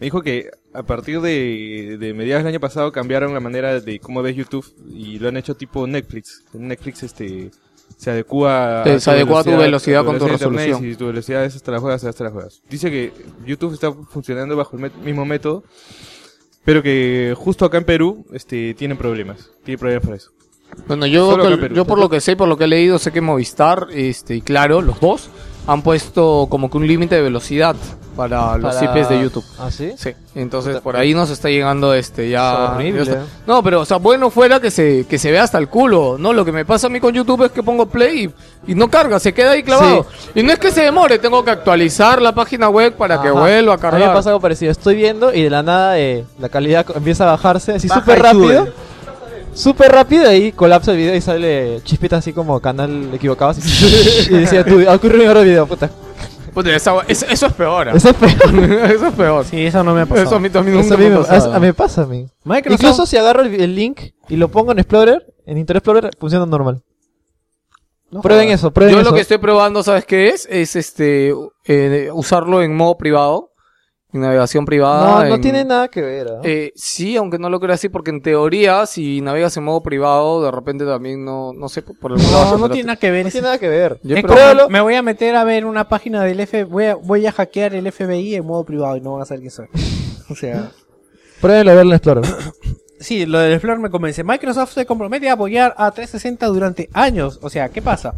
G: Me dijo que a partir de, de mediados del año pasado cambiaron la manera de cómo ves YouTube y lo han hecho tipo Netflix. Netflix este, se adecua
A: Te- Eh, se adecua a tu velocidad con tu
G: de internet,
A: resolución.
G: y Si tu velocidad es hasta las ruedas, es hasta las ruedas. Dice que YouTube está funcionando bajo el met- mismo método, pero que justo acá en Perú este, tienen problemas. Tienen problemas para eso.
A: Bueno, yo,
G: Solo acá en
A: col-
G: Perú.
A: yo por lo que sé, por lo que he leído, sé que Movistar este, y Claro, los dos, han puesto como que un límite de velocidad para los
E: Para-
A: IPs de YouTube.
E: ¿Ah, sí?
A: Sí, entonces por ahí nos está llegando este ya.
E: Horrible.
A: ya está. No, pero o sea, bueno fuera que se, que se vea hasta el culo. No, lo que me pasa a mí con YouTube es que pongo play y, y no carga, se queda ahí clavado. Y no es que se demore, tengo que actualizar la página web para que
E: Ajá.
A: vuelva a
E: A mí
A: cargar.
E: me pasa algo parecido. Estoy viendo y de la nada eh, la calidad co- empieza a bajarse así
D: Baja
E: súper
D: y
E: rápido.
D: sube.
E: Súper rápido y colapsa el video y sale chispita así como canal equivocado.
A: [laughs]
E: así. y decía, tú, ha ocurrido un error de video, puta.
A: Puta, esa hue- es- eso es peor. ¿ah?
E: Eso es peor.
A: [laughs] eso es peor.
B: Sí, eso no me ha pasado.
A: Eso a mí también
E: Eso
A: nunca
E: a mí
A: me
E: me,
A: ha
E: eso a
A: pasado.
E: mí me pasa a mí.
B: Microsoft-
E: Incluso si agarro el, el link y lo pongo en Explorer, en Internet Explorer funciona normal.
B: No
E: prueben
B: jodas.
E: eso, prueben
A: Yo
E: eso.
A: lo que estoy probando, ¿sabes qué es? Es este eh, usarlo en modo privado, en navegación privada.
E: no, no
A: en-
E: tiene nada que ver. ¿ah?
A: Eh, sí, aunque no lo creo así, porque en teoría, si navegas en modo privado, de repente también no, no sé, por algún lado.
B: No, no
A: saldrá
B: tiene
A: tu-
B: nada que ver.
E: no
B: eso.
E: tiene nada que ver.
A: Yo
B: Es
A: probé-
E: pruébalo.
B: como, me voy a meter a ver una página del F, voy a, voy a hackear el FBI en modo privado y no van a saber quién soy. [laughs] O sea,
E: Pruébenlo a verlo
A: [coughs]
E: en Explorer.
B: sí, lo del Explorer me convence. Microsoft se compromete a apoyar a 360 durante años. O sea, ¿qué pasa?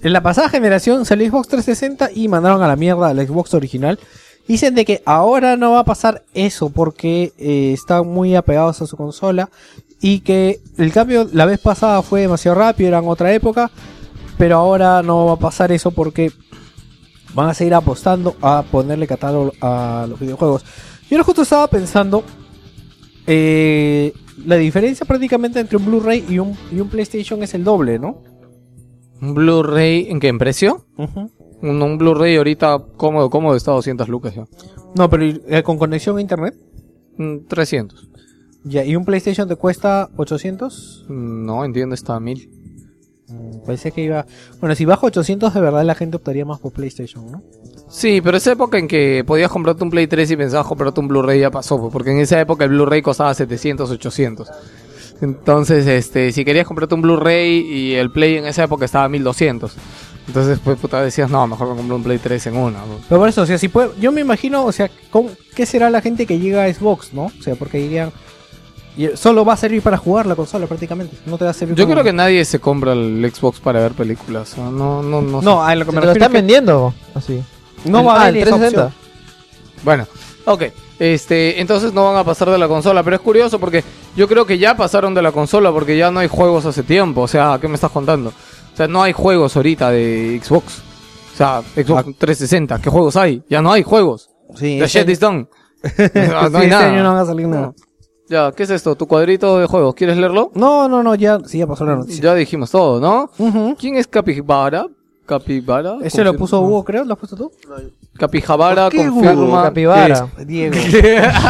B: En la pasada generación salió Xbox 360 y mandaron a la mierda la Xbox original. Dicen de que ahora no va a pasar eso porque eh, están muy apegados a su consola y que el cambio la vez pasada fue demasiado rápido, era en otra época, pero ahora no va a pasar eso porque van a seguir apostando a ponerle catálogo a los videojuegos. Yo ahora justo estaba pensando eh, la diferencia prácticamente entre un Blu-ray y un, y un PlayStation es el doble, ¿no?
A: ¿Un Blu-ray en qué? ¿En precio? Un, un Blu-ray ahorita cómodo, cómodo, está a 200 lucas ya.
B: No, pero ¿y, eh, con conexión a internet.
A: Mm, 300.
B: Ya, ¿y un PlayStation te cuesta 800?
A: Mm, No, entiendo, está a 1000.
B: Mm, Parece que iba... Bueno, si baja 800 de verdad la gente optaría más por PlayStation, ¿no?
A: Sí, pero esa época en que podías comprarte un Play 3 y pensabas comprarte un Blu-ray ya pasó, pues, porque en esa época el Blu-ray costaba 700, 800. Entonces, este, si querías comprarte un Blu-ray y el Play en esa época estaba a 1200. Entonces, pues, puta, decías, no, mejor me compro un Play 3 en una. pues.
B: Pero por eso, o sea, si puede, yo me imagino, o sea, ¿cómo- ¿qué será la gente que llega a Xbox, no? O sea, porque dirían, y- eh, solo va a servir para jugar la consola prácticamente, no te va a servir
A: Yo
B: para-
A: creo que nadie se compra el Xbox para ver películas. No, no, no, no sé.
B: No, a lo que me
E: Te
B: refiero
E: lo están
B: es que
E: vendiendo así.
B: no va a
E: Ah,
B: haber
E: el
B: esa
E: 360.
B: opción.
A: Bueno, ok. Este, entonces no van a pasar de la consola, pero es curioso porque yo creo que ya pasaron de la consola porque ya no hay juegos hace tiempo. O sea, ¿qué me estás contando? O sea, no hay juegos ahorita de Xbox. O sea, Xbox 360, ¿qué juegos hay? Ya no hay juegos.
B: Ah. Sí,
A: The
B: este
A: shit
B: año-
A: is done. [laughs]
B: [laughs]
A: No, no
B: sí,
A: hay
B: este año no
A: nada.
B: va a salir nada.
A: Ya, ¿qué es esto? ¿Tu cuadrito de juegos? ¿Quieres leerlo?
B: No, no, no, ya, sí, ya pasó la noticia.
A: Ya dijimos todo, ¿no?
B: Ujú.
A: ¿Quién es Capibara? Capibara.
B: Ese lo
A: confirma-
B: puso Hugo, creo, ¿lo has puesto tú?
A: Capijabara
B: ¿Por qué Hugo?
A: confirma.
E: Capibara.
A: que-
B: Diego.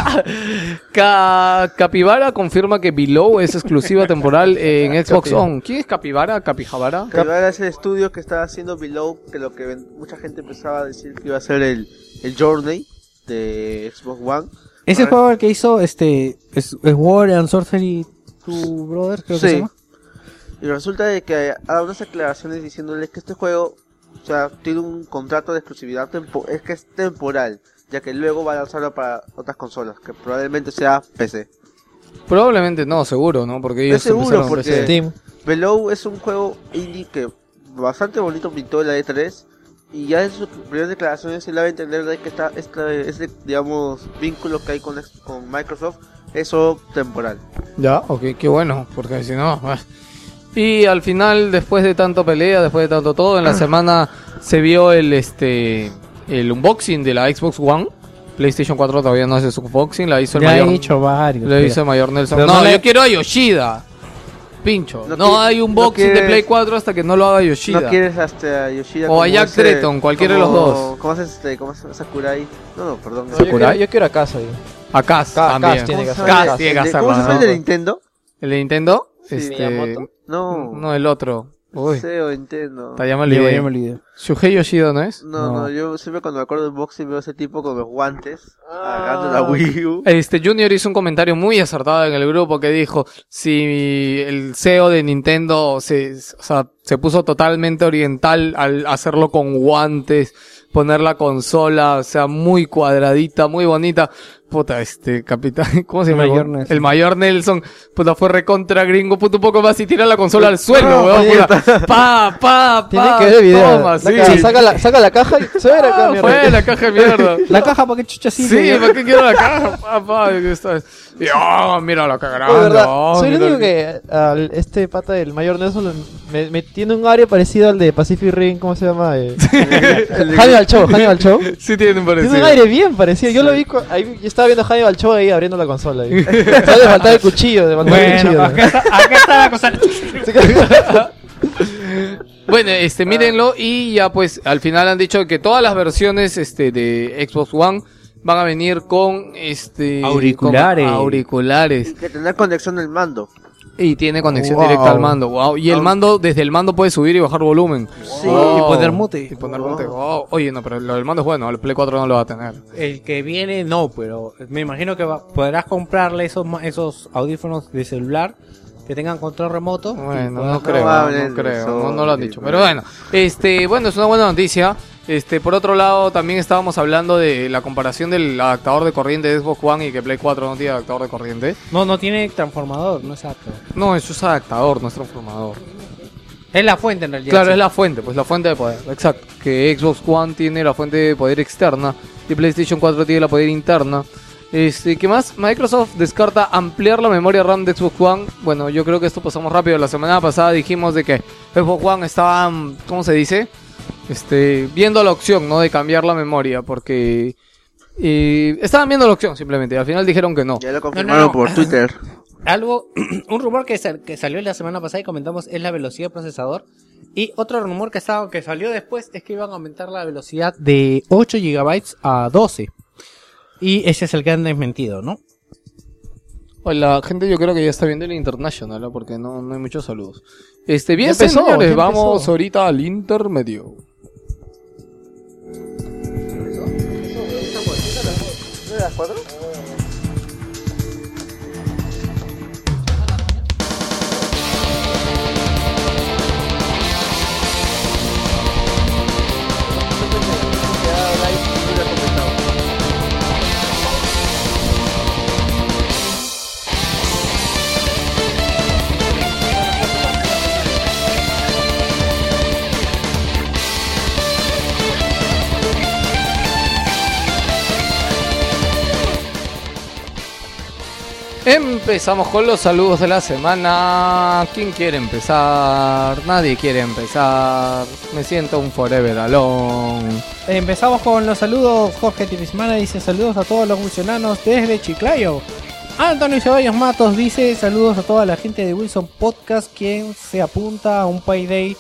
A: [laughs] Ca- Capibara confirma que Below es exclusiva temporal
D: [laughs]
A: en Xbox On. ¿Quién es Capibara? ¿Capijabara?
D: Capibara es el estudio que está haciendo Below, que lo que ven- mucha gente empezaba a decir que iba a ser el, el Journey de Xbox One.
B: [laughs] Ese
D: Ah.
B: juego el que hizo, este, es, es War and Sorcery, tu brother, creo que
D: Sí.
B: se llama.
D: Y resulta de que ha dado unas aclaraciones diciéndoles que este juego, o sea, tiene un contrato de exclusividad, tempo- es que es temporal, ya que luego va a lanzarlo para otras consolas, que probablemente sea PC.
A: Probablemente no, seguro, ¿no? Porque ellos
D: Es seguro,
A: empezaron
D: porque-
A: recién.
E: Steam.
D: Below es un juego indie que bastante bonito pintó la E3 y ya en sus primeras declaraciones se le va a entender de que está este, este, digamos vínculo que hay con, ex- con Microsoft eso temporal.
A: Ya, ok, qué bueno, porque si no... ah. Y al final, después de tanto pelea, después de tanto todo, en
D: [clears throat]
A: la semana se vio el, este, el unboxing de la Xbox One. PlayStation 4 todavía no hace su unboxing, la hizo el
B: Ya
A: mayor...
B: he dicho varios.
A: Le
B: pero-
A: dice Mayor Nelson.
B: Pero
A: No,
B: no le-
A: yo quiero a Yoshida. Pincho. No,
D: No quiere-
A: hay un
D: no
A: boxing de
D: quiere-
A: Play 4 hasta que no lo haga Yoshida.
D: No quieres hasta Yoshida
A: O a Jack Tretton, cualquiera de los dos.
D: ¿Cómo haces este cómo haces Sakurai? No, no, perdón.
E: No, yo, quiero,
A: ¿Sakurai?
E: yo quiero a casa. yo.
A: A Cass
E: Ca- Cass
A: también.
E: tiene que hacer.
A: Cass
D: Gas,
A: tiene que
D: el de-
A: hacerlo,
D: ¿Cómo se llama el
A: ¿no?
D: de Nintendo?
A: ¿El de Nintendo?
D: Sí.
A: este...
E: Miyamoto.
D: No.
A: No, el otro. Uy,
D: Seo Nintendo.
A: está ya me
B: Diego,
A: olvidé.
B: ya me olvidé.
A: Shuhei Yoshida, ¿no es?
D: No, no, yo siempre cuando me acuerdo del boxing veo ese tipo con los guantes
A: Ah.
C: Ah,
D: agarrando la Wii U.
A: Este Junior hizo un comentario muy acertado en el grupo que dijo, si el CEO de Nintendo se, o sea, se puso totalmente oriental al hacerlo con guantes, poner la consola, o sea, muy cuadradita, muy bonita. Puta, este capitán, [laughs] ¿cómo se llama?
B: Mayor Nelson.
A: El mayor Nelson, puta, fue recontra gringo, puta, un poco más y tira la consola
E: [laughs]
A: al suelo, weón, puta. Pa, pa, pa.
E: Tiene que ver el video.
A: toma, sí.
E: Saca, saca la, saca la caja y se
A: Ah,
E: verá acá, mierda.
A: fue la caja de mierda.
B: La caja, ¿para qué chucha
A: Sí, pues.
B: sirve?
A: ¿para qué quiero la caja? Papá, y está- y, ah, mira la caja
E: No, de
A: grande.
E: verdad,
A: ah,
E: soy el
A: mira
E: único
A: el-
E: que al, este pata del mayor Nelson lo- me, me tiene un área parecido al de Pacific Rim, ¿cómo se llama? Eh, [laughs] Hannibal Show, Hannibal Show.
A: Sí tiene un
E: Tiene un
A: parecido.
E: aire bien parecido. Yo lo vi, cu- ahí, yo estaba viendo a Hannibal Show ahí abriendo la
A: [laughs]
E: consola. Ahí. Solo le faltaba el cuchillo, le faltaba
H: Bueno,
E: el cuchillo.
H: acá está, acá está la cosa.
A: Bueno, este, mírenlo y ya pues al final han dicho que todas las versiones este, de Xbox One van a venir con este
H: Auriculares.
A: con auriculares
D: Y que tener conexión del mando.
A: y tiene conexión
B: Wow.
A: directa al mando. Wow, y el
D: Wow.
A: mando desde el mando puede subir y bajar volumen.
D: Sí.
B: Y poner mute.
A: Y poner mute. Wow. Oye, no, pero lo del mando es bueno, el Play 4 no lo va a tener.
B: El que viene no, pero me imagino que va- podrás comprarle esos ma- esos audífonos de celular que tengan control remoto. y
A: Bueno,
B: puedas-
A: no creo,
D: hables
A: no
D: de
A: creo,
D: eso,
A: no, no lo han
D: que
A: dicho.
D: no.
A: Pero bueno, este, bueno, es una buena noticia. Este, por otro lado, también estábamos hablando de la comparación del adaptador de corriente de Xbox One y que Play 4 no tiene adaptador de corriente.
B: no, no tiene transformador, no es apto.
A: No, eso es adaptador, no es transformador.
B: Es la fuente en realidad.
A: Claro,
B: sí.
A: es la fuente, pues la fuente de poder. Exacto, que Xbox One tiene la fuente de poder externa y PlayStation 4 tiene la poder interna. Este, ¿qué más? Microsoft descarta ampliar la memoria RAM de Xbox One. Bueno, yo creo que esto pasamos rápido. La semana pasada dijimos de que Xbox One estaba, mm, ¿cómo se dice? Este, viendo la opción, ¿no? De cambiar la memoria, porque eh, estaban viendo la opción simplemente. Al final dijeron que no.
D: Ya lo confirmaron
A: [laughs]
B: no.
D: por Twitter.
B: Algo, [clears throat] un rumor que, sal- que salió la semana pasada y comentamos es la velocidad de procesador. Y otro rumor que, estaba, que salió después es que iban a aumentar la velocidad de 8 GB a 12. Y ese es el que han desmentido, ¿no?
A: Hola, gente, yo creo que ya está viendo el International, ¿ah? porque no, no hay muchos saludos. Este, bien,
E: Ya empezó,
A: señores,
E: ya
A: vamos
E: empezó.
A: ahorita al intermedio. Empezamos con los saludos de la semana. ¿Quién quiere empezar? Nadie quiere empezar. Me siento un forever alone.
B: Empezamos con los saludos. Jorge Tirismana dice saludos a todos los buchonanos desde Chiclayo. Antonio Ceballos Matos dice saludos a toda la gente de Wilson Podcast, quien se apunta a un payday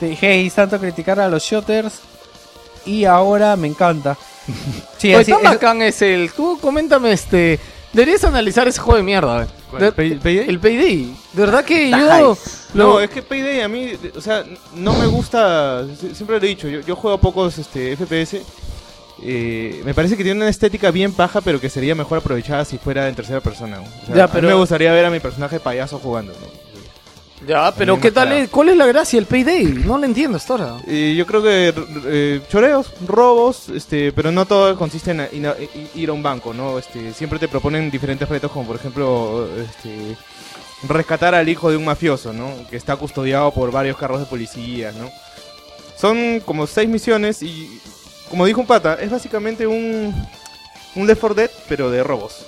B: de Hey, tanto criticar a los shooters. Y ahora me [laughs] encanta. Sí,
A: Oye,
B: así-
A: tan
B: es-
A: bacán es el. Tú coméntame este. Deberías analizar ese juego de mierda. eh. De- El Payday. De verdad que yo.
C: No,
A: lo-
C: es que Payday a mí, o sea, no me gusta, si- siempre lo he dicho, yo, yo juego a pocos este, FPS. eh, me parece que tiene una estética bien paja, pero que sería mejor aprovechada si fuera en tercera persona. ¿no? O sea,
A: Ya,
C: a mí
A: pero-
C: me gustaría ver a mi personaje payaso jugando. ¿no?
A: Ya, pero
C: me
A: ¿qué tal?
C: gusta.
A: es- ¿Cuál es la gracia del Payday? No lo entiendo hasta ahora.
C: Eh, yo creo que r- eh, choreos, robos, este, pero no todo consiste en a- in a- i- ir a un banco, ¿no? Este, siempre te proponen diferentes retos, como por ejemplo, este, rescatar al hijo de un mafioso, ¿no? Que está custodiado por varios carros de policías, ¿no? Son como seis misiones y, como dijo un pata, es básicamente un, un Left 4 Dead, pero de robos.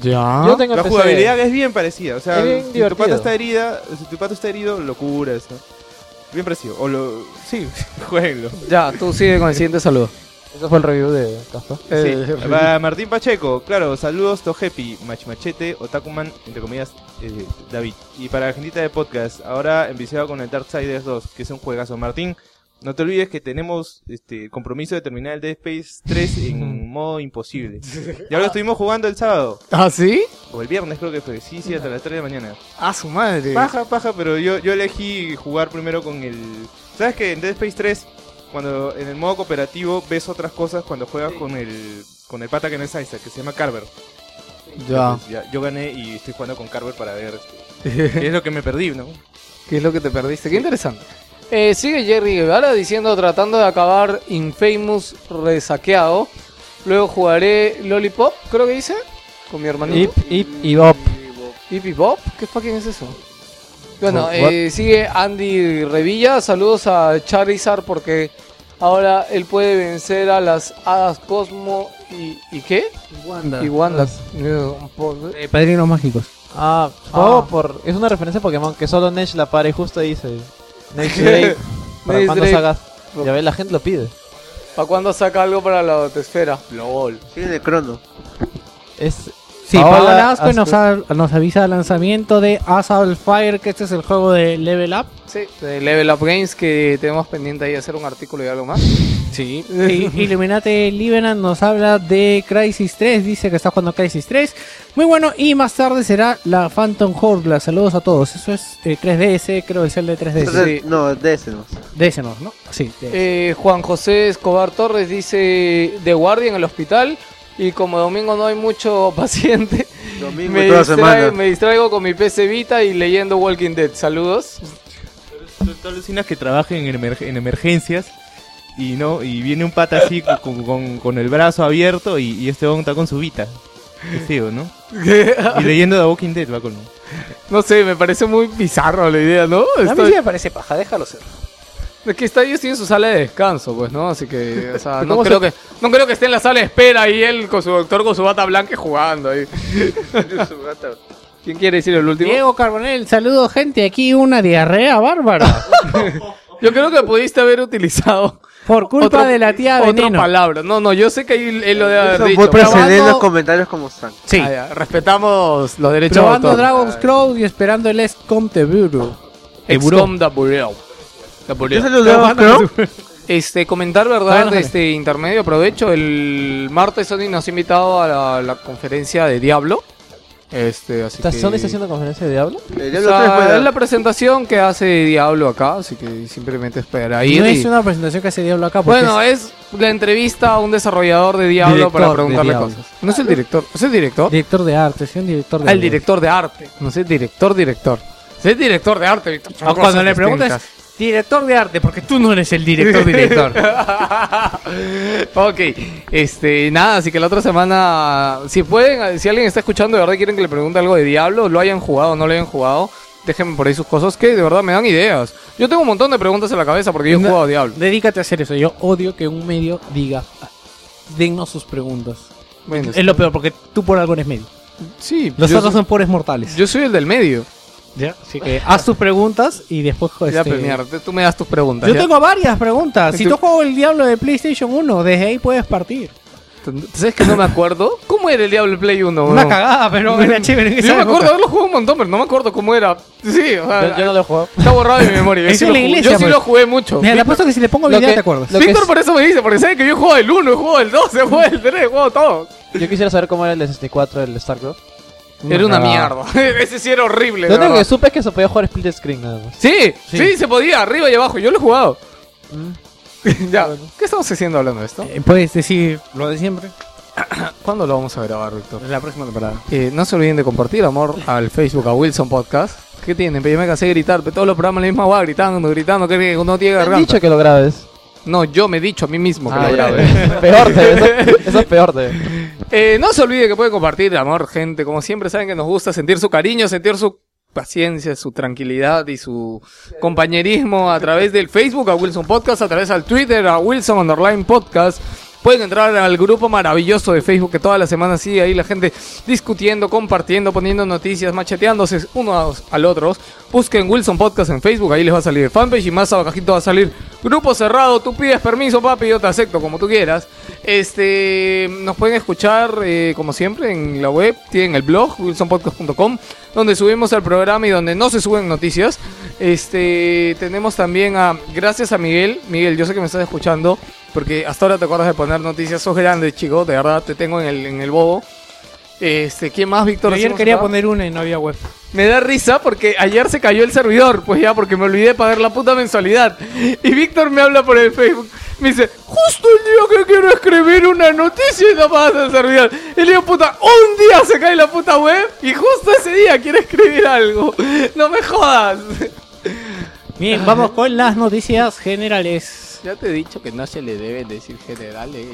A: Ya.
B: ¿Ah?
E: Yo tengo
C: La
E: el PC.
C: jugabilidad es bien parecida, o sea,
E: Es bien
C: si tu
E: divertido.
C: pata está herida, si tu pata está herido, lo curas, ¿no? Bien parecido, o lo... sí, [laughs] jueguenlo.
A: Ya, tú sigue con el siguiente saludo.
E: Ese fue el review de Castor.
A: Eh,
C: Sí. Para Martín Pacheco, claro, saludos Tojepi, Machmachete, Otakuman, entre comillas, eh, David. Y para la gentita de podcast, ahora enviciado con el Darksiders 2, que es un juegazo. Martín, no te olvides que tenemos este el compromiso de terminar el Dead Space 3 en modo imposible. Ya lo estuvimos jugando el sábado,
A: ¿Ah, sí?
C: o el viernes creo que fue, sí, sí, hasta las 3 de la mañana.
A: A su madre.
C: Paja, paja, pero yo, yo elegí jugar primero con el... ¿Sabes que en Dead Space 3, cuando en el modo cooperativo ves otras cosas cuando juegas con el con el pata que no es Isaac, que se llama Carver?
A: Ya.
C: Pues ya, Yo gané y estoy jugando con Carver para ver este, qué es lo que me perdí, ¿no?
A: ¿Qué es lo que te perdiste? Qué interesante. Eh, sigue Jerry Guevara diciendo, tratando de acabar Infamous resaqueado. Luego jugaré Lollipop, creo que dice, con mi
E: Ip,
A: hermanito.
E: ip y bop.
A: Ip y Bob, ¿qué fucking es eso? Bueno,
E: What?
A: eh, sigue Andy Revilla. Saludos a Charizard porque ahora él puede vencer a las hadas Cosmo y, ¿y qué? Y Wanda. Eh, por-
B: Eh, Padrinos Mágicos.
E: Ah, juego por. Es una referencia a Pokémon que solo Nesh la para y justo dice.
C: [laughs]
E: Nesh Drake. para
A: Nesh
E: cuando
A: Drake.
E: sagas. Ya ves, la gente lo pide.
A: ¿Para cuándo saca algo para la esfera? LOL.
D: Sigue de crono.
E: Es.
B: Sí,
E: Paola
B: Paola Aspe
E: Aspe.
B: nos, ha- nos avisa el lanzamiento de Assault Fire, que este es el juego de Level Up.
A: Sí, de Level Up Games que tenemos pendiente ahí hacer un artículo y algo más. Sí.
B: Sí, Illuminate Liberan nos habla de Crisis 3, dice que está jugando Crisis 3. Muy bueno, y más tarde será la Phantom Hourglass. Saludos a todos. Eso es eh, 3DS, creo que es el de 3DS.
D: Entonces, No, de ese no.
B: DS no, ¿no? Sí, DS.
A: Eh, Juan José Escobar Torres dice de guardia en el hospital y como domingo no hay mucho [laughs] paciente,
D: Domingo
A: me,
D: y toda
A: distrae-
D: semana.
A: me distraigo con mi PC Vita y leyendo Walking Dead. Saludos.
C: Tú- Tú alucinas que trabajen en, emerg- en emergencias y no y viene un pata así con- con, con- con el brazo abierto y, y este hombre está con su vita. Qué feo, ¿no? Y leyendo The Walking Dead va con...
A: No sé, me parece muy bizarro la idea, ¿no?
I: A mí sí me parece paja, déjalo ser.
A: Es que está ellos tienen su sala de descanso, pues, ¿no? Así que, o sea, no creo que, no creo que esté en la sala de espera y él con su doctor con su bata blanca y jugando
D: [laughs]
A: ahí. ¿Quién quiere decir el último?
B: Diego Carbonell, saludos gente, aquí una diarrea bárbara.
A: Yo creo que pudiste haber utilizado
B: Por culpa
A: otro-
B: de la tía
A: otra
B: Veneno.
A: palabra. No, no, yo sé que ahí él lo debe haber
D: Eso,
A: dicho.
D: voy
A: pero-
D: proceder en
B: probando-
D: los comentarios como están.
B: Sí.
A: Ah, ya, respetamos los derechos de
B: Probando
A: autor.
B: Dragon's Crow y esperando el XCOM The Bureau.
A: Excom da Bureo. Da Bureo.
D: ¿Qué salió
A: Ah,
D: luego, creo?
A: [laughs] Este, comentar,
B: Dale,
A: ¿verdad?
B: dale.
A: este intermedio, aprovecho. El martes Sony nos ha invitado a la, la conferencia de Diablo. Este, así que...
E: ¿Dónde está haciendo conferencia de Diablo?
D: El
A: O
D: Diablo
A: sea,
D: 3 puede-
A: es la presentación que hace Diablo acá, así que simplemente espera ir.
B: No
A: y-
B: es una presentación que hace Diablo acá. porque
A: Bueno,
B: es-
A: es la entrevista a un desarrollador de Diablo
B: Director
A: para
B: de
A: preguntarle
B: Diablo.
A: cosas. No es el director, es el director.
B: director de arte, sí, un eh. director de
A: Ah, el
B: arte.
A: director de arte, no sé, director, director. Si es director de arte, Víctor, son
J: O
A: cosas
J: cuando le preguntas,
A: distintas.
J: director de arte, porque tú no eres el director
A: [laughs]
J: director.
A: ok, este, nada, así que la otra semana, si pueden, si alguien está escuchando, de verdad quieren que le pregunte algo de Diablo, lo hayan jugado o no lo hayan jugado, déjenme por ahí sus cosas que de verdad me dan ideas. Yo tengo un montón de preguntas en la cabeza porque yo he
B: No.
A: jugado a Diablo.
B: Dedícate a hacer eso. Yo odio que un medio diga, "Ah, dennos sus preguntas.
A: Bueno,
B: Es lo peor, porque tú por algo eres medio.
A: sí,
B: Los
A: yo
B: otros
A: soy-
B: son pobres mortales.
A: yo soy el del medio.
B: ¿Ya? Así que haz tus preguntas y después...
A: Ya,
B: este,
A: pues, mierda, tú me das tus preguntas.
B: Yo
A: ya.
B: tengo varias preguntas. Si
A: Tú-
B: tú juego el diablo de PlayStation 1, desde ahí puedes partir.
A: ¿Sabes que no me acuerdo? ¿Cómo era el Diablo Play 1?
B: Una
A: weón?
B: cagada, pero era chévere. en esa
A: Yo me
B: época.
A: acuerdo haberlo jugado un montón, pero no me acuerdo cómo era. Sí, o sea,
E: Yo, yo no lo he jugado.
A: está borrado de mi memoria. Yo
B: Ese
A: sí,
B: es
A: lo
B: la
A: jugué,
B: iglesia,
A: yo sí
B: pues.
A: lo jugué mucho.
B: [laughs] Mira, te apuesto que si le pongo
E: Lo
B: video
E: que-
B: te acuerdas.
E: lo que
A: Víctor
E: es-
A: por eso me dice, porque sabe que yo he jugado el 1, he jugado el [laughs] 2, he jugado el 3, he jugado todo.
E: Yo quisiera saber cómo era el de 64 del StarCraft.
A: era una
E: cagada.
A: mierda. [laughs] Ese sí era horrible.
E: Lo
A: de
E: único que
A: verdad.
E: supe es que se podía jugar split screen nada más.
A: Sí, sí, se podía, arriba y abajo. Yo lo he jugado.
E: Mm.
A: [laughs] ya, ¿qué estamos haciendo hablando de esto?
B: Eh, Puedes decir lo de siempre.
A: ¿Cuándo lo vamos a grabar, Víctor?
B: La próxima temporada.
A: Eh, no se olviden de compartir, amor, al Facebook, a Wilson Podcast. ¿Qué tienen? Pero Yo me cansé de gritar, pero todos los programas la misma va gritando, gritando, que no tiene
E: Me han
A: garganta.
E: dicho que lo grabes.
A: No, yo me he dicho a mí mismo que
E: Ah,
A: lo
E: ya.
A: grabé.
E: [laughs] Peor, te- eso, eso es peor. te-
A: Eh, no se olvide que pueden compartir, amor, gente. Como siempre saben que nos gusta sentir su cariño, sentir su paciencia, su tranquilidad y su compañerismo a través del Facebook a Wilson Podcast, a través al Twitter a Wilson Underline Podcast. Pueden entrar al grupo maravilloso de Facebook que todas las semanas sigue ahí la gente discutiendo, compartiendo, poniendo noticias, macheteándose unos al otro. Busquen Wilson Podcast en Facebook, ahí les va a salir el fanpage y más abajito va a salir grupo cerrado. Tú pides permiso, papi, yo te acepto como tú quieras. Este, nos pueden escuchar, eh, como siempre, en la web. Tienen el blog, wilsonpodcast.com, donde subimos el programa y donde no se suben noticias. Este, tenemos también a, gracias a Miguel. Miguel, yo sé que me estás escuchando, porque hasta ahora te acuerdas de poner noticias. Sos grande, chico, de verdad, te tengo en el, en el bobo. Este, ¿quién más, Víctor?
B: Ayer
A: ¿Hacemos
B: quería
A: acá?
B: poner una y no había web.
A: Me da risa porque ayer se cayó el servidor, pues ya, porque me olvidé de pagar la puta mensualidad. Y Víctor me habla por el Facebook. Me dice, justo el día que quiero escribir una noticia y no pagas el servidor. Y le digo, puta, un día se cae la puta web y justo ese día quiero escribir algo. No me jodas.
B: Bien, vamos con las noticias generales.
A: Ya te he dicho que no se le debe decir eh. generales.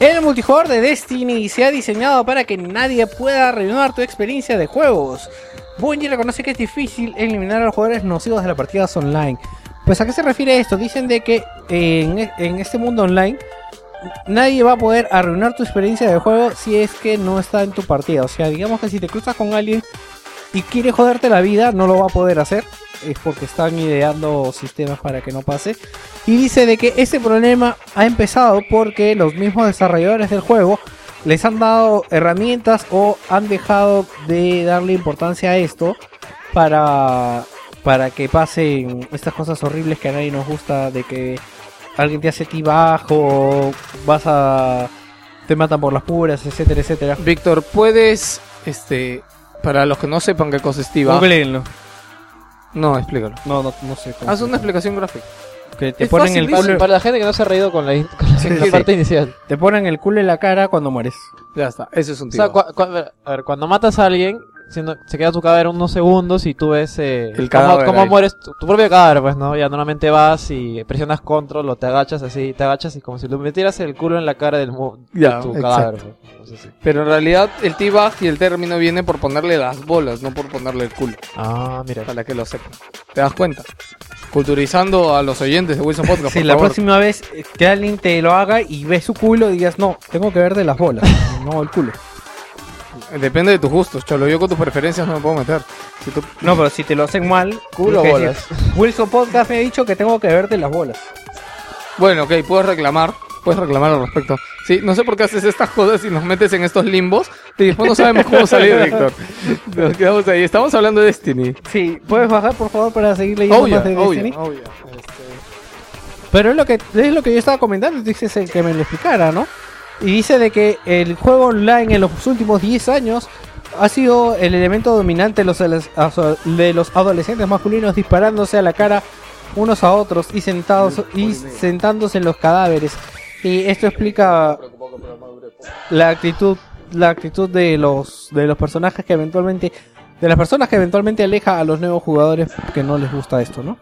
B: El multijugador de Destiny se ha diseñado para que nadie pueda arruinar tu experiencia de juegos. Bungie reconoce que es difícil eliminar a los jugadores nocivos de las partidas online. Pues a qué se refiere esto? Dicen de que eh, en, e- en este mundo online nadie va a poder arruinar tu experiencia de juego si es que no está en tu partida. O sea, digamos que si te cruzas con alguien y quiere joderte la vida, no lo va a poder hacer. Es porque están ideando sistemas para que no pase. Y dice de que este problema ha empezado porque los mismos desarrolladores del juego les han dado herramientas o han dejado de darle importancia a esto para, para que pasen estas cosas horribles que a nadie nos gusta de que alguien te hace ti bajo, vas a... te matan por las puras, etcétera, etcétera.
A: Víctor, puedes, este, para los que no sepan qué cosa es Tiva,
B: Googleenlo.
A: No, explícalo.
K: No, no, no sé cómo.
A: Haz una explicación gráfica.
K: que te
A: es
K: ponen el
A: facilísimo.
K: culo,
E: Para la gente que no se ha reído con la, in- con la-
A: Sí,
E: la
A: sí.
E: parte inicial.
K: te ponen el culo en la cara cuando mueres.
A: Ya está, ese es un
E: O
A: tío.
E: sea, cua- cua- a ver, a ver, cuando matas a alguien, siendo- se queda tu cadáver unos segundos y tú ves eh,
A: El
E: cómo,
A: cadáver
E: cómo
A: ahí.
E: mueres tu, tu propio cadáver, pues, ¿no? Ya normalmente vas y presionas control o te agachas así, te agachas y como si le metieras el culo en la cara del mu- de
A: Ya,
E: tu
A: exacto.
E: cadáver. pues. Entonces, sí.
A: Pero en realidad el T-Bag y el término viene por ponerle las bolas, no por ponerle el culo.
E: Ah, mira.
A: Para que lo sepan. ¿Te das cuenta? Culturizando a los oyentes de Wilson Podcast.
K: Si
A: por
K: la
A: favor.
K: próxima vez eh, que alguien te lo haga y ves su culo, digas, no, tengo que ver de las bolas, no el culo.
A: Depende de tus gustos, cholo. Yo con tus preferencias no me puedo meter. Si tú-
K: No, pero si te lo hacen mal,
E: Culo,
K: tienes que
E: bolas.
K: decir, [laughs] Wilson Podcast me ha dicho que tengo que ver de las bolas.
A: Bueno, ok, puedes reclamar. Puedes reclamar al respecto. Sí, no sé por qué haces estas cosas y nos metes en estos limbos. Y después no sabemos cómo salir,
K: [laughs]
A: Víctor. Nos quedamos ahí. Estamos hablando de Destiny.
K: Sí, ¿puedes bajar por favor para seguir leyendo
A: Oh, yeah,
K: más de
A: oh, yeah,
K: Destiny?
A: oh, yeah.
K: Pero es lo que es lo que yo estaba comentando, dices el que me lo explicara, ¿no? Y dice de que el juego online en los últimos 10 años ha sido el elemento dominante de los, adoles- aso- de los adolescentes masculinos disparándose a la cara unos a otros y sentados y sentándose en los cadáveres. Y esto explica la actitud la actitud de los de los personajes que eventualmente de las personas que eventualmente aleja a los nuevos jugadores que no les gusta esto, ¿no?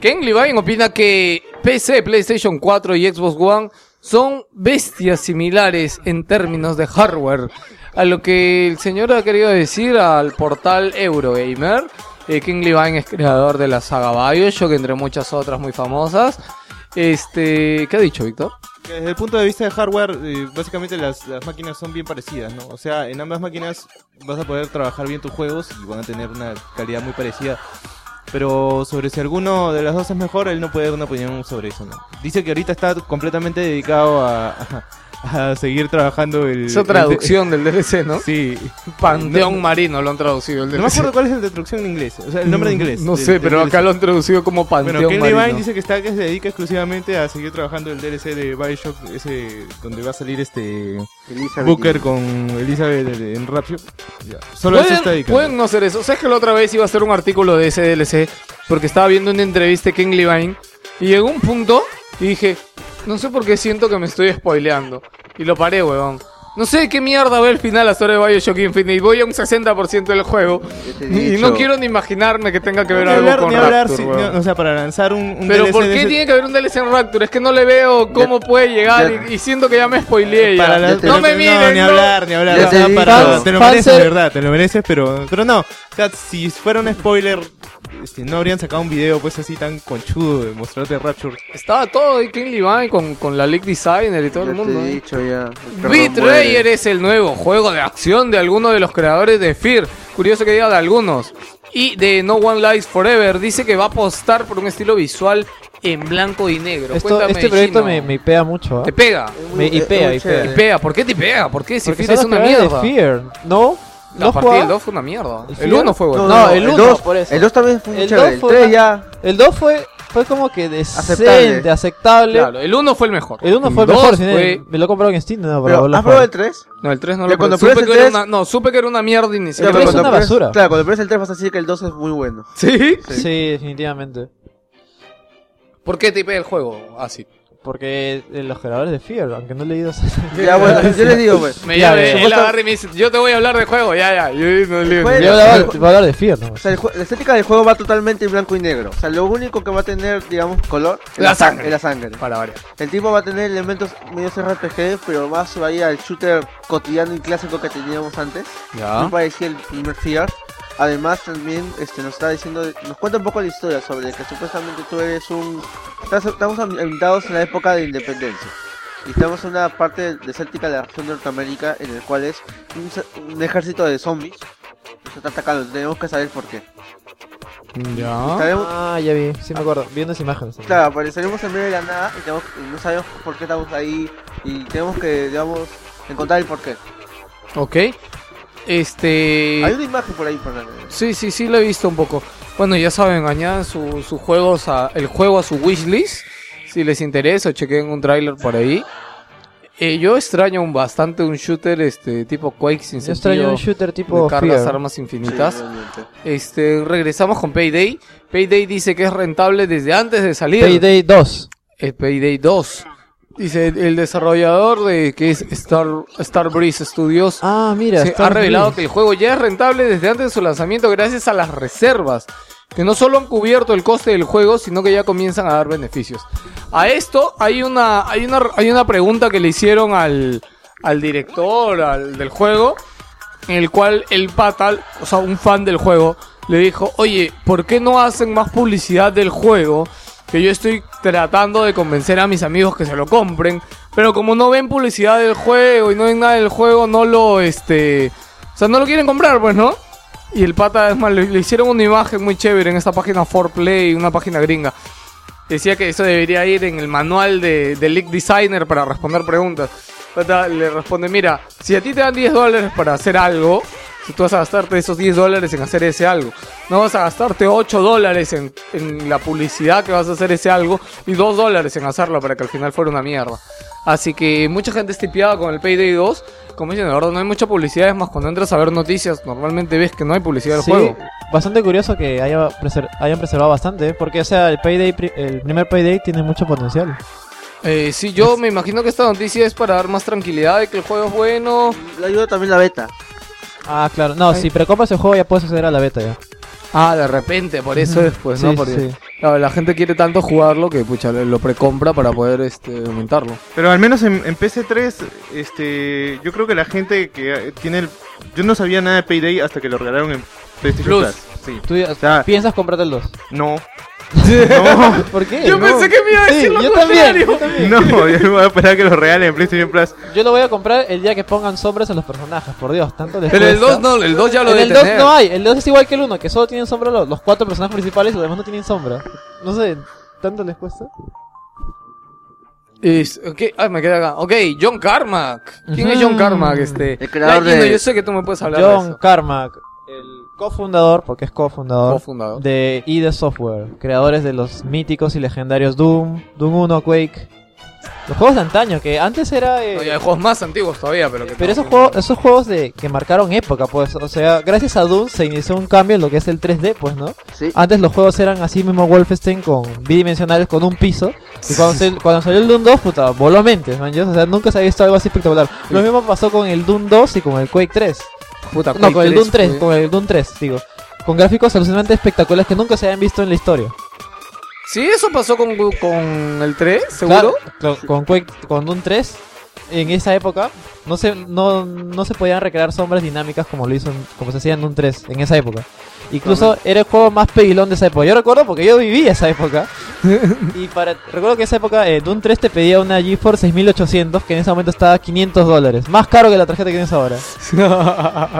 A: Ken Levine opina que PC, PlayStation 4 y Xbox One son bestias similares en términos de hardware. A lo que el señor ha querido decir al portal Eurogamer. Eh, Ken Levine es creador de la saga Bioshock, entre muchas otras muy famosas. Este, ¿qué ha dicho Víctor?
G: Que Desde el punto de vista de hardware, eh, básicamente las, las máquinas son bien parecidas, ¿no? O sea, en ambas máquinas vas a poder trabajar bien tus juegos y van a tener una calidad muy parecida. Pero sobre si alguno de las dos es mejor, él no puede dar una opinión sobre eso, ¿no? Dice que ahorita está completamente dedicado a, a seguir trabajando el...
A: Esa
G: el de-
A: traducción del DLC, ¿no?
G: Sí.
A: [laughs] Panteón
G: No-
A: Marino lo han traducido el
G: No me
A: DLC. [laughs]
G: acuerdo cuál es la traducción en inglés. O sea, el nombre en inglés.
A: Mm, No
G: del-
A: sé,
G: del
A: pero
G: DLC.
A: acá lo han traducido como Panteón
G: Bueno, Ken
A: Marino.
G: Levine dice que está que se dedica exclusivamente a seguir trabajando el DLC de Bioshock, ese donde va a salir este Booker con Elizabeth en- en Rapture. Ya, Solo a eso está
A: ¿Pueden,
G: dedicado.
A: pueden no hacer eso. ¿Sabes que la otra vez iba a hacer un artículo de ese DLC? Porque estaba viendo una entrevista de Ken Levine. Y llegó un punto y dije, no sé por qué siento que me estoy spoileando. Y lo paré, weón. No sé de qué mierda ve el final la historia de Bioshock Infinite. Voy a un 60% del juego.
D: te he
A: Y
D: dicho.
A: no quiero ni imaginarme que tenga que ver
G: Ni
A: algo
G: hablar,
A: con
G: ni hablar,
A: Rapture,
G: sí,
A: weón.
G: no, o sea, para lanzar un, un
A: Pero
G: DLC
A: ¿por
G: de
A: qué
G: ese-
A: tiene que haber un DLC en Rapture? Es que no le veo cómo puede llegar
D: ya-
A: y, y siento que ya me spoileé. ya.
G: para la-
D: Ya te-
A: no me miren.
G: ni
A: no.
G: hablar, ni hablar.
D: Ya
G: o
D: te
G: sea,
D: digo.
G: para-
D: Fans-
G: te lo
E: fan
G: mereces, de
E: ser-
G: verdad, te lo mereces, pero, pero no. O sea, si fuera un spoiler, este, no habrían sacado un video pues así tan conchudo de mostrarte Rapture.
A: Estaba todo ahí Ken Levine con, con la League Designer y todo el
D: Ya te
A: mundo.
D: he
A: ¿eh?
D: dicho ya. Perdón,
A: Beatrayer
D: muere.
A: es el nuevo juego de acción de alguno de los creadores de Fear. Curioso que diga de algunos. Y de No One Lies Forever dice que va a apostar por un estilo visual en blanco y negro.
E: Esto-
A: Cuéntame,
E: este proyecto
A: Gino.
E: me, me pega mucho. ¿ah?
A: Te pega.
E: Me- y
D: Es
E: pega,
D: muy
E: y pega.
A: Te
D: chévere.
A: pega. ¿Por qué te pega? ¿Por qué? Si
E: Porque
A: Fear es
E: son los
A: una mierda.
E: creadores de Fear. No,
A: La
E: no
A: partida del
E: jugaba.
A: 2 fue una mierda.
E: ¿El
A: El
E: Fear?
A: 1 fue bueno.
E: No, el uno,
D: dos-
E: por eso.
D: El 2 también fue
E: El
D: muy chévere.
E: dos
D: El
E: fue
D: 3
E: una-
D: ya.
E: El 2 fue, fue como que decente, aceptable.
D: Aceptable.
A: Claro, el 1 fue el mejor.
E: El 1 fue ah, el
A: dos
E: mejor, sin
A: fue-
E: el- me lo compraron en Steam, no, para
D: Pero,
E: volver a
D: ¿Has probado
E: jugar.
D: el 3?
A: No, el 3 no
D: Ya
A: lo
D: cuando
A: probé. Supe
D: pruebes
A: que
D: el
A: era
D: tres-
A: una... No, supe que era una mierda
E: Ya,
A: inicial.
E: pero es
A: Pero-
E: una
D: pruebes-
E: basura.
D: Claro, cuando pruebes el 3 vas a decir que el 2 es muy bueno.
A: ¿Sí?
E: Sí, definitivamente.
A: ¿Por qué te pega el juego Ah, así?
E: Porque eh, los creadores de Fear, aunque no he leído esa-
D: Ya bueno, yo les digo, pues.
A: Me
E: Ya,
A: llama,
E: bien.
A: él agarra y me dice, yo te voy a hablar de juego, ya, ya. Yo no leo.
D: Bueno.
E: Yo voy a hablar, voy a hablar de Fear, no.
D: O sea, el jue- la estética del juego va totalmente en blanco y negro. O sea, lo único que va a tener, digamos, color es
A: La
D: sa-
A: sangre.
D: es la sangre.
A: Para variar.
D: El tipo va a tener elementos medio RPG, pero más ahí al shooter cotidiano y clásico que teníamos antes.
A: Ya.
D: Muy parecido al primer Fear. Además también este, nos está diciendo, nos cuenta un poco la historia sobre que supuestamente tú eres un... estás- estamos ambientados en la época de independencia. Y estamos en una parte desértica de la región de Norteamérica en el cual es un, se- un ejército de zombies. Nos está atacando, tenemos que saber por qué.
A: Ya.
D: Sabemos-
E: Ah, ya vi, sí me acuerdo, viendo esas imágenes. sí.
D: Claro, apareceremos en medio de la nada y, tenemos- y no sabemos por qué estamos ahí y tenemos que, digamos, encontrar el porqué.
A: Ok. Este.
D: Hay una imagen por ahí, Fernando.
A: Sí, sí, sí, lo he visto un poco. Bueno, ya saben, añadan su- sus juegos a, el juego a su wishlist. Si les interesa, chequen un tráiler por ahí. Eh, yo extraño un- bastante un shooter este tipo Quake sin
E: Yo
A: sentido.
E: extraño un shooter tipo
A: de cargas
E: Fear.
A: armas infinitas.
D: realmente.
A: este, regresamos con Payday. Payday dice que es rentable desde antes de salir.
E: Payday 2.
A: El Payday 2. Dice el desarrollador de que es Star, Star Breeze Studios.
E: Ah, mira.
A: se ha
E: Star
A: revelado
E: Breeze.
A: que el juego ya es rentable desde antes de su lanzamiento gracias a las reservas, que no solo han cubierto el coste del juego, sino que ya comienzan a dar beneficios. A esto hay una, hay una, hay una pregunta que le hicieron al, al director al, del juego, en el cual el patal, o sea, un fan del juego, le dijo, oye, ¿por qué no hacen más publicidad del juego? Que yo estoy tratando de convencer a mis amigos que se lo compren. Pero como no ven publicidad del juego y no ven nada del juego, no lo, este... O sea, no lo quieren comprar, pues, ¿no? Y el pata, es más, le, le hicieron una imagen muy chévere en esta página 4Play, una página gringa. Decía que eso debería ir en el manual de, de League Designer para responder preguntas. Pata le responde, mira, si a ti te dan 10 dólares para hacer algo, si tú vas a gastarte esos 10 dólares en hacer ese algo, no vas a gastarte 8 dólares en, en la publicidad que vas a hacer ese algo y 2 dólares en hacerlo para que al final fuera una mierda. Así que mucha gente está tipiada con el Payday 2. Como dicen, la verdad, no hay mucha publicidad. Es más, cuando entras a ver noticias, normalmente ves que no hay publicidad del
E: Sí,
A: juego.
E: bastante curioso que haya preser- hayan preservado bastante, ¿eh? porque o sea, el Payday, pri- el primer Payday tiene mucho potencial.
A: Eh, sí, yo me imagino que esta noticia es para dar más tranquilidad de que el juego es bueno.
D: Le ayuda también la beta.
E: Ah, claro. No, si precompras el juego ya puedes acceder a la beta ya.
A: Ah, de repente, por eso es, pues, ¿no?
E: Sí,
A: Porque
E: sí.
A: claro, la gente quiere tanto jugarlo que, pucha, lo precompra para poder este, aumentarlo.
C: Pero al menos en, en PC3, este, yo creo que la gente que eh, tiene el... Yo no sabía nada de Payday hasta que lo regalaron en PlayStation
A: Plus.
C: Plus. Sí.
E: ¿Tú ya-
C: sea-
E: piensas comprarte el 2?
C: No. no.
E: ¿Por qué?
A: Yo
E: No.
A: pensé que me iba a decir
E: Sí,
A: lo
E: yo
A: contrario.
E: También, yo
C: [laughs]
E: también.
C: No, yo voy a esperar que lo regalen en PlayStation Plus.
E: Yo lo voy a comprar el día que pongan sombras a los personajes, por Dios, tanto les
A: Pero el
E: cuesta.
A: 2 no, el 2 ya lo
E: En
A: debe
E: el 2
A: tener.
E: no hay, el 2 es igual que el 1, que solo tienen sombra los, los cuatro personajes principales y los demás no tienen sombra. No sé, ¿tanto les cuesta?
A: Es- ok, ay, me quedé acá. Ok, John Carmack. ¿Quién es John
E: Ujú.
A: Carmack? Este?
D: El creador
A: Ya, Gino,
D: de-
A: Yo sé que tú me puedes hablar de
E: Mm. John
A: eso.
E: Carmack, el cofundador, porque es cofundador,
A: Cofundador.
E: de ID Software, creadores de los míticos y legendarios Doom, Doom 1, Quake, los juegos de antaño, que antes era... eh,
A: No, ya hay juegos más antiguos todavía, pero que
E: pero
A: no-
E: esos juegos, esos juegos de, que marcaron época, pues, o sea, gracias a Doom se inició un cambio en lo que es el 3D, pues, ¿no?
D: Sí.
E: Antes los juegos eran así mismo Wolfenstein con bidimensionales con un piso. Y cuando, se- cuando salió el Doom 2, puta, voló mentes, man. Yo, o sea, nunca se había visto algo así espectacular. Lo mismo pasó con el Doom 2 y con el Quake 3.
A: Puta,
E: No, con el Doom 3,
A: fue-
E: con el Doom 3, digo. Con gráficos alucinantes espectaculares que nunca se habían visto en la historia.
A: Sí, eso pasó con, con el 3, seguro.
E: Claro, cl- con Quake, con Doom 3, en esa época, no se, no, no se podían recrear sombras dinámicas como lo hizo, en- como se hacía en Doom 3, en esa época. Incluso era el juego más pedilón de esa época. Yo recuerdo porque yo viví
A: [laughs]
E: esa época. y para recuerdo que esa época eh, Doom 3 te pedía una GeForce 6800 que en ese momento estaba a 500 dólares. Más caro que la tarjeta que
A: [laughs]
E: tienes ahora.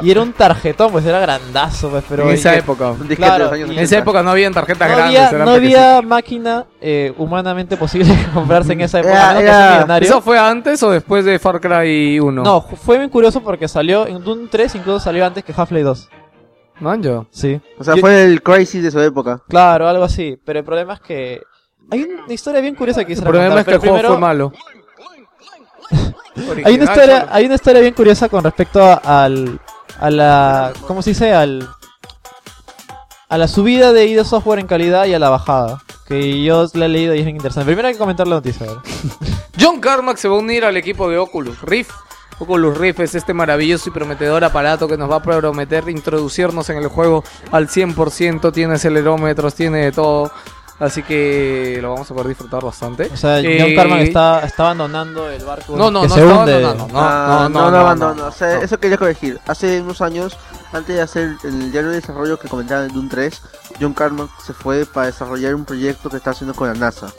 E: y era un tarjetón, pues era grandazo. Pues, pero
A: en esa
E: y-
A: época.
D: Un disquete de
E: Claro,
D: los años
A: En esa
D: 80.
A: época no habían tarjetas
E: no
A: grandes.
E: había,
A: eran
E: no
A: pequeñitas.
E: había máquina eh, humanamente posible de [laughs] comprarse en esa época.
D: Era-
E: a menos que
D: era-
E: seas millonario.
A: ¿Eso fue antes o después de Far Cry 1?
E: No, ju- fue bien curioso porque salió en Doom 3, incluso salió antes que Half-Life 2.
A: Manjo.
E: Sí.
D: O sea,
E: Yo-
D: fue el crazy de su época.
E: Claro, algo así. Pero el problema es que. Hay una historia bien curiosa que
A: El
E: quisiera
A: problema es que
E: contar,
A: el
E: pero
A: juego fue
E: primero-
A: malo.
E: Hay una, historia, hay una historia bien curiosa con respecto a- al. A la. ¿Cómo se dice? Al. A la subida de ID Software en calidad y a la bajada. Que yo la he leído y es bien interesante. Primero hay que comentar la noticia. a ver.
A: John Carmack se va a unir al equipo de Oculus Rift. Oculus Rift es este maravilloso y prometedor aparato que nos va a prometer introducirnos en el juego al 100%. Tiene acelerómetros, tiene de todo. Así que lo vamos a poder disfrutar bastante.
E: O sea,
A: Eh,
E: John Carman está, está abandonando el barco.
A: No, no,
E: que
A: no
E: se
A: está
E: hunde.
A: abandonando. Ah, No, no, no,
D: Ah, no,
A: no,
D: abandono.
A: no.
D: O sea,
A: no.
D: eso quería corregir. Hace unos años, antes de hacer el diario de desarrollo que comentaba en Doom 3, John Carmack se fue para desarrollar un proyecto que está haciendo con la NASA.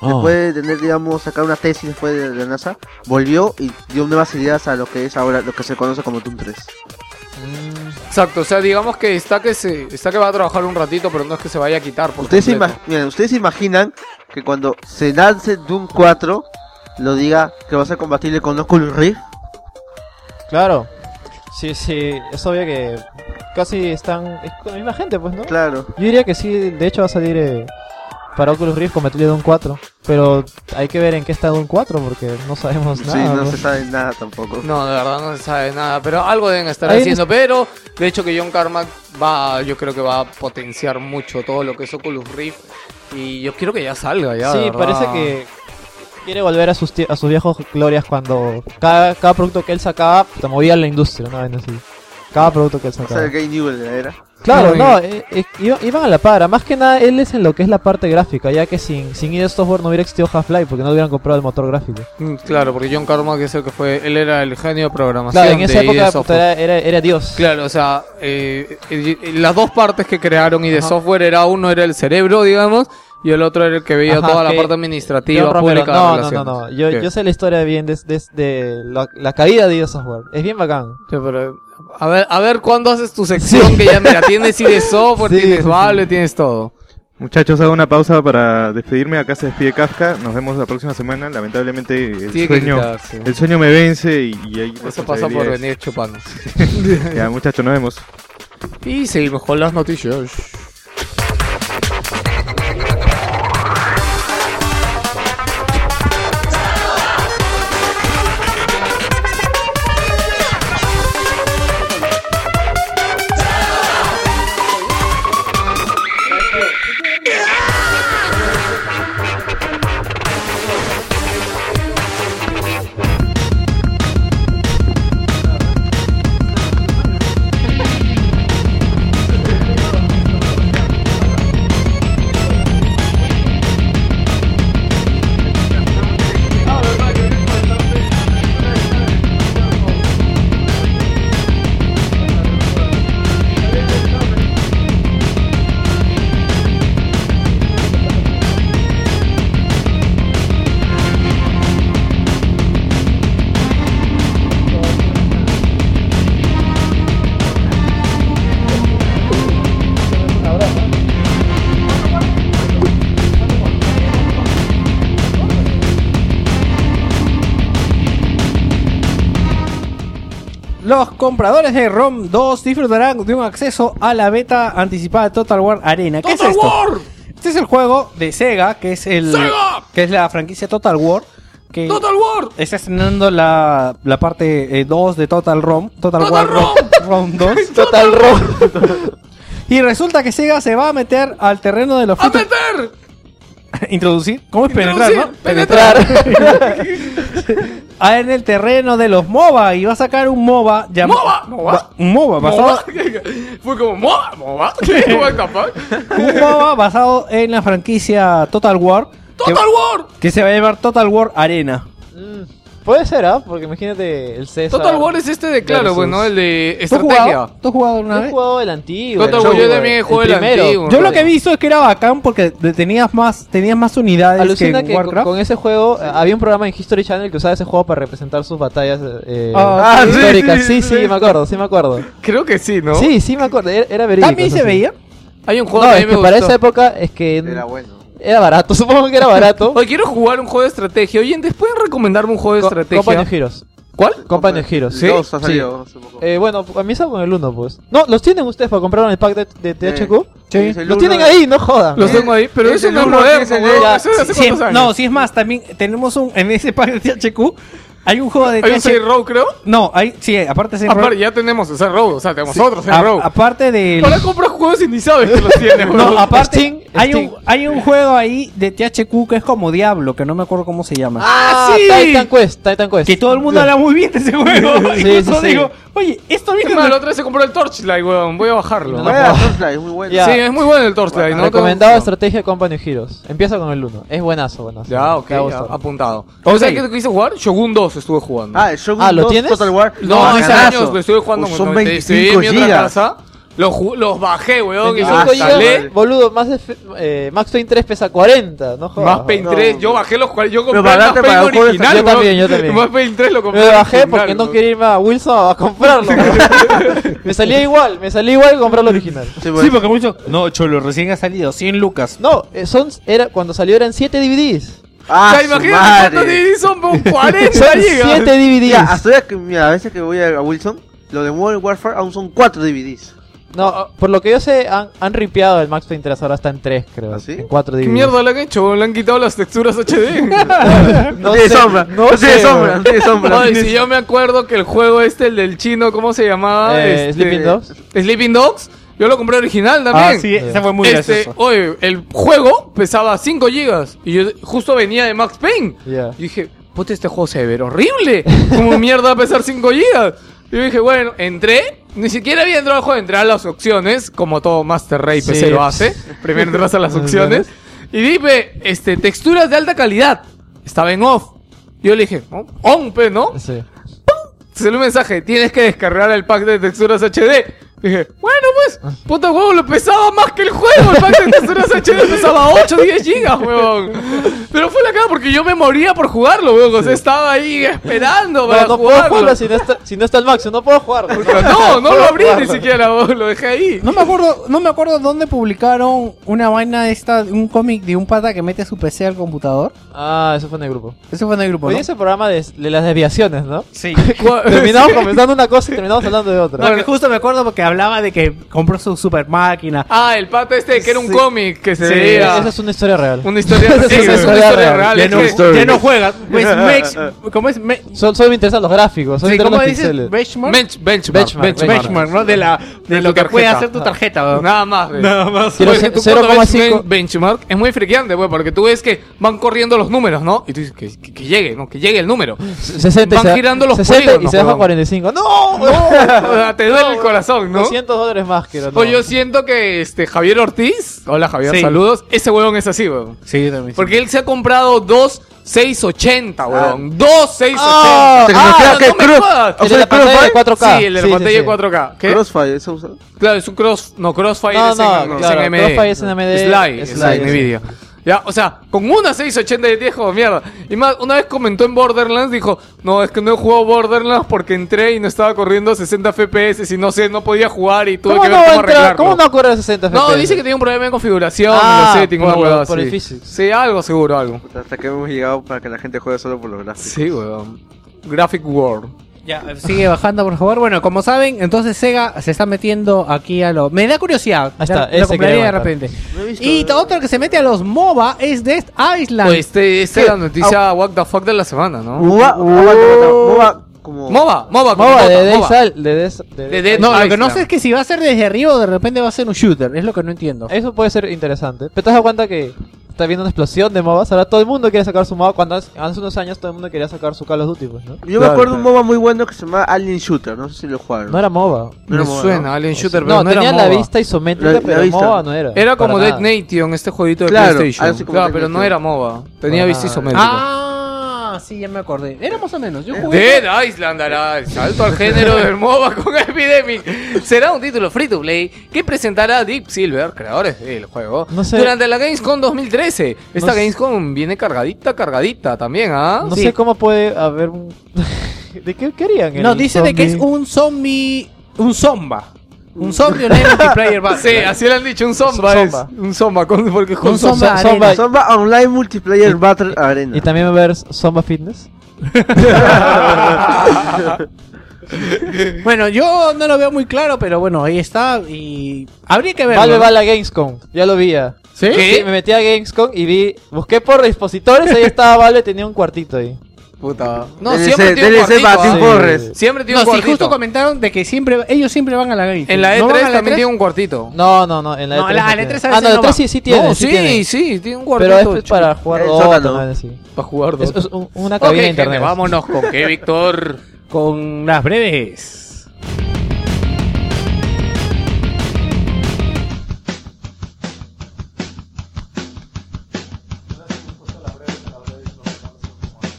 A: Oh.
D: Después de tener, digamos, sacar una tesis después de la NASA, volvió y dio nuevas ideas a lo que es ahora, lo que se conoce como Doom 3.
A: Exacto, o sea, digamos que está que se está que va a trabajar un ratito, pero no es que se vaya a quitar. Por
D: Ustedes se,
A: completo.
D: ima- miren, ustedes se imaginan que cuando se lance Doom 4, lo diga que va a ser compatible con Oculus Rift.
E: Claro. Sí, sí, es obvio que casi están es con la misma gente, pues, ¿no?
D: Claro.
E: Yo diría que sí, de hecho va a salir eh, para Oculus Rift compatible de un 4. Pero hay que ver en qué está Doom 4 porque no sabemos
D: Sí,
E: nada.
D: no
E: pues.
D: se sabe nada tampoco.
A: No, de verdad no se sabe nada, pero algo deben estar
E: Ahí
A: haciendo. Pero de hecho que John Carmack va, yo creo que va a potenciar mucho todo lo que es Oculus Rift y yo quiero que ya salga ya.
E: Sí,
A: de verdad.
E: parece que quiere volver a sus, tie- a sus viejos glorias cuando cada, cada producto que él sacaba te movía la industria, una vez así. Cada producto que él
D: O sea,
E: sacaba.
D: el Gay Newell de la era.
E: Claro,
A: Muy
E: no, eh, eh, iba- iban a la para. Más que nada, él es en lo que es la parte gráfica, ya que sin, sin ir software no hubiera existido Half-Life porque no hubieran comprado el motor gráfico.
A: Mm, Claro, porque John Carmack es el que fue, él era el genio de programación.
E: Claro, en esa
A: de id
E: época puta,
A: Software.
E: era, era, era Dios.
A: Claro, o sea, eh, eh, eh, las dos partes que crearon y de software era uno era el cerebro, digamos, y el otro era el que veía
E: Ajá,
A: toda la
E: que-
A: parte
E: John
A: administrativa
E: Romero.
A: pública. de
E: no, no, no,
A: relaciones.
E: no. Yo,
A: ¿Qué?
E: yo sé la historia bien desde la, la caída de id Software. Es bien bacán.
A: Sí, pero, a ver, a ver cuándo haces tu sección que ya mira, tienes
E: [laughs]
A: y de software,
E: Sí, sí,
A: tienes
E: sí.
A: Valve, tienes todo.
C: Muchachos, hago una pausa para despedirme. Acá se despide Kafka. Nos vemos la próxima semana. Lamentablemente el
A: Tiene que
C: sueño
A: quitarse.
C: el sueño me vence y, y hay
A: Eso pasa por
C: responsabilidades.
A: venir chupando.
C: Ya, muchachos, nos vemos.
A: Y seguimos con las noticias.
B: Los compradores de ROM 2 disfrutarán de un acceso a la beta anticipada de Total War Arena. ¿Qué es esto? Este es el juego de Sega, que es el que es la franquicia Total War. Que ¡Total War! Está estrenando la, la parte 2 de Total ROM. Total, War ROM, [laughs] ROM 2.
E: Total Rock.
B: [laughs] y resulta que Sega se va a meter al terreno de los ¡A meter! [laughs] Introducir. ¿Cómo es penetrar, no?
E: Penetrar.
B: [laughs] Ah, en el terreno de los MOBA y va a sacar un MOBA llamado
A: ¿MOBA? ¿MOBA?
B: un MOBA basado
A: [laughs] Fue como, ¿moba? ¿moba? [laughs] ¿What the fuck?
B: un MOBA basado en la franquicia Total War que-
A: ¡Total War!
B: que, se va a llamar Total War Arena.
E: Puede ser, ¿ah? Porque imagínate el César.
A: Mm. Total War es este de, claro,
E: Versus-
A: bueno, el de
B: ¿Tú has
A: estrategia.
B: jugado? ¿Tú has jugado alguna
E: Yo he
B: vez?
E: jugado el antiguo.
A: Total
E: el
A: War, yo
E: antiguo,
A: también
E: el
A: juego el
E: primero.
A: antiguo.
B: Yo lo que he visto es que era bacán porque te- tenías más tenías más unidades
E: Alucina
B: que
E: que
B: en
E: con,
B: Warcraft.
E: con ese juego eh, había un programa en History Channel que usaba ese juego para representar sus batallas eh,
B: Ah,
E: eh,
B: sí,
E: históricas.
C: sí,
E: Sí, sí,
C: sí.
E: me acuerdo, sí me acuerdo.
A: Creo que sí, ¿no?
E: Sí, sí me acuerdo, era, era verídico.
B: También
E: eso
B: se
E: sí.
B: veía.
A: Hay un juego
E: No,
A: que a
E: es
A: mí
E: que
A: me
E: para
A: gustó.
E: esa época es que
D: Era bueno.
E: era barato, [laughs] supongo que era barato.
A: Oye, quiero jugar un [laughs] juego de estrategia. Oyentes, ¿pueden recomendarme un juego de
E: Co- Company
A: estrategia?
E: of Heroes.
A: ¿Cuál?
E: Company of Heroes.
D: El 2 ha
E: Sí.
D: salido hace poco.
E: Eh, bueno, comienza con el 1, pues. No, los tienen ustedes para comprar en el pack de, de THQ.
B: Sí.
D: Es el uno
E: Los tienen
D: de-
E: ahí, no jodan.
A: Los
D: Eh,
A: tengo ahí, pero
D: es
A: eso
D: el
A: no es
D: uno,
A: moderno,
D: es el
A: weón.
D: de-
A: Eso es de hace
B: Sí,
A: cuántos años.
B: no, si es más, también tenemos un en ese pack de THQ hay un juego de
A: Hay un
B: THQ.
A: Saint Row, creo.
B: No, hay sí, aparte de Saints Row-
A: Aparte, ya tenemos el Saint Row, o sea, tenemos otro Saint
B: a-
F: Ah.
A: Row.
B: aparte del
A: Ahora compras juegos y ni sabes que los tienes, weón.
B: No, aparte,
E: Steam,
B: hay,
E: Steam.
B: Un, hay un juego ahí de THQ que es como Diablo, que no me acuerdo cómo se llama.
E: Ah,
A: sí.
E: Titan Quest, Titan Quest.
B: Que todo el mundo habla muy bien de ese [laughs] juego.
E: Sí,
B: y justo
E: sí, sí.
B: digo, oye, esto
A: Es
B: viene
A: más, la
B: de-
A: otra vez se compró el Torchlight, weón. Voy a bajarlo.
E: No,
D: Bueno,
E: no.
D: Torchlight, es muy bueno.
E: Ya.
A: Sí, es muy bueno el Torchlight, ¿no?
E: Recomendado estrategia Company of Heroes. Empieza con el 1. Es buenazo, buenazo.
A: Ya, ok,
E: Te va a gustar.
A: ya, apuntado. O sea, ¿qué quise jugar? Shogun 2 estuve jugando.
D: Ah, el Shogun
E: Ah, ¿lo
D: 2
E: tienes?
D: Total War.
A: no, hace
D: bacanazo.
A: años lo estuve jugando
D: Son
A: con- sí,
D: 25
A: en mi otra
D: gigas.
A: casa. Los, ju- los bajé, weón, y los
E: 25 gigas,
A: instalé.
E: boludo, más F- eh, Max Payne 3 pesa 40, no jodas.
A: Más Paint 3, yo bajé los cuales yo compré
D: Pero
A: más
D: pagaste para
A: Paint
D: un juego de
A: original.
E: esta- Yo también,
A: weón.
E: yo también.
A: Más Paint 3 lo compré.
E: Me bajé
A: original,
E: porque no
A: weón.
E: quería irme a Wilson a comprarlo. me salía igual, me salía igual que comprar lo original.
D: Sí, pues.
B: Sí,
D: bueno.
B: porque mucho. No, Cholo, recién ha salido 100 lucas.
E: No, eh, son, era, cuando salió eran 7 DVDs.
A: O
D: Ah,
A: sea,
D: su
A: imagínate
D: madre.
A: cuántos DVDs son, weón,
E: Son
A: 40 gigas.
E: 7 DVDs.
D: Mira, hasta ya que, mira, a veces que voy a, a Wilson, lo de Modern Warfare aún son 4 DVDs.
E: No,
A: Oh,
E: por lo que yo sé, han, han ripeado el Max Payne 3, ahora está en 3, creo.
D: ¿Ah, sí?
E: En 4
A: ¿Qué mierda le han hecho? Le han quitado las texturas HD.
E: No
D: tiene
E: sé,
D: sombra, no, tiene
E: sé,
D: sombra, no tiene sombra.
A: Ay, si yo me acuerdo que el juego este, el del chino, ¿cómo se llamaba?
E: Eh,
A: Este,
E: Sleeping Dogs.
A: Sleeping Dogs. Yo lo compré original
G: Ah,
A: también.
G: sí, ese fue muy
A: Este,
G: gracioso.
A: oye, el juego pesaba 5 gigas y yo justo venía de Max Payne.
E: Ya.
A: Y dije, puta, este juego se ve pero horrible. ¿Cómo mierda va a pesar 5 gigas? Y yo dije, bueno, entré. Ni siquiera había entrado al juego, entré a las opciones, como todo Master Race
E: Sí.
A: PC lo hace. Primero entras a las opciones. Y dime, este, texturas de alta calidad. Estaba en off. Yo le dije, "Oh, on, pe, ¿no?
E: Sí.
A: salió un mensaje, tienes que descargar el pack de texturas HD. Dije, bueno pues, puta huevo, lo pesaba más que el juego, el pack de texturas HD pesaba 8 o 10 gigas, huevón. Pero fue la cara porque yo me moría por jugarlo, huevón, o sea, estaba ahí esperando para
E: No, no puedo
A: jugarlo.
E: jugarlo si no, está, si no está el Max, no puedo jugarlo.
A: [laughs] Puta, No, no lo abrí ni siquiera, huevón, lo dejé ahí.
B: No me acuerdo, no me acuerdo dónde publicaron una vaina de esta, un cómic de un pata que mete su PC al computador.
E: Ah, eso fue en el grupo.
B: Eso fue en el grupo,
E: Oye,
B: ¿no?
E: ese programa de, de las
A: [laughs]
E: desviaciones, ¿no?
B: Sí.
E: Terminamos comenzando una cosa y terminamos hablando de otra.
B: No, que justo me acuerdo porque hablaba de que compró su super máquina.
A: Ah, el pato este que era un
B: Sí.
A: cómic que se
B: Sí,
A: veía.
E: Esa es una historia real.
A: Una historia,
E: [laughs] Esa es
A: sí,
E: una
A: es una
E: historia
A: historia
E: real.
A: real.
B: Ya
A: es
B: no,
A: que-
B: ya no juega. Pues Mex, ¿cómo es? Me-
E: Sol- solo me interesan los gráficos, solo
B: sí,
E: me interesan
B: ¿Cómo
E: los
B: dices?
E: pixeles.
B: Benchmark.
A: Bench, benchmark,
E: Benchmark,
A: benchmark.
B: Benchmark, ¿no? De, la, de,
A: De
B: lo
A: tu
B: que puede
A: tarjeta.
B: hacer tu tarjeta, weón.
A: Nada más, güey.
B: Nada más.
E: Quiero
A: Oye,
E: ser-
A: tú cuando ves
E: 0,5.
A: ben- benchmark es muy friqueante, güey, porque tú ves que van corriendo los números, ¿no? Y tú dices que, que- que llegue, ¿no? Que llegue el número. [laughs]
E: 60 y
A: Van
E: se-
A: girando los
E: 60 y
A: polígonos,
E: se baja
A: huevón.
E: 45. ¡No!
A: O sea, te duele el corazón, ¿no?
E: 200 dólares más que
A: O yo siento que este Javier Ortiz, hola Javier,
B: Sí.
A: saludos, ese huevón es así, huevón.
B: Sí, también.
A: Porque él se ha comprado dos 680, huevón. Dos 680.
E: Ah,
D: tecnología
A: no,
D: que
A: no me
D: cru-
A: jodas.
E: El de la pantalla de 4K.
A: Sí, el de la
E: Sí, sí,
A: pantalla
E: sí.
A: 4K. ¿Qué?
D: Crossfire, eso usa.
A: Claro, es un cross. No, Crossfire
E: No,
A: es,
E: no,
A: en,
E: claro,
A: es en AMD.
E: Crossfire es en AMD,
A: Sly,
E: es
A: es
E: Sly,
A: en
E: sí.
A: Nvidia. Ya, o sea, con una 680 de 10, como mierda. Y más, una vez comentó en Borderlands, dijo, no, es que no he jugado Borderlands porque entré y no estaba corriendo a 60 FPS y no sé, no podía jugar y tuve
E: ¿Cómo
A: que ver
E: no,
A: cómo
E: entra,
A: arreglarlo.
E: ¿Cómo no corre a 60 FPS?
A: No, dice que tenía un problema de configuración,
E: Ah,
A: los settings,
E: por-
A: una huevada
E: por
A: así.
E: el physics.
A: Sí, algo seguro, algo.
D: Hasta que hemos llegado para que la gente juegue solo por los gráficos.
A: Sí, weón. Graphic World.
B: Ya, sigue bajando, por favor. Bueno, como saben, entonces Sega se está metiendo aquí a lo. Me da curiosidad.
E: Ahí está,
B: Ya
E: ese
B: lo compraría
E: quería
B: de
E: matar.
B: repente. Y otro que se mete a los MOBA es Death Island.
A: Pues este, esta es la noticia
E: Ah.
A: what the fuck de la semana, ¿no?
D: Muba, Muba, no, Muba, como.
A: MOBA, MOBA, con
E: Uh. MOBA
A: J,
E: de
A: MOBA.
E: Dead Isle- de Dead- de
A: De
E: Dead
A: Dead
B: no, lo que
A: Island.
B: no sé es que si va a ser desde arriba o de repente va a ser un shooter. Es lo que no entiendo.
E: Eso puede ser interesante. Pero te has dado cuenta que está viendo una explosión de MOBAs. Ahora todo el mundo quiere sacar su MOBA. Cuando hace, hace unos años todo el mundo quería sacar su Call of Duty, pues, ¿no?
D: Yo me acuerdo un MOBA muy bueno que se llamaba Alien Shooter, no sé si lo jugaron.
E: No era MOBA.
D: No
A: Me
D: era MOBA,
A: suena,
D: ¿no?
A: Alien Shooter, pero
E: No,
A: no
E: tenía
A: era
E: la
A: MOBA.
E: vista isométrica,
D: La- la
E: pero
D: vista.
E: MOBA no era.
A: Era como
E: Para
A: Dead
E: nada.
A: Nation, este jueguito de
D: Claro,
A: PlayStation.
D: algo así como
A: Claro,
D: Dead
A: pero no
D: Nation.
A: era MOBA. Tenía
E: Para
A: vista
E: nada.
A: isométrica.
B: Ah, sí, ya me acordé. Era más o menos. Yo jugué.
A: Dead Island hará el salto al género [laughs] del MOBA con Epidemic. Será un título free to play que presentará Deep Silver, creadores del juego,
E: No sé.
A: durante la Gamescom 2013. Esta
E: sé.
A: Gamescom viene cargadita, cargadita también, ¿ah?
E: No
B: Sí.
E: sé cómo puede haber un... [laughs] ¿De qué querían?
B: No,
E: el
B: dice de que es
E: zombie?
B: un zombie. Un zomba. Un zombie online multiplayer battle.
A: Sí, así le han dicho, un zomba,
E: Un
A: es.
E: zomba.
A: Un zomba, con- porque
B: Un
A: justo...
B: zomba.
E: Zomba-
B: arena.
D: Zomba Online Multiplayer
E: Y-
D: Battle Arena.
E: Y también va a haber Zomba Fitness.
B: Bueno, yo no lo veo muy claro, pero bueno, ahí está. Y habría que verlo.
E: Valve
B: ¿no?
E: va a la Gamescom. Ya lo vi ya.
B: ¿Sí?
A: ¿Qué?
E: Sí, me metí a Gamescom y vi... Busqué por dispositores. Ahí estaba Valve. Tenía un cuartito ahí.
A: Puta. No,
D: DLC,
A: siempre tiene un
D: DLC
A: cuartito,
D: para Tim
A: ¿ah?
D: Forrest.
A: Siempre tiene
B: No,
A: un
B: sí,
A: cuartito.
B: justo comentaron de que siempre ellos siempre van a la Gamescom.
A: En la E3
B: ¿No van a la E
A: también
B: E3?
A: tiene un cuartito.
E: No, no, no. En la
B: No,
E: E3
B: la- la E
E: tiene.
B: E3 a veces
E: Ah, no, la
B: no
E: E3
B: va.
E: sí, sí tiene.
A: no,
E: sí
A: sí,
E: tiene.
A: sí, tiene un cuartito.
E: Pero esto es para jugar
D: El
E: Dota,
D: sótano.
E: una vaina así.
A: Para jugar
E: Es,
A: dos.
E: es un- una cabina de internet.
A: vámonos con qué, Víctor.
B: Con las breves.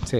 A: Sí.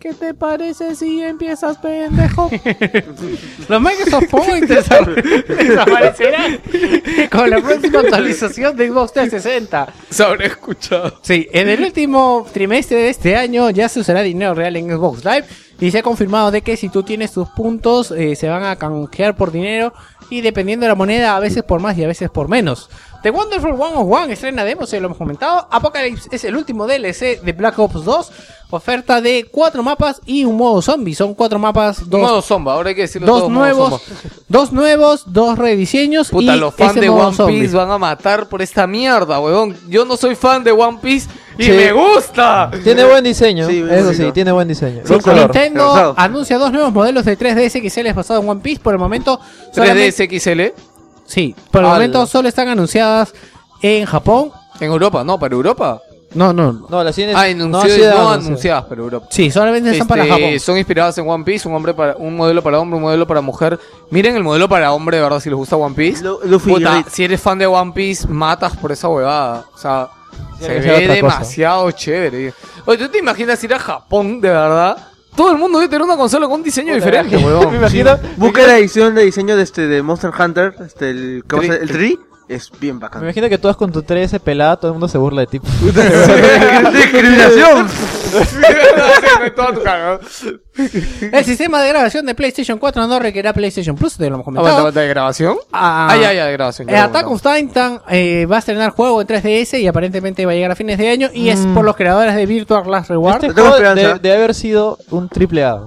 B: ¿Qué te parece si empiezas, pendejo? [laughs] Los Microsoft Points
A: [laughs]
B: desaparecerán con la próxima actualización de Xbox 360.
A: Se habrá escuchado.
B: Sí, en el último trimestre de este año ya se usará dinero real en Xbox Live y se ha confirmado de que si tú tienes tus puntos eh, se van a canjear por dinero y dependiendo de la moneda a veces por más y a veces por menos. The Wonderful 101 estrena demo, se lo hemos comentado. Apocalypse es el último DLC de Black Ops 2, oferta de cuatro mapas y un modo zombie. Son cuatro mapas, dos
A: Modo zomba, ahora hay que decirlo
B: dos
A: todo, modo
B: nuevos,
A: zomba.
B: dos nuevos, dos rediseños
A: Puta,
B: y
A: los fans
B: ese
A: de
B: modo
A: One
B: zombie.
A: Piece van a matar por esta mierda, huevón. Yo no soy fan de One Piece y
E: Sí.
A: me gusta.
E: Tiene buen diseño.
D: Sí, bien
E: eso sí,
D: bonito.
E: tiene buen diseño.
D: Sí,
E: Buen color.
B: Nintendo
D: Rosado.
B: anuncia dos nuevos modelos de 3DS que se les pasado en One Piece. Por el momento, solamente-
A: 3DS XL
B: sí, por el
A: Ala.
B: momento solo están anunciadas en Japón.
A: en Europa, no, para Europa.
B: No, no, no.
E: No, las tiene.
A: Ah, enunciadas,
E: sí,
A: no,
E: anunciadas.
A: anunciadas, pero Europa.
B: Sí, solamente están para
A: Este,
B: Japón.
A: Son inspiradas en One Piece, un hombre para un modelo para hombre, un modelo para mujer. Miren el modelo para hombre, de verdad, si les gusta One Piece.
D: Lu- Luffy
A: Puta,
D: Lloyd.
A: si eres fan de One Piece, matas por esa huevada. O sea, se
E: que sea
A: ve
E: otra cosa.
A: demasiado chévere. Oye, ¿tú te imaginas ir a Japón, de verdad? Todo el mundo debe tener una consola con un diseño
B: [laughs]
A: diferente,
E: [laughs] Me
A: huevón.
E: imagino.
D: Busca la edición de diseño de este de Monster Hunter, este el ¿cómo se- el tri es bien
E: Me [laughs]
D: bacán. [laughs]
E: imagino que tú vas con tu 3S pelada, todo el mundo se burla de ti.
D: Discriminación.
B: El sistema de grabación de PlayStation 4 no requerá PlayStation Plus, te lo hemos comentado.
A: Aguanta, aguanta, ¿de grabación?
B: Ah,
A: Ah, ya, ya, de grabación.
B: Eh,
A: ya lo
B: Attack on
A: comentamos.
B: Titan eh, va a estrenar juego en 3DS y aparentemente va a llegar a fines de año y es por los creadores de Virtual Last Reward.
E: Este
D: Tengo
E: juego
D: esperanza.
E: de- debe haber sido un triple A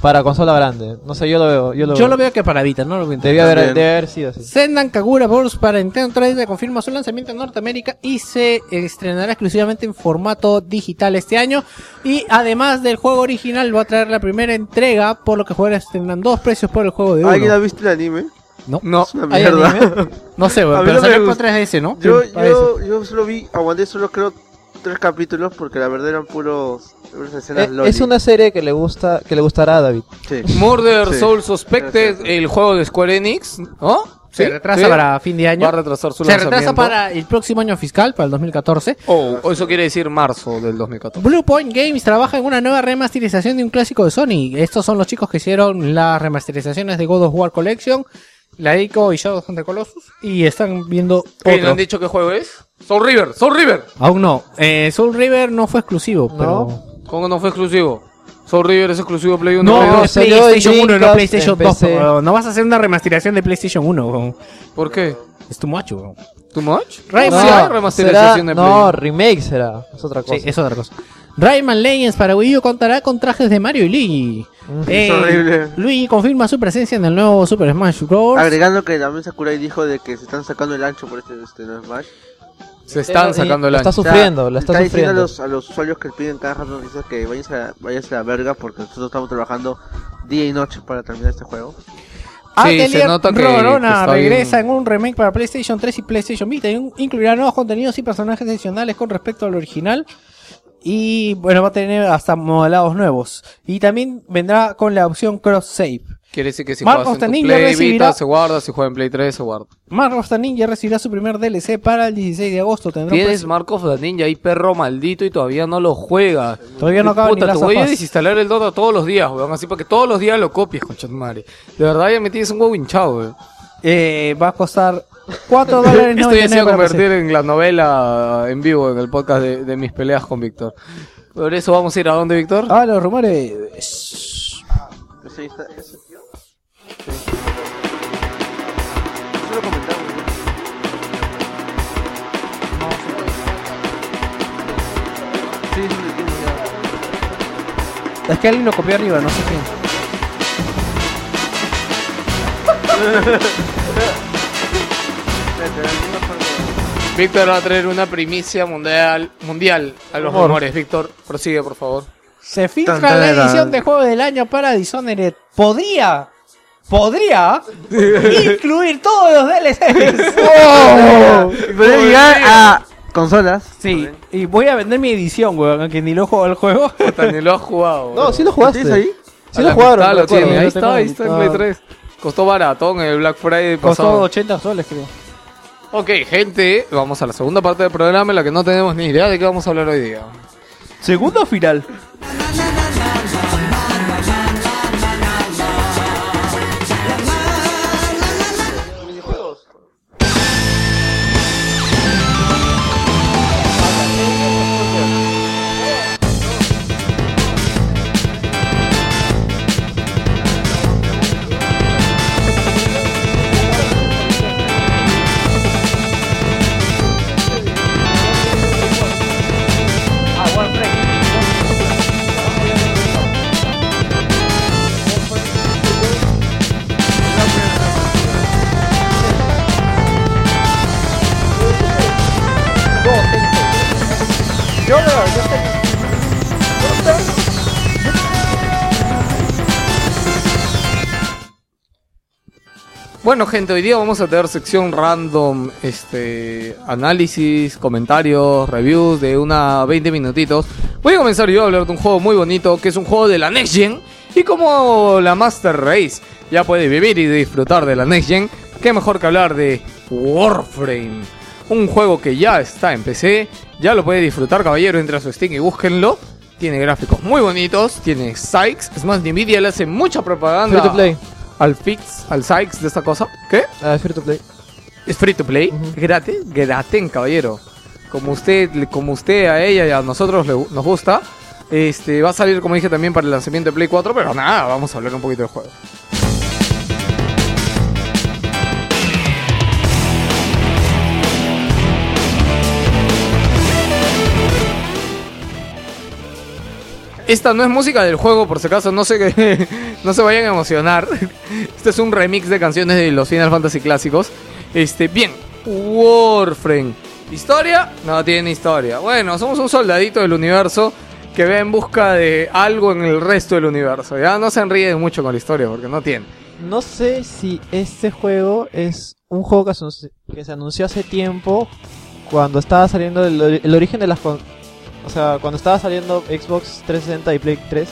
E: para consola grande. No sé, yo lo veo. Yo lo,
B: Yo lo veo que para Vita, no lo veo. en
E: Debía haber,
D: También.
E: debe haber sido así.
B: Sendan Kagura Burst para Nintendo 3DS confirma su lanzamiento en Norteamérica y se estrenará exclusivamente en formato digital este año. Y además del juego original va a traer la primera entrega, por lo que jugadores tendrán dos precios por el juego de
D: ¿Alguien ha
B: uno.
D: visto el anime?
A: No,
D: Es una
E: ¿Hay
D: mierda.
E: anime?
B: No sé,
D: [laughs] A mí
B: pero
D: no me
B: salió por
D: gusta.
B: 3DS, ¿no?
D: Yo,
B: Parece.
D: yo, yo solo vi, aguanté solo creo tres capítulos porque la verdad eran puros puras escenas
E: Eh,
D: loli.
E: Es una serie que le gusta, que le gustará a David.
D: Sí.
A: Murder
D: Sí.
A: Soul Suspected,
D: Gracias.
A: el juego de Square Enix, ¿no?
B: Se
A: Sí,
B: retrasa
A: sí.
B: para fin de
A: Va
B: año.
A: a retrasar su
B: Se retrasa
A: lanzamiento.
B: para el próximo año fiscal, para el 2014.
A: Oh, eso quiere decir marzo del 2014.
B: Blue Point Games trabaja en una nueva remasterización de un clásico de Sony. Estos son los chicos que hicieron las remasterizaciones de God of War Collection, la Ico y Shadow of the Colossus. Y están viendo
A: ¿Y no
B: otro.
A: han dicho qué juego es? Soul River, Soul River.
B: Aún no. Eh, Soul River no fue exclusivo, pero...
A: ¿Cómo no fue exclusivo? Soul River es exclusivo de Play 1. Play
B: No,
E: No,
B: es
A: dos.
E: salió en
B: PlayStation 1, no
E: Dreamcast,
B: PlayStation
E: en
B: 2.
E: PC.
B: weón. No vas a hacer una remasterización de PlayStation 1, weón.
A: ¿Por qué?
B: Es too much, weón.
A: ¿Too much?
B: Rayman.
A: Sí, hay
E: será,
A: remasterización de Play
E: no,
A: 1.
E: remake será. Es otra cosa.
B: Sí, es otra cosa. Rayman Legends para Wii U contará con trajes de Mario y Luigi.
E: Mm.
B: Eh,
D: horrible.
B: Luigi confirma su presencia en el nuevo Super Smash Bros.
D: Agregando que también Sakurai dijo de que se están sacando el ancho por este, este no Smash.
A: Se
B: eh,
A: están
E: Y
A: sacando el
E: Lo está
A: año.
D: O sea,
E: sufriendo, lo está,
D: diciendo a
E: sufriendo.
D: los, a los usuarios que piden cada rato noticias que vayas a, vayas a la verga porque nosotros estamos trabajando día y noche para terminar este juego.
B: Atelier
A: se nota que- que
B: Ah, Rorona
A: está bien.
B: regresa en un remake para PlayStation 3 y PlayStation Vita. y un- incluirá nuevos contenidos y personajes adicionales con respecto al original. Y bueno, va a tener hasta modelados nuevos. Y también vendrá con la opción Cross Save.
A: Quiere decir que si
B: Marcos
A: juegas en tu
B: Tanín ya
A: Play
B: recibirá-
A: Vita se guarda, si juegas en Play 3 se guarda.
B: Mark of the Ninja recibirá su primer DLC para el 16 de agosto. Tendrá un
A: Tienes
B: precio-
A: Marcos la Ninja ahí perro maldito y todavía no lo juegas.
B: Todavía no acaba ni
A: Puta,
B: Last
A: te
B: of
A: voy a
B: Us.
A: desinstalar el Dota todos los días, weón. Así para que todos los días lo copies, conchetumare. De verdad ya me tienes un huevo hinchado, weón.
B: Eh, va a costar
A: [laughs]
B: 4 dólares.
A: Esto ya se va a
B: 99 para
A: convertir en la novela en vivo en el podcast de, de mis peleas con Víctor. Por eso vamos a ir a dónde, Víctor?
B: PC. Ah, los rumores.
D: Eso Pues ahí está- eso- Sí. Eso lo comentamos, ¿no? Sí, eso lo dijimos ya.
B: Es que alguien lo copió arriba, no sé quién.
A: Víctor va a traer una primicia mundial, mundial a los rumores. Víctor, prosigue, por favor.
B: Se filtra la edición de juego del año para Dishonored. Podría, podría incluir todos los DLCs.
A: [laughs]
D: Pero llegar a consolas.
B: Sí, y voy a vender mi edición, weón, aunque ni lo juego al juego.
A: Puta, ni lo has jugado.
E: No,
A: weón.
E: Oh, sí lo
D: ¿Lo
E: jugaste.
D: tienes ahí?
E: Sí
A: A
E: lo
A: la
E: jugaron.
A: mitad
E: me
A: lo
E: acuerdo,
A: tiene.
E: yo
A: Ahí
E: tengo
A: está, ahí está en
E: mitad.
A: Play 3. Costó baratón el Black Friday
B: Costó
A: pasado.
B: 80 soles, creo.
A: Ok, gente, vamos a la segunda parte del programa en la que no tenemos ni idea de qué vamos a hablar hoy día.
B: Segundo final.
L: na na na na na na na na na na na na na
M: yo veo, yo te... yo te-
A: Bueno, gente, hoy día vamos a tener sección random, este, análisis, comentarios, reviews de una 20 minutitos. Voy a comenzar yo a hablar de un juego muy bonito, que es un juego de la Next Gen, y como la Master Race ya puede vivir y disfrutar de la Next Gen, qué mejor que hablar de Warframe. Un juego que ya está en PC, ya lo puede disfrutar, caballero, entre a su Steam y búsquenlo. Tiene gráficos muy bonitos, tiene Sykes, es más, Nvidia le hace mucha propaganda
E: Free to play.
A: al Fix, al Sykes de esta cosa. ¿Qué?
E: Ah, es free to play.
A: Es free to play. Gratis. Gratis, caballero. Como usted, como usted a ella y a nosotros le- nos gusta. Este, va a salir, como dije, también para el lanzamiento de Play 4, pero nada, vamos a hablar un poquito del juego. Esta no es música del juego, por si acaso, no sé que [laughs] no se vayan a emocionar. [laughs] Este es un remix de canciones de los Final Fantasy clásicos. Este, bien, Warframe. ¿Historia? No tiene historia. Bueno, somos un soldadito del universo que va en busca de algo en el resto del universo. Ya no se enríen mucho con la historia porque no tiene.
E: No sé si este juego es un juego que, se- que se anunció hace tiempo cuando estaba saliendo el, ori- el origen de las con- o sea, cuando estaba saliendo Xbox 360 y Play 3,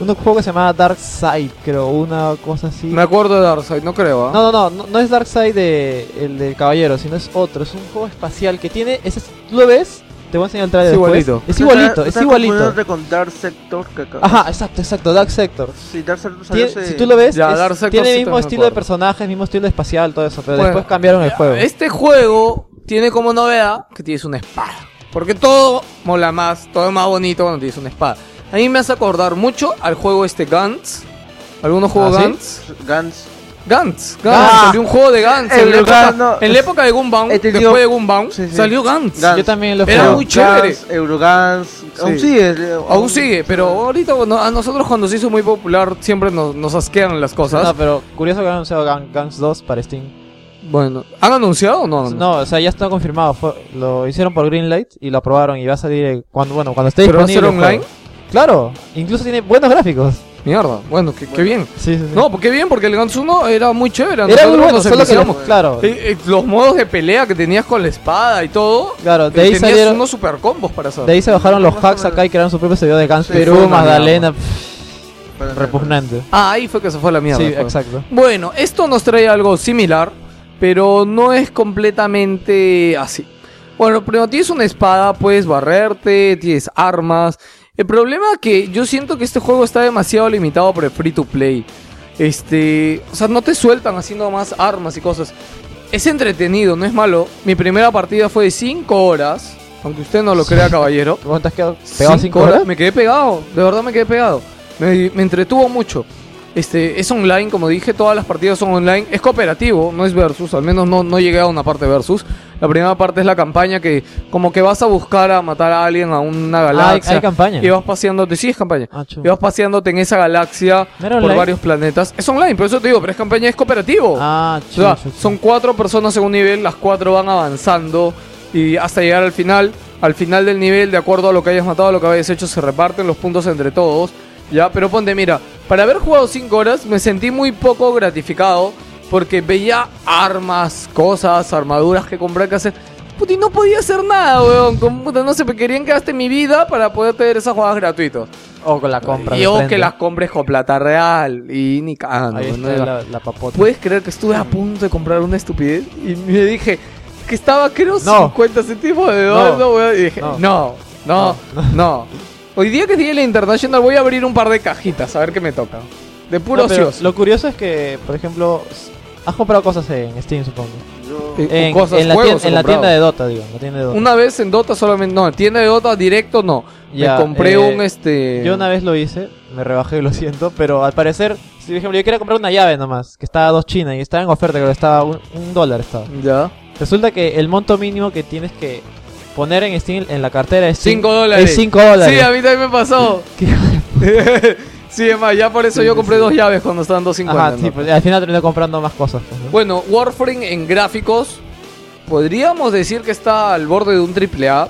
E: un juego que se llamaba Dark Side, creo, una cosa así.
A: Me
E: No,
A: acuerdo de Darkseid, no creo. ¿ah?
E: no, no, no, no es Dark Side de el del caballero, sino es otro, es un juego espacial que tiene ese tú lo ves, te voy a enseñar el trailer
A: Es
E: después.
A: igualito.
E: Es igualito,
D: Tú
E: es
D: estás
E: igualito.
D: confundiéndote con Dark Sector, que acá-
E: Ajá, exacto, exacto, Dark Sector.
D: Sí, Dark Sector salió
E: Tien-
D: hace-
E: si tú lo ves,
A: Ya,
E: es-
A: Dark Sector
E: tiene
A: sí
E: el mismo
A: también me
E: estilo de
A: acuerdo.
E: personajes, mismo estilo espacial, todo eso, pero
A: Bueno.
E: después cambiaron el juego.
A: Este juego tiene como novedad que tienes una espada. Porque todo mola más, todo es más bonito cuando tienes una espada. A mí me hace acordar mucho al juego este Guns. ¿Alguno jugó
E: ¿Ah, sí?
A: Guns?
D: Guns.
A: Guns, Guns,
E: Ah.
A: salió un juego de Guns.
D: El
A: en, la
D: de
A: época,
D: Guns, no.
A: en la época de Gunbound,
E: este
D: He tenido-
A: después de Gunbound,
D: Sí, sí.
A: salió Guns.
D: Guns.
E: Yo también lo he
A: Era
E: jugado.
A: muy chévere.
D: Guns, Euroguns. Aún sigue. eh,
A: Aún sigue, pero ahorita bueno, a nosotros cuando se hizo muy popular siempre nos, nos asquean las cosas.
E: No, pero curioso que han anunciado Gang- Gangs 2 para Steam.
A: Bueno, ¿han anunciado o no?
E: No, o sea, ya está confirmado. fue- lo hicieron por Greenlight y lo aprobaron y va a salir eh, cuando, bueno, cuando esté
A: ¿Pero va a
E: disponible.
A: ser
E: el juego. Claro, incluso tiene buenos gráficos.
A: Mierda, bueno, que- qué bien.
E: Sí, sí, sí.
A: No, porque bien, porque el Guns 1 era muy chévere.
E: era
A: nosotros
E: muy bueno,
A: nos
E: solo que
A: enviciamos.
E: lo- claro.
A: Eh, eh, los modos de pelea que tenías con la espada y todo.
E: Claro, de
A: eh,
E: ahí
A: tenías
E: salieron-
A: unos super combos para hacer.
E: De ahí se bajaron los
D: Más o
E: hacks acá y crearon su propio servidor de Guns
D: Sí, fue
E: Perú,
D: una
E: Magdalena, pff, repugnante.
A: Ah, ahí fue que se fue la mierda.
E: Sí,
A: el juego.
E: exacto.
A: Bueno, esto nos trae algo similar, pero no es completamente así. Bueno, pero tienes una espada, puedes barrerte, tienes armas. El problema es que yo siento que este juego está demasiado limitado por el free to play. Este, o sea, no te sueltan haciendo más armas y cosas. Es entretenido, no es malo. Mi primera partida fue de 5 horas, aunque usted no lo crea, caballero.
E: ¿Cómo te has quedado pegado
A: Cinco
E: 5 horas?
A: Me quedé pegado, de verdad me quedé pegado. Me, me entretuvo mucho. Este, es online, como dije, todas las partidas son online. Es cooperativo, no es versus, al menos no, no llegué a una parte versus. La primera parte es la campaña que como que vas a buscar a matar a alguien a una
E: Ah, hay,
A: galaxia.
E: hay campaña.
A: y vas paseándote, sí es campaña.
E: Ah, chu.
A: Y vas paseándote en esa galaxia
E: ¿No era
A: por
E: online?
A: varios planetas. Es online, por eso te digo, pero es campaña, es cooperativo.
E: Ah,
A: O
E: chu,
A: sea,
E: chu, chu.
A: son cuatro personas en un nivel, las cuatro van avanzando y hasta llegar al final. Al final del nivel, de acuerdo a lo que hayas matado, a lo que hayas hecho, se reparten los puntos entre todos. Ya, pero ponte, mira, para haber jugado cinco horas me sentí muy poco gratificado porque veía armas, cosas, armaduras que comprar que hacer. Puta, y no podía hacer nada, weón. Con- puta, no sé, me querían que gaste mi vida para poder tener esas jugadas gratuitas.
E: O con la compra.
A: Y
E: de
A: yo
E: frente.
A: que las compres con plata real. Y ni cagando.
E: Ahí
A: no
E: está
A: iba.
E: la, la papota.
A: ¿Puedes creer que estuve a punto de comprar una estupidez? Y me dije que estaba, creo,
E: No.
A: 50 centimos de dólar.
E: No.
A: weón. Y dije, no,
E: No.
A: no, no. Hoy día que es Día de la International voy a abrir un par de cajitas a ver qué me toca. De puro
E: No, pero
A: ocioso.
E: Lo curioso es que, por ejemplo, s- has comprado cosas en Steam, supongo.
A: Eh,
E: En,
A: cosas,
E: en la,
A: juegos
E: tien-
A: he
E: en la
A: comprado.
E: tienda de Dota, digo. en La tienda de Dota.
A: Una vez en Dota solamente. No, en tienda de Dota directo no.
E: Ya,
A: me compré
E: eh,
A: un este.
E: Yo una vez lo hice, me rebajé, lo [laughs] siento, pero al parecer, si por ejemplo yo quería comprar una llave nomás, que estaba a dos chinas y estaba en oferta, creo que estaba un, un dólar estaba.
A: Ya.
E: Resulta que el monto mínimo que tienes que poner en Steam, en la cartera de Steam,
A: Cinco dólares.
E: es 5 dólares.
A: Sí, a mí también me pasó.
E: [laughs] Qué hijo de-
A: [laughs] sí, es más, ya por eso yo compré dos llaves cuando estaban 250.
E: Ajá, sí,
A: ¿no?
E: pues, al final terminé comprando más cosas. pues, ¿no?
A: Bueno, Warframe en gráficos, podríamos decir que está al borde de un triple A.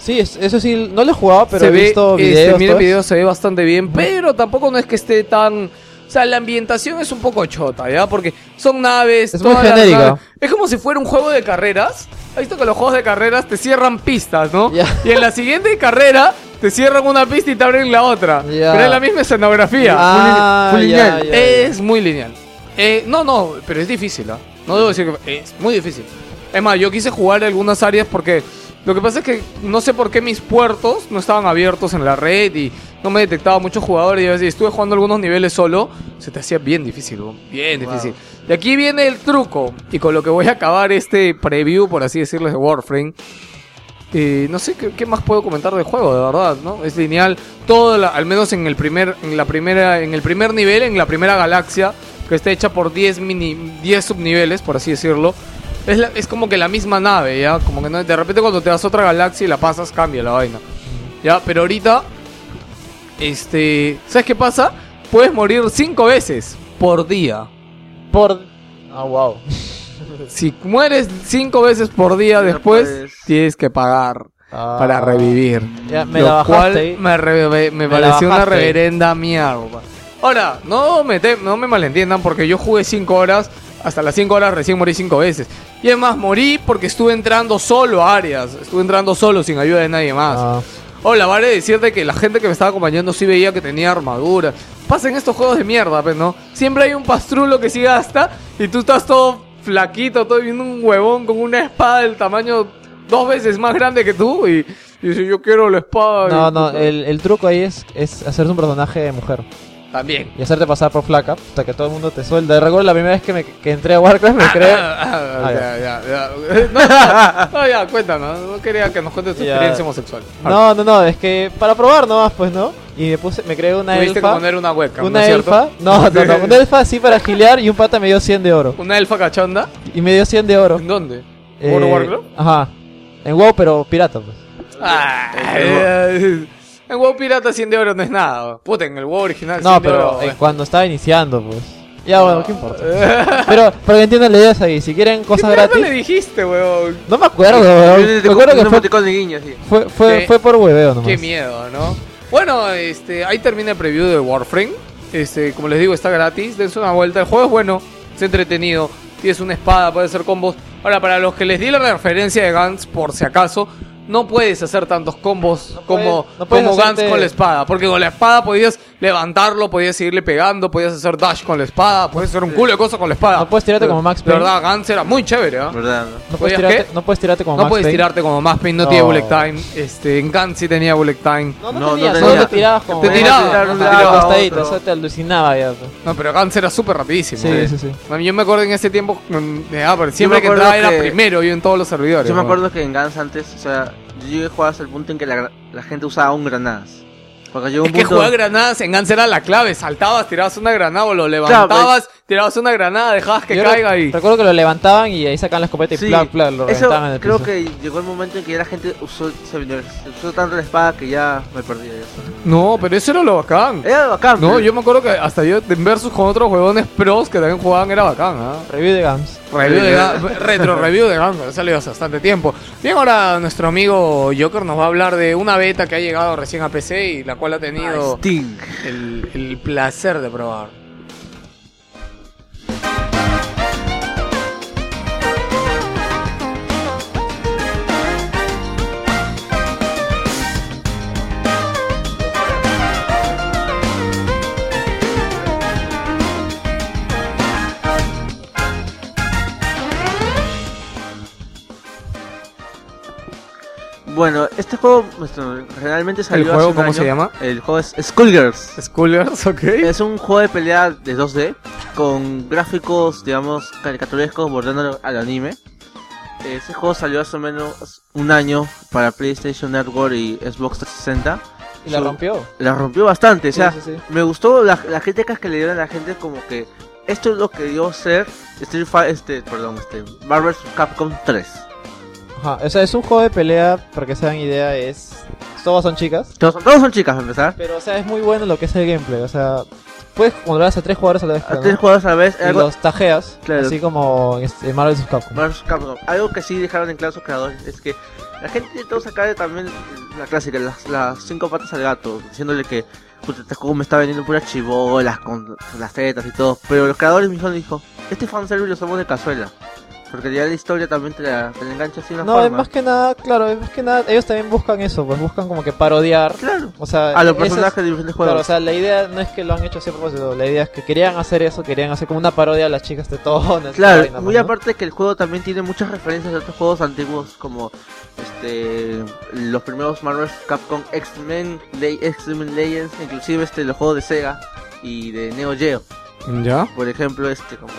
E: Sí, es- eso sí, no lo he jugado, pero
A: se
E: he
A: ve,
E: visto
A: este,
E: videos.
A: mira el
E: pues.
A: video, se ve bastante bien, pero tampoco no es que esté tan... O sea, la ambientación es un poco chota, ¿ya? Porque son naves...
E: Es muy
A: todas las
E: genérica.
A: naves- Es como si fuera un juego de carreras. ¿Has visto que los juegos de carreras te cierran pistas, no?
E: Ya.
A: Y en la siguiente carrera te cierran una pista y te abren la otra.
E: Ya.
A: Pero es la misma escenografía.
E: Ah,
D: Full lineal.
E: ya, ya, ya.
A: Es muy lineal. Eh, no, no, pero es difícil, ¿ah? No debo decir que es muy difícil. Es más, yo quise jugar algunas áreas porque lo que pasa es que no sé por qué mis puertos no estaban abiertos en la red y no me detectaba muchos jugadores. Y a veces estuve jugando algunos niveles solo, se te hacía bien difícil, weón, bien difícil. Y aquí viene el truco, y con lo que voy a acabar este preview, por así decirlo, de Warframe. Eh, no sé qué, qué más puedo comentar del juego, de verdad, ¿no? Es lineal, todo la- al menos en el primer, en la primera, en el primer nivel, en la primera galaxia, que está hecha por 10 mini, 10 subniveles, por así decirlo. Es, la- es como que la misma nave, ¿ya? Como que no- de repente cuando te das a otra galaxia y la pasas, cambia la vaina. ¿Ya? Pero ahorita, este, ¿sabes qué pasa? Puedes morir 5 veces por día.
E: Por... Ah, wow.
A: Si mueres 5 veces por día
D: Ya
A: después,
D: puedes.
A: tienes que pagar Ah.
E: Ah.
A: para revivir.
E: Ya, me
A: Lo
E: la bajaste
A: cual
E: ahí.
A: me, re- me- me
E: Me la
A: pareció una
E: bajaste.
A: reverenda mierda. Ahora, no me, te- no me malentiendan porque yo jugué 5 horas, hasta las 5 horas recién morí 5 veces. Y además morí porque estuve entrando solo a áreas, estuve entrando solo sin ayuda de nadie más.
E: Ah.
A: Hola, vale decirte que la gente que me estaba acompañando sí veía que tenía armadura. Pasa en estos juegos de mierda, pues, ¿no? Siempre hay un pastrulo que sí gasta y tú estás todo flaquito, todo viendo un huevón con una espada del tamaño dos veces más grande que tú y, y dice, yo quiero la espada. y
E: No,
A: tú
E: no,
A: sabes.
E: el, el truco ahí es, es hacerse un personaje de mujer
A: También.
E: y hacerte pasar por flaca hasta que todo el mundo te suelda. Recuerdo la primera vez que, me, que entré a Warcraft, me creé.
A: [laughs] Ah,
E: Ah,
A: ya, ya, ya. [laughs] No, no, no, ya, cuéntanos. No quería que nos cuentes tu
E: Ya.
A: experiencia homosexual.
E: No, no, no, es que para probar nomás, pues, ¿no? Y me puse, me creé una
A: Tuviste que
E: elfa.
A: poner una webcam, ¿no
E: Una
A: es cierto?
E: elfa, no,
A: [laughs]
E: no, no, una elfa así para gilear y un pata me dio 100 de oro.
A: ¿Una elfa cachonda?
E: Y me dio 100 de oro.
A: ¿En dónde?
E: Eh,
A: ¿World of Warcraft?
E: Ajá. En WoW, pero pirata, pues.
A: Ah, eh, en WoW Pirata 100 de oro no es nada. Puta, en el WoW original.
E: No,
A: 100 de oro,
E: pero eh,
A: eh.
E: cuando estaba iniciando, pues. Ya, bueno,
A: [laughs]
E: ¿qué importa? Pero, pero que entiendan la idea es ahí. Si quieren
A: ¿Qué
E: cosas
A: mierda
E: gratis.
A: le dijiste, weón?
E: No me acuerdo,
D: Yo
E: weón.
D: te- te
E: Me acuerdo
D: un
E: que fue,
D: emoticón de guiño, así.
E: fue, fue,
A: Qué-
E: fue por hueveo nomás.
A: Qué miedo, ¿no? Bueno, este, ahí termina el preview de Warframe. Este, como les digo, está gratis. Dense una vuelta. El juego es bueno, es entretenido. Tienes una espada, puedes hacer combos. Ahora, para los que les di la referencia de Gans, por si acaso, no puedes hacer tantos combos
E: puedes-
A: como,
E: no puedes
A: como Gans
E: hacerte-
A: con la espada. Porque con la espada podías levantarlo, podías seguirle pegando, podías hacer dash con la espada, podías hacer un culo de cosas con la espada.
E: No puedes tirarte como Max
A: De
E: Payne.
A: verdad, Gans era muy chévere, ¿ah?
D: ¿Verdad? no?
E: No puedes,
A: ¿Podías
E: tirarte,
A: qué?
E: no puedes tirarte como
A: No
E: Max
A: puedes
E: Payne.
A: tirarte como Max Payne, no, tiene
E: No.
A: bullet time. Este, en Gans sí tenía bullet time.
E: No, no,
D: No, no
E: tenías,
D: tenía.
E: solo te tirabas como.
A: Te tiraba.
E: Te tirabas
D: Te
E: al
D: tiraba
E: costadito,
D: otro.
E: eso te alucinaba ya. pues.
A: No, pero Gans era súper rapidísimo.
E: Sí,
A: eh.
E: sí, sí.
A: Mami, Yo me acuerdo en ese tiempo, mm, de- ah, pero siempre
D: me
A: que
D: acuerdo
A: entraba era
D: que-
A: primero yo en todos los servidores.
D: Yo
A: ¿no?
D: me acuerdo que en Gans antes, o sea, yo llegué a jugar hasta el punto en que la, gra- la gente usaba aún granadas. Porque llegó un
A: Es que
D: punto-
A: jugar granadas en Gans era la clave. Saltabas, tirabas una granada o lo levantabas,
D: pues.
A: tirabas una granada, dejabas que
E: Yo re-
A: caiga y...
E: Recuerdo que lo levantaban y ahí sacaban la escopeta y
D: Sí,
E: plac, plac, lo
D: eso
E: reventaban en el
D: creo
E: piso.
D: que llegó el momento en que ya la gente usó, se, se usó tanto la espada que ya me perdí de eso.
A: No, pero eso era lo bacán.
D: Era bacán.
A: No,
D: pero-
A: yo me acuerdo que hasta yo en versus con otros huevones pros que también jugaban era bacán, ¿ah?
E: Review de Gams.
A: Review de Ga- retro review de Gangnam, salió hace bastante tiempo. Bien, ahora nuestro amigo Joker nos va a hablar de una beta que ha llegado recién a PC y la cual ha tenido
D: Sting.
A: el, el placer de probar.
D: Bueno, este juego nuestro, realmente salió
A: juego
D: hace un
A: cómo
D: año.
A: se llama?
D: El juego es Skullgirls.
A: Schoolers, ok.
D: Es un juego de pelea de 2D con gráficos, digamos, caricaturescos bordando al anime. Ese juego salió hace o menos un año para PlayStation Network y Xbox 360.
E: Y la
D: Su-
E: rompió.
D: La rompió bastante, o sea,
E: sí, sí, sí.
D: me gustó la- las críticas que le dieron a la gente como que esto es lo que dio ser Street Fi- este, perdón, este, Marvel vs. Capcom 3.
E: Ajá, o sea, es un juego de pelea, para que se hagan idea, es... Todas son chicas.
D: Todos, todos son chicas, para empezar.
E: Pero, o sea, es muy bueno lo que es el gameplay, o sea... puedes controlar a tres jugadores a la vez.
D: A
E: creo,
D: tres
E: ¿no?
D: jugadores a la vez.
E: Y
D: Algo,
E: los tajeas,
D: Claro.
E: así como en este- en Marvel vs. Capcom.
D: versus Capcom. Algo que sí dejaron en claro sus creadores es que la gente intentó sacar también la clásica, las, las cinco patas al gato, diciéndole que puta, este juego me está vendiendo puras chibolas con las tetas y todo. Pero los creadores mismos dijo, este fanservice lo somos de cazuela. Porque ya la historia también te la, te la engancha así de una
E: No,
D: forma.
E: es más que nada, claro, es más que nada, ellos también buscan eso, pues buscan como que parodiar.
D: Claro.
E: O sea,
D: A los
E: ese es-
D: personajes de diferentes
E: Claro,
D: juegos.
E: o sea, la idea no es que lo han hecho así a propósito, la idea es que querían hacer eso, querían hacer como una parodia a las chicas tetonas.
D: Claro,
E: vaina,
D: muy
E: ¿no?
D: aparte que el juego también tiene muchas referencias de otros juegos antiguos como este los primeros Marvel vs. Capcom X-Men, Le- X-Men Legends, inclusive este los juegos de Sega y de Neo Geo,
A: ¿Ya?
D: por ejemplo, este como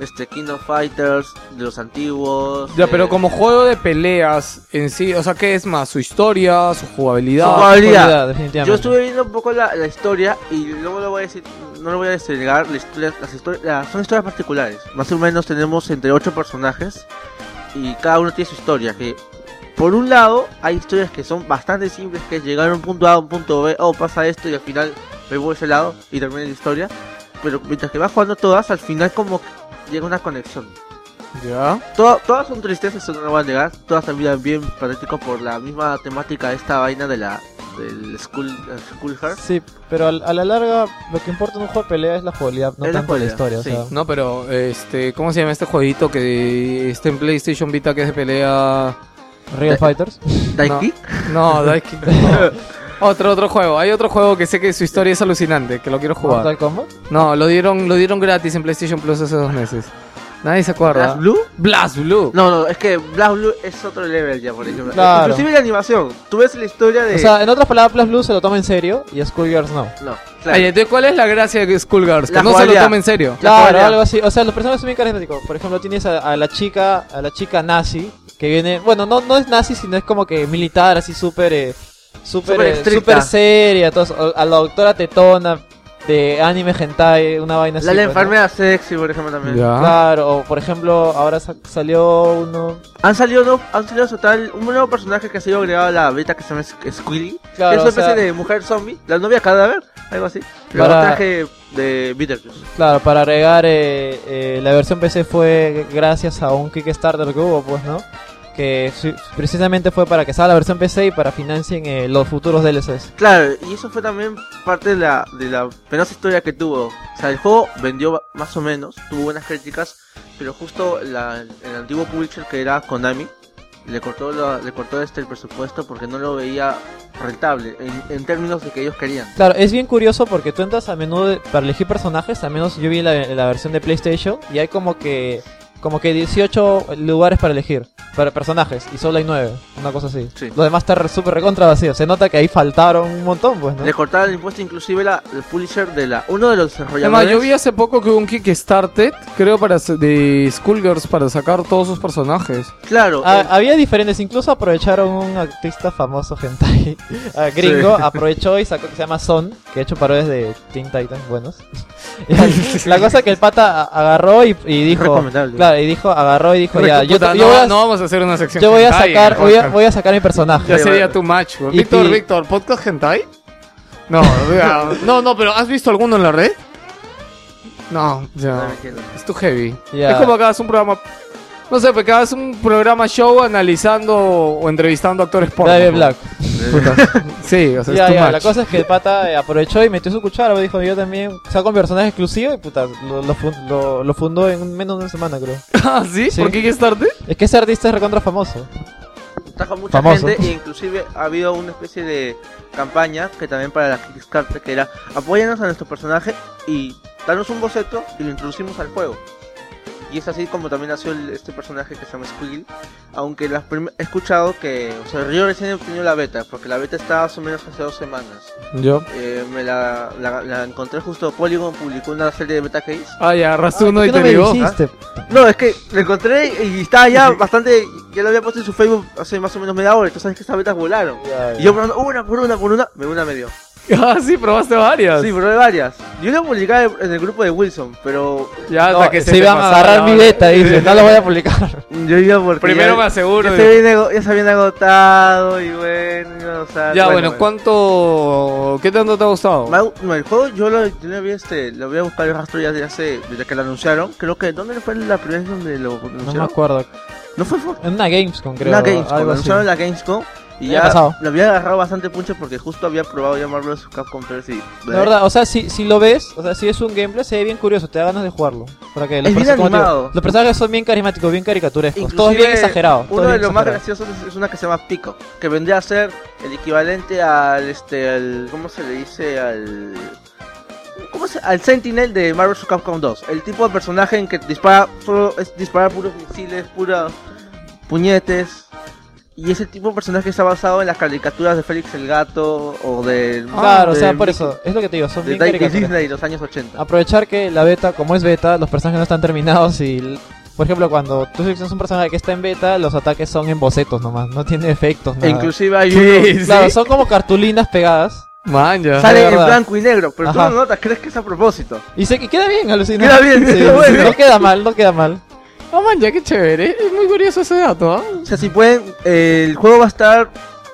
D: este Kingdom Fighters de los antiguos.
A: Ya,
D: eh,
A: pero como juego de peleas en sí, o sea, ¿qué es más? ¿Su historia? ¿Su jugabilidad?
D: Su
E: Por
D: jugabilidad.
E: idea, Ah, definitivamente.
D: Yo estuve viendo un poco la, la historia y no lo voy a decir, no lo voy a desagregar, la historia- las historias, las- son historias particulares. Más o menos tenemos entre ocho personajes y cada uno tiene su historia. Que por un lado hay historias que son bastante simples, que es llegar a un punto A, a un punto B, oh pasa esto y al final me voy a ese lado y termina la historia. Pero mientras que vas jugando todas, al final como que llega una conexión.
A: ¿Ya?
D: Toda- todas son tristezas, eso no lo voy a negar. Todas también bien patético por la misma temática de esta vaina de la del school, eh, school Hearts.
E: Sí, pero al- a la larga lo que importa en un juego de pelea es la jugabilidad, no
D: Es la
E: tanto la,
D: jugabilidad,
E: historia.
D: sí.
E: O sea,
A: No, pero, este, ¿cómo se llama este jueguito que está en PlayStation Vita que es de pelea?
E: Real
D: Eh,
E: Fighters.
D: Daiki.
A: [laughs] No, Dai- no. Otro, otro juego. Hay otro juego que sé que su historia es alucinante, que lo quiero jugar.
E: Mortal Kombat.
A: No, lo dieron, lo dieron gratis en PlayStation Plus hace dos meses. Nadie se acuerda.
D: ¿Blast Blue?
A: Blast Blue.
D: No, no, es que Blast Blue es otro level ya, por ejemplo.
E: Claro.
D: Inclusive la animación. Tú ves la historia de.
E: O sea, en otras palabras, Plus Blue se lo toma en serio y Schoolgirls no.
D: no, claro.
A: Ay, entonces, ¿cuál es la gracia de Skullgirls? Que
D: La
A: no se lo
D: jugabilidad.
A: tome en serio.
E: Claro,
D: jugabilidad.
E: algo así. O sea, los personajes son bien carismáticos. Por ejemplo, tienes a, a la chica, a la chica nazi, que viene, bueno, no, no es nazi, sino es como que militar, así súper, eh, súper,
D: Súper
E: eh,
D: estricta.
E: súper seria, todo eso. a la doctora tetona de anime hentai, una vaina
D: la
E: así.
D: de la
E: pues, ¿no?
D: enfermedad sexy, por ejemplo, también.
A: Ah.
E: Claro, o por ejemplo, ahora sa- salió uno,
D: Han salido, nuevos- han salido total un nuevo personaje que ha sido agregado a la beta que se llama Squ- Squilly.
E: Claro,
D: es
E: o
D: una especie
E: sea-
D: de mujer zombie, la novia cadáver, algo así. Pero
E: Para-
D: un traje de Beetlejuice.
E: claro, para agregar eh, eh, la versión PC fue gracias a un Kickstarter que hubo, pues, ¿no? Que su- precisamente fue para que salga la versión PC y para financien eh, los futuros DLCs.
D: Claro, y eso fue también parte de la, de la penosa historia que tuvo. O sea, el juego vendió ba- más o menos, tuvo buenas críticas, pero justo la- el antiguo publisher que era Konami le cortó la- le cortó este el presupuesto porque no lo veía rentable en, en términos de que ellos querían.
E: Claro, es bien curioso porque tú entras a menú de- para elegir personajes, al menos yo vi la, la versión de PlayStation y hay como que como que 18 lugares para elegir, para personajes, y solo hay 9, una cosa así.
D: Sí.
E: Lo demás está re- súper recontra vacío, se nota que ahí faltaron un montón, pues, ¿no?
D: Le cortaron el impuesto inclusive la, el publisher de la uno de los
A: Además,
D: desarrolladores.
A: yo vi hace poco que hubo un Kickstarter, creo, para s- de Skullgirls para sacar todos sus personajes.
D: Claro,
E: Ah,
D: el-
E: había diferentes, incluso aprovecharon un artista famoso [laughs] hentai ah, gringo, aprovechó y sacó que se llama Son, que ha hecho parodias de Teen Titans buenos. [laughs] la cosa que el pata a- agarró y, y dijo,
D: recomendable.
E: claro, y dijo, agarró y dijo, ya, yo,
A: Puta,
E: te-
A: no,
E: yo voy a-
A: no vamos a hacer una sección.
E: Yo voy a
A: hentai en
E: sacar,
A: el
E: voy a,
A: podcast.
E: voy a sacar mi personaje.
A: [laughs] Ya sería tu match. güey.
E: Y-
A: Víctor,
E: y-
A: Víctor, ¿podcast hentai? No, o sea, [laughs] no, no, pero ¿has visto alguno en la red? No,
D: No
A: ya.
D: me entiendo.
A: Es tu heavy.
E: Ya.
A: Es como que hagas un programa. No sé, porque hagas un programa show analizando o entrevistando actores porno.
E: David
A: ¿no?
E: Black.
A: Puta. Sí, o sea,
E: Ya,
A: es tu
E: ya,
A: match.
E: la cosa es que el pata eh, aprovechó y metió su cuchara. Dijo, yo también saco mi personaje exclusivo y puta, lo, lo fun- lo- lo fundó en un- menos de una semana, creo.
A: [laughs] ¿Ah, ¿sí?
E: Sí.
A: ¿Por qué Kickstarter?
E: Es que ese artista es recontra famoso.
D: Trajo mucha
E: Famoso.
D: gente e inclusive ha habido una especie de campaña que también para la Kickstarter que era apóyanos a nuestro personaje y danos un boceto y lo introducimos al juego. Y es así como también nació el- este personaje que se llama Squiggle, aunque las prim- he escuchado que, o sea, yo recién he obtenido la beta, porque la beta está más o menos hace dos semanas.
A: Yo.
D: Eh, me la, la- la encontré justo, Polygon publicó una serie de beta case.
A: Ah, ya, agarraste uno
E: ¿Por
A: y
E: qué no
A: te
E: me
A: ligó.
E: dijiste?
D: No, es que la encontré y estaba ya bastante, ya lo había puesto en su Facebook hace más o menos media hora, entonces es que estas betas volaron.
E: Ya,
D: Y
E: ya.
D: yo probando una por una por una, me una me dio.
A: [laughs] Ah, sí, probaste varias.
D: Sí, probé varias. Yo la publicaba en el grupo de Wilson, pero
A: ya hasta
E: No,
A: que se,
E: se
A: te
E: iban a
A: pasaba
E: agarrar
A: la
E: mi
A: hora. [laughs]
E: beta, dice, no lo voy a publicar.
D: yo iba porque.
A: Primero
D: ya,
A: me aseguro.
D: ya
A: digo.
D: se, habían, ago- ya se habían agotado y bueno, iba o sea...
A: Ya, bueno, ¿cuánto. ¿Qué tanto te ha gustado?
D: Me ha gu- no, el juego yo lo, yo lo vi este, lo voy a buscar el rastro ya de hace, desde que lo anunciaron. Creo que, ¿dónde fue la primera vez donde lo
E: No me
D: anunciaron?
E: acuerdo.
D: No fue fue
E: En una Gamescom, creo.
D: la Gamescom,
E: algo
D: lo
E: así.
D: anunciaron en la Gamescom. Y
E: Ya
D: ya
E: pasado.
D: lo había agarrado bastante punche porque justo había probado ya Marvel vs. Capcom 3 y...
E: La verdad, o sea, si, si lo ves, o sea, si es un gameplay, se ve bien curioso, te da ganas de jugarlo. Para que los,
D: Es bien
E: personajes- como te digo,
D: animado.
E: los personajes son bien carismáticos, bien caricaturescos,
D: Inclusive,
E: todos bien exagerados. todos
D: Uno de
E: bien
D: los más
E: exagerados.
D: graciosos es- es una que se llama Pico, que vendría a ser el equivalente al este al ¿cómo se le dice al ¿Cómo se, al Sentinel de Marvel vs Capcom 2? El tipo de personaje en que dispara solo es disparar puros misiles, puros puñetes. Y ese tipo de personaje está basado en las caricaturas de Félix el Gato o de
E: Ah, Claro, o
D: Ah, de
E: sea, por
D: Mickey-
E: eso, es lo que te digo, son
D: de
E: bien Ah.
D: Di- de
E: caricaturescos.
D: Disney de los años 80.
E: Aprovechar que la beta, como es beta, los personajes no están terminados y... l- Por ejemplo, cuando tú seleccionas un personaje que está en beta, los ataques son en bocetos nomás, no tiene efectos,
D: E
E: nada.
D: [laughs] inclusive hay
A: ¿Qué?
D: uno
A: ¿Sí?
E: Claro, son como cartulinas pegadas.
A: Man, ya.
D: sale en
E: verdad.
D: blanco y negro, pero tú
E: Ajá.
D: no notas, crees que es a propósito.
E: Y, se, y queda bien, alucina.
D: Queda bien,
E: Sí,
D: [laughs] queda bueno.
E: No queda mal, no queda mal.
A: Oh, man, ya, qué chévere. Es muy curioso ese dato, ¿ah?
D: O sea, si pueden, eh, el juego va a estar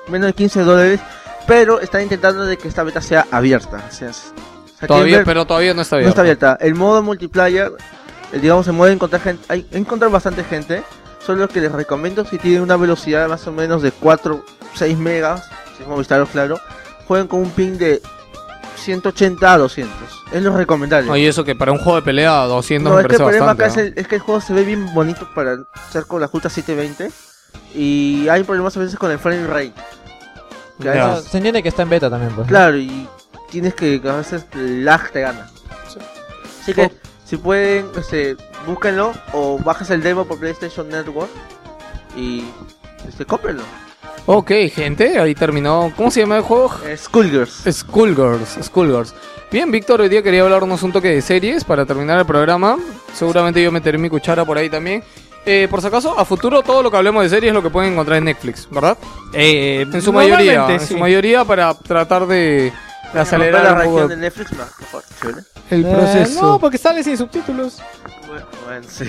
D: menos de 15 dólares, pero están intentando de que esta beta sea abierta. O sea, es- o sea,
A: Todavía,
D: quieren ver-
A: pero todavía no está
D: no
A: bien.
D: está abierta. El modo multiplayer, eh, digamos, se mueve encontrar gente, hay, encontrar bastante gente. Solo que les recomiendo si tienen una velocidad más o menos de 4, 6 megas, si es Movistar claro, jueguen con un ping de 180 a 200. Es lo recomendable.
A: Oye, eso que para un juego de pelea 200
D: No,
A: me
D: es que el
A: parece
D: problema
A: bastante.
D: acá es, el- es que el juego se ve bien bonito para ser con la justa 720 y hay problemas a veces con el frame rate. Que a
A: Ya.
E: Eso
D: veces-
E: Ah, Se entiende que está en beta también, pues. ¿no?
D: Ah. claro, y tienes que a veces el lag te gana. Así que si pueden, este, búsquenlo o bajes el demo por PlayStation Network y este, cómprenlo.
A: ¿no? Ok, gente, ahí terminó. ¿Cómo se llama el juego?
D: Eh, Skullgirls.
A: Schoolgirls, Schoolgirls. Bien, Víctor, hoy día quería hablarnos un toque de series para terminar el programa. Seguramente yo meteré mi cuchara por ahí también. Eh, por si acaso, a futuro todo lo que hablemos de series es lo que pueden encontrar en Netflix, ¿verdad?
K: Eh,
B: Eh,
A: en su mayoría, en su mayoría para tratar de, de
D: Romper la
A: acelerar un
D: región
A: poco
D: de Netflix, más mejor, chévere.
B: El
K: Eh, no, porque sale sin subtítulos.
D: Bueno, bueno, sí.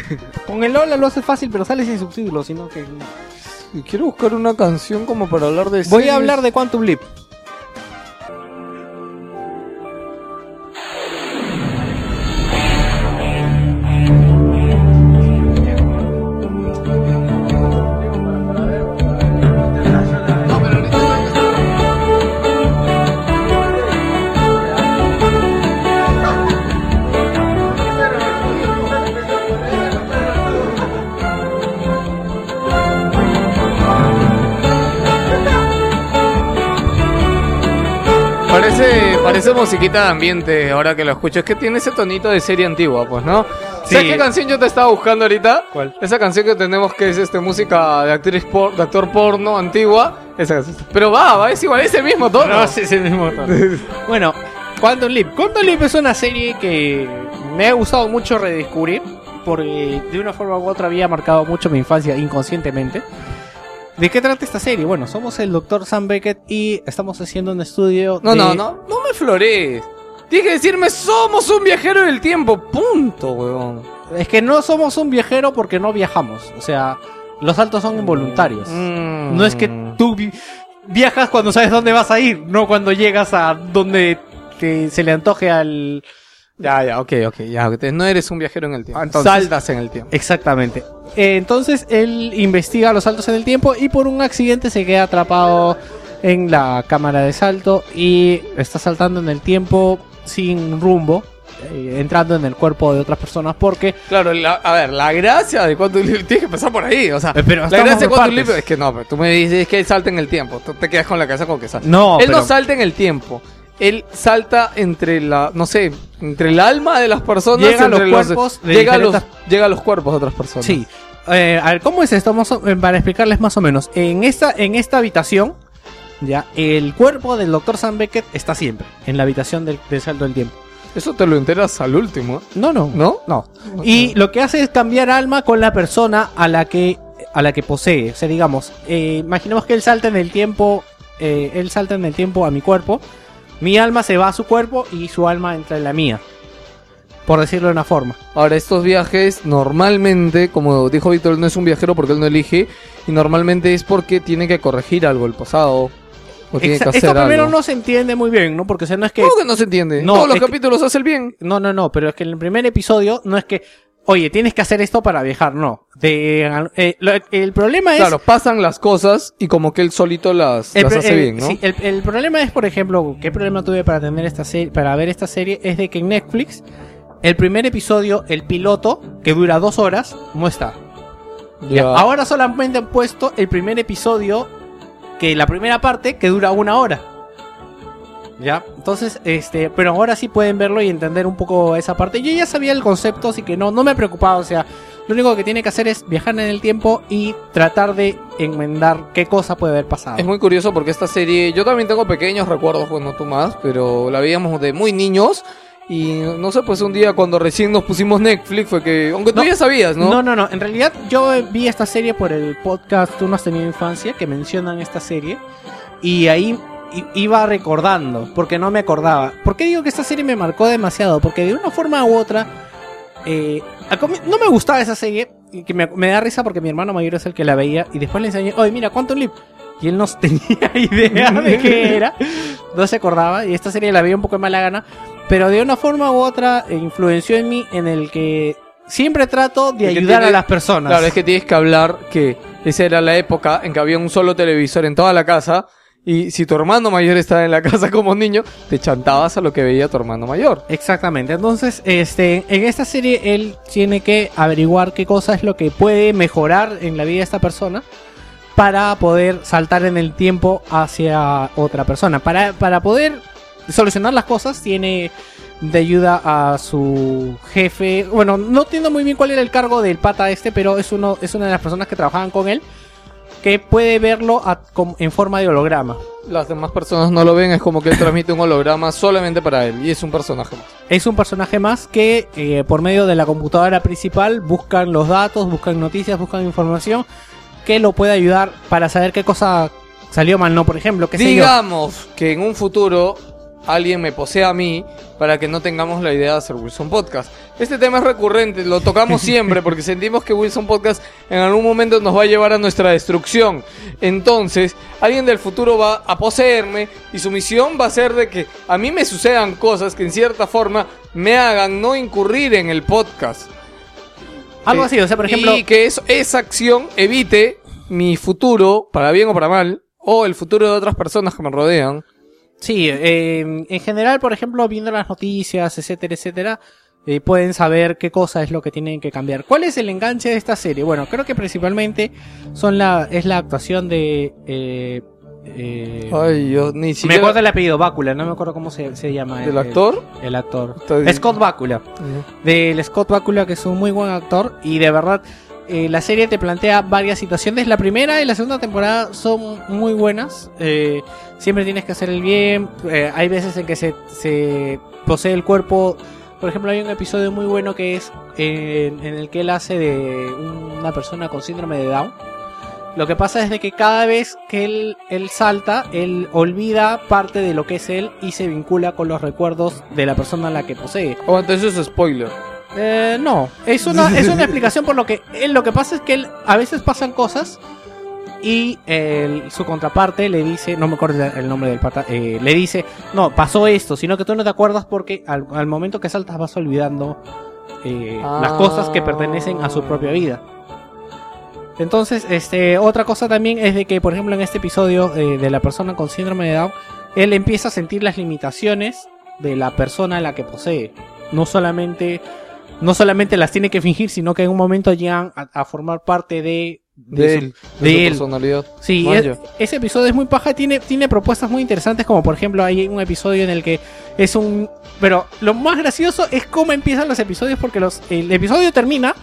K: Con el Lola lo hace fácil, pero sale sin subtítulos, sino que...
A: Quiero buscar una canción como para hablar de
K: Voy a hablar de Quantum Leap.
A: Parece, parece musiquita de ambiente ahora que lo escucho. Es que tiene ese tonito de serie antigua, pues, ¿no? ¿Sabes qué canción yo te estaba buscando ahorita?
B: ¿Cuál?
A: Esa canción que tenemos que es este, música de actriz por, de actor porno antigua. Esa canción. Pero va, va, es igual, es el mismo tono.
B: No, sí, es el mismo
A: [laughs]
B: tono. bueno, Quantum Leap. Quantum Leap es una serie que me ha gustado mucho redescubrir. Porque de una forma u otra había marcado mucho mi infancia inconscientemente. ¿De qué trata esta serie? Bueno, somos el Dr. Sam Beckett y estamos haciendo un estudio.
A: No,
B: de-
A: no, no, no me flores. Tienes que decirme, somos un viajero del tiempo, punto, weón.
B: Es que no somos un viajero porque no viajamos. O sea, los saltos son involuntarios.
A: Mm.
B: No es que tú vi- viajas cuando sabes dónde vas a ir, no cuando llegas a donde te- se le antoje al,
A: Ya, ya, ok, ok, ya. te- No eres un viajero en el tiempo.
B: Ah, entonces-
A: Saltas en el tiempo.
B: Exactamente. Eh, Entonces él investiga los saltos en el tiempo y por un accidente se queda atrapado en la cámara de salto y está saltando en el tiempo sin rumbo, eh, entrando en el cuerpo de otras personas porque...
A: Claro, la- a ver, la gracia de Quantum Leap tienes que empezar por ahí, o sea,
B: Eh, pero
A: la
B: estamos
A: gracia de
B: por
A: Quantum
B: partes.
A: Leap es que no, pero tú me dices que él salta en el tiempo, tú te quedas con la cabeza con que salta.
B: No,
A: él no salta en el tiempo, él salta entre la, no sé, entre el alma de las personas,
B: Llega a
A: entre
B: los cuerpos de
A: llega, a los,
B: diferentes-
A: llega a los cuerpos de otras personas.
B: Sí. Eh, a ver, ¿Cómo es esto? Vamos a- eh, para explicarles más o menos. En esta, en esta habitación, ya, el cuerpo del Dr. Sam Beckett está siempre en la habitación del, del salto del tiempo.
A: Eso te lo enteras al último, ¿eh?
B: No, no.
A: ¿no?
B: No. Y lo que hace es cambiar alma con la persona a la que, a la que posee. O sea, digamos, eh, imaginemos que él salta en el tiempo, eh, él salta en el tiempo a mi cuerpo, mi alma se va a su cuerpo y su alma entra en la mía. Por decirlo de una forma.
A: Ahora, estos viajes normalmente, como dijo Víctor, él no es un viajero porque él no elige, y normalmente es porque tiene que corregir algo el pasado. O tiene que
B: Exa-
A: hacer
B: Esto primero
A: algo.
B: no se entiende muy bien, ¿no? Porque o sea, no es que.
A: ¿Cómo que no se entiende?
B: No,
A: Todos los
B: es que-
A: capítulos hace el bien.
B: No, no, no, pero es que en el primer episodio no es que. Oye, tienes que hacer esto para viajar, no. De, eh, lo- el problema es.
A: Claro, pasan las cosas y como que él solito las,
B: El
A: las
B: pro-
A: hace
B: el-
A: bien, ¿no?
B: sí, el, el problema es, por ejemplo, qué problema tuve para tener esta serie, para ver esta serie es de que en Netflix el primer episodio, el piloto que dura dos horas, no está.
A: Ya.
E: Ah,
B: Ahora solamente han puesto el primer episodio que la primera parte que dura una hora. Ya, entonces, este, pero ahora sí pueden verlo y entender un poco esa parte. Yo ya sabía el concepto, así que no, no me preocupaba. O sea, lo único que tiene que hacer es viajar en el tiempo y tratar de enmendar qué cosa puede haber pasado.
A: Es muy curioso porque esta serie, yo también tengo pequeños recuerdos, bueno, tú más, pero la veíamos de muy niños. Y no sé, pues un día cuando recién nos pusimos Netflix fue que, aunque tú
B: No.
A: ya sabías, ¿no?
B: No, no, no. En realidad yo vi esta serie por el podcast Tú no has tenido infancia, que mencionan esta serie. Y ahí i- iba recordando, porque no me acordaba. ¿Por qué digo que esta serie me marcó demasiado? Porque de una forma u otra... eh, al comi- no me gustaba esa serie, y que me, me da risa porque mi hermano mayor es el que la veía. Y después le enseñé, oye, mira, Quantum Leap. Y él no [laughs] tenía idea
A: Mm.
B: de qué era. No se acordaba. Y esta serie la veía un poco de mala gana. Pero de una forma u otra eh, influenció en mí en el que siempre trato de
A: Es que
B: ayudar
A: tiene-
B: a las personas.
A: Claro, es que tienes que hablar que esa era la época en que había un solo televisor en toda la casa. Y si tu hermano mayor estaba en la [laughs] casa como niño, te chantabas a lo que veía tu hermano mayor.
B: Exactamente. Entonces, este, en esta serie él tiene que averiguar qué cosa es lo que puede mejorar en la vida de esta persona para poder saltar en el tiempo hacia otra persona. Para, para poder solucionar las cosas tiene de ayuda a su jefe. Bueno, no entiendo muy bien cuál era el cargo del pata este, pero es uno es una de las personas que trabajaban con él que puede verlo a- com- en forma de holograma.
A: Las demás personas no lo ven, es como que él transmite un holograma solamente para él. Y es un personaje más.
B: Es un personaje más que eh, por medio de la computadora principal buscan los datos, buscan noticias, buscan información que lo pueda ayudar para saber qué cosa salió mal, ¿no? Por ejemplo, qué sé yo.
A: Digamos que en un futuro alguien me posea a mí para que no tengamos la idea de hacer Wilson Podcast. Este tema es recurrente, lo tocamos siempre porque sentimos que Wilson Podcast en algún momento nos va a llevar a nuestra destrucción. Entonces, alguien del futuro va a poseerme y su misión va a ser de que a mí me sucedan cosas que en cierta forma me hagan no incurrir en el podcast.
B: Algo
A: Eh,
B: así, o sea, por ejemplo,
A: Y que eso- esa acción evite mi futuro, para bien o para mal, o el futuro de otras personas que me rodean.
B: sí, eh, en general, por ejemplo, viendo las noticias, etcétera, etcétera, eh, pueden saber qué cosa es lo que tienen que cambiar. ¿Cuál es el enganche de esta serie? Bueno, creo que principalmente son la es la actuación de eh, eh,
A: Ay, yo ni
B: me
A: siquiera.
B: acuerdo el apellido, Bácula, no me acuerdo cómo se, se llama.
A: ¿Del
B: el-
A: actor?
B: El actor.
A: Está bien.
B: Scott Bakula. Del Scott Bakula, que es un muy buen actor. Y de verdad, eh, la serie te plantea varias situaciones. La primera y la segunda temporada son muy buenas. Eh, siempre tienes que hacer el bien. Eh, hay veces en que se, se posee el cuerpo. Por ejemplo, hay un episodio muy bueno que es eh, en, en el que él hace de una persona con síndrome de Down. Lo que pasa es de que cada vez que él, él salta, él olvida parte de lo que es él y se vincula con los recuerdos de la persona a la que posee.
A: Oh, entonces eso es spoiler.
B: Eh, no, es una, es una explicación por lo que él, lo que pasa es que él, a veces pasan cosas y el- su contraparte le dice, no me acuerdo el nombre del pata, eh, le dice, no, pasó esto, sino que tú no te acuerdas porque al, al momento que saltas vas olvidando eh,
A: Ah.
B: las cosas que pertenecen a su propia vida. Entonces, este, otra cosa también es de que, por ejemplo, en este episodio eh, de la persona con síndrome de Down, él empieza a sentir las limitaciones de la persona a la que posee. No solamente, no solamente las tiene que fingir, sino que en un momento llegan a, a formar parte de, de su-
A: De,
B: de
A: su
B: él.
A: personalidad.
B: Sí,
A: Vaya.
B: es- ese episodio es muy paja, tiene, tiene propuestas muy interesantes, como por ejemplo hay un episodio en el que es un... Pero lo más gracioso es cómo empiezan los episodios, porque los, el episodio termina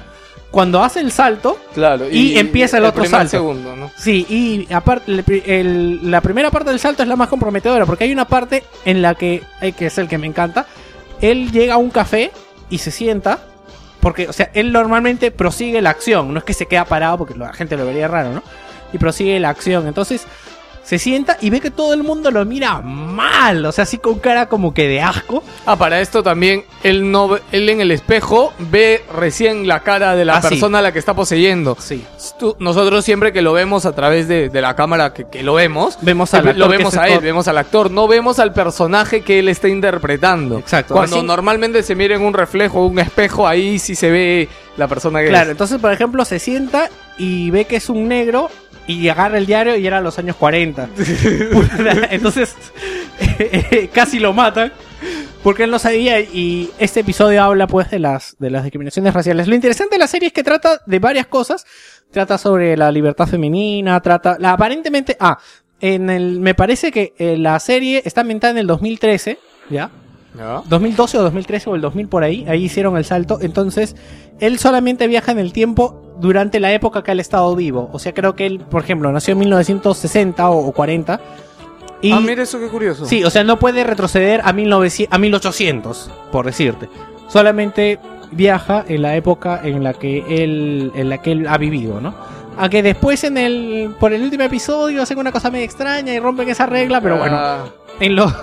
B: cuando hace el salto.
A: Claro.
B: Y empieza el otro
A: primer
B: salto.
A: segundo, ¿no?
B: Sí, y aparte, el pri- el- la primera parte del salto es la más comprometedora, porque hay una parte en la que, eh, que es el que me encanta, él llega a un café y se sienta, porque, o sea, él normalmente prosigue la acción, no es que se queda parado, porque la gente lo vería raro, ¿no? Y prosigue la acción, entonces se sienta y ve que todo el mundo lo mira mal, o sea, así con cara como que de asco.
A: Ah, para esto también, él, no, ve- él en el espejo ve recién la cara de la
B: Ah, sí.
A: persona a la que está poseyendo.
B: Sí.
A: Tú- nosotros siempre que lo vemos a través de, de la cámara que, que lo vemos,
B: Vemos al actor
A: lo
B: que
A: vemos
B: es
A: a él,
B: actor.
A: vemos al actor, no vemos al personaje que él está interpretando.
B: Exacto.
A: Cuando
B: Recién-
A: normalmente se mira en un reflejo, un espejo, ahí sí se ve la persona que
B: Claro,
A: es.
B: entonces, por ejemplo, se sienta y ve que es un negro y agarra el diario y era los años
A: [laughs]
B: 40. Puta, [laughs] entonces, [laughs] casi lo matan porque él no sabía y este episodio habla pues de las, de las discriminaciones raciales. Lo interesante de la serie es que trata de varias cosas. Trata sobre la libertad femenina, trata... la- aparentemente... Ah, en el, me parece que eh, la serie está ambientada en el 2013, ¿ya? 2012 o 2013 o el 2000 por ahí, ahí hicieron el salto. Entonces, él solamente viaja en el tiempo durante la época que él ha estado vivo. O sea, creo que él, por ejemplo, nació en 1960 o, o 40. Y,
A: Ah, mira eso, qué curioso.
B: sí, o sea, no puede retroceder a, 1900 a 1800, por decirte. Solamente viaja en la época en la que él, en la que él ha vivido, ¿no? Aunque después en el, por el último episodio hacen una cosa medio extraña y rompen esa regla, pero bueno
A: Ah,
B: en los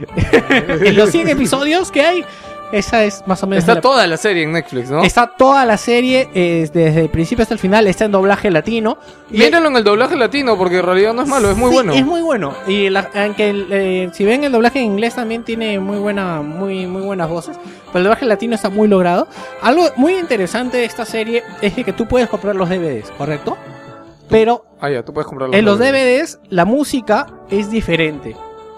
B: [laughs] en los 100 episodios que hay esa es más o menos
A: está
B: la-
A: toda la serie en Netflix, ¿no?
B: está toda la serie eh, desde el principio hasta el final está en doblaje latino Y-
A: Mírenlo en el doblaje latino, porque en realidad no es malo, es muy
B: Sí,
A: bueno.
B: es muy bueno y la- aunque el, eh, si ven el doblaje en inglés también tiene muy buena muy muy buenas voces pero el doblaje latino está muy logrado algo muy interesante de esta serie es de que tú puedes comprar los DVDs correcto pero
A: Ah, ya, tú puedes comprarlo.
B: en Eh, los DVDs la música es diferente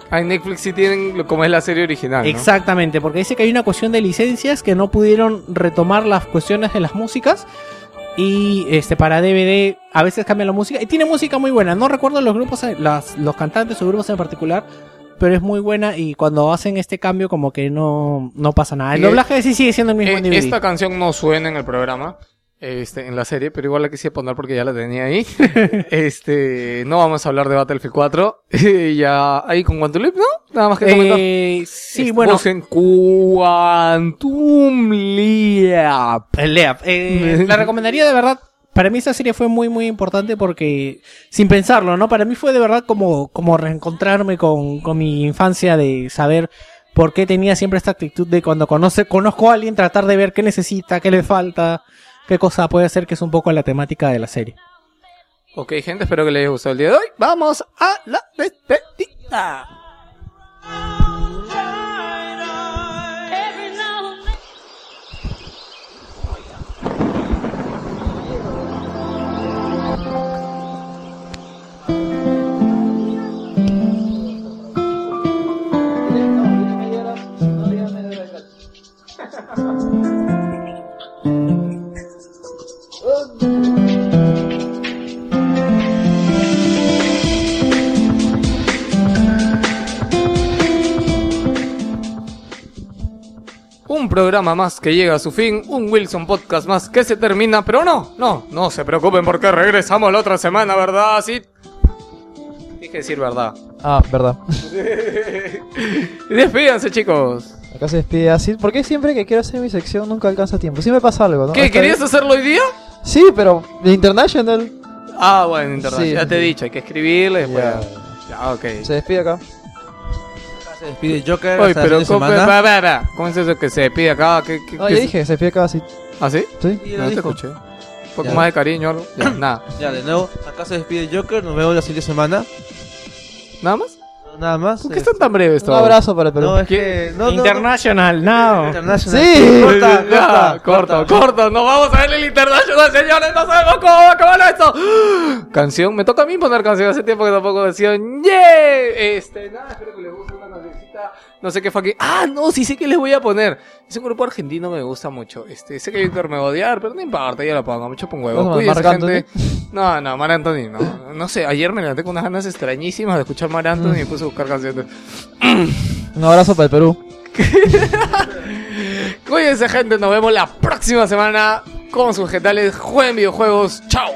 A: Ah, en Netflix sí tienen lo- como es la serie original. ¿no?
B: Exactamente, porque dice que hay una cuestión de licencias que no pudieron retomar las cuestiones de las músicas. Y este para DVD a veces cambia la música. Y tiene música muy buena. No recuerdo los grupos, eh, las- los cantantes o grupos en particular. Pero es muy buena y cuando hacen este cambio como que no, no pasa nada. El
A: Eh,
B: doblaje sí sigue siendo el mismo
A: Eh,
B: en DVD.
A: esta canción no suena en el programa, este, en la serie, pero igual la quise poner porque ya la tenía ahí.
B: [laughs]
A: este, no vamos a hablar de Battlefield 4. [laughs] ya ahí con Quantum Leap, ¿no? Nada más que comentar.
B: Eh, sí,
A: Este,
B: bueno.
A: Busquen Quantum Leap.
B: El Leap. Eh, la recomendaría de verdad. Para mí esta serie fue muy, muy importante porque, sin pensarlo, ¿no? Para mí fue de verdad como, como reencontrarme con, con mi infancia de saber por qué tenía siempre esta actitud de cuando conoce, conozco a alguien tratar de ver qué necesita, qué le falta, qué cosa puede hacer, que es un poco la temática de la serie.
A: Ok, gente, espero que les haya gustado el día de hoy. Vamos a la despedida. Un programa más que llega a su fin, un Wilson Podcast más que se termina, pero no, no, no se preocupen porque regresamos la otra semana, ¿verdad? Sí. Dije decir verdad.
E: Ah, verdad.
A: Despídanse, chicos.
E: Acá se despide así. ¿Por qué siempre que quiero hacer mi sección nunca alcanza tiempo? Siempre pasa algo, ¿no?
A: ¿Qué?
E: Esta
A: ¿Querías
E: vez-
A: hacerlo hoy día?
E: Sí, pero de International
A: Ah, bueno, internet.
E: Sí,
A: ya
E: sí,
A: te he
E: sí.
A: dicho, hay que escribirle.
E: Ya.
A: bueno. Ya, ok.
E: se despide acá.
D: Se despide Joker.
A: Oye,
D: hasta
A: pero
D: la
A: ¿cómo,
D: semana.
A: va, va, va? ¿Cómo es eso que se pide acá? ¿Qué, qué-
E: No,
A: qué
E: ya
A: es-
E: dije, se despide acá así.
A: ¿Ah, sí?
E: ¿Sí?
D: Sí, lo
A: No te
D: dijo.
A: escuché. Un poco
D: Ya.
A: más de cariño o algo. Ya, nada.
D: Ya, de nuevo, acá se despide Joker. Nos vemos la siguiente semana.
A: ¿Nada más?
D: Nada más. eh,
A: ¿Por qué están tan breves
E: Un
A: todos?
E: abrazo para el Perú.
D: No, es que. No, no, no.
B: International, no.
D: International.
A: [laughs]
E: Sí.
D: Corta,
A: Ya,
D: corta,
A: Ah, corta, corta. Nos vamos a ver el internacional, señores. No sabemos cómo va a acabar esto. Canción. Me toca a mí poner canción. Hace tiempo que tampoco decía. Yeah. Este, nada, espero que les guste una cancioncita. No sé qué fue aquí. Ah, no, sí sé que les voy a poner. Es un grupo argentino que me gusta mucho. Este, sé que Víctor me va a odiar, pero no importa, yo la pongo. Me chupo un huevo.
E: ¿Cómo,
A: Cuídense,
E: Marc
A: gente. No, no, Mar Anthony, no. No sé, ayer me levanté con unas ganas extrañísimas de escuchar Mar Anthony y me puse a buscar canciones.
E: Un abrazo para el Perú.
A: Cuídense, gente. Nos vemos la próxima semana con sus vegetales. Jueguen videojuegos. ¡Chao!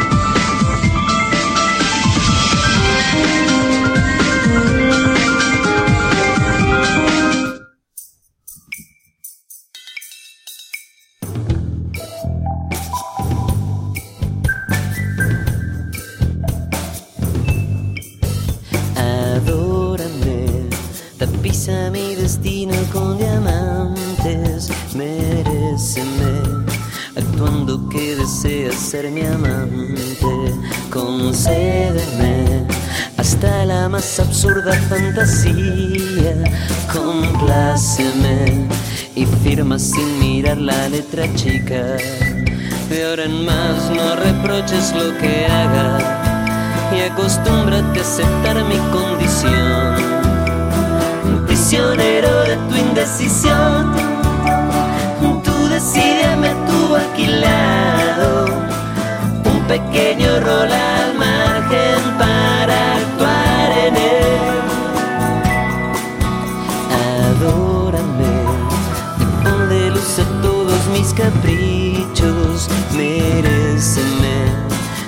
F: Thank
N: Brisa mi destino con diamantes, mereceme. Actuando que deseas ser mi amante, concédeme hasta la más absurda fantasía, compláceme y firma sin mirar la letra chica. De ahora en más no reproches lo que haga y acostúmbrate a aceptar mi condición prisionero de tu indecisión. Tú decideme tu alquilado, un pequeño rol al margen para actuar en él. Adórame, Pon de luz a todos mis caprichos, mereceme.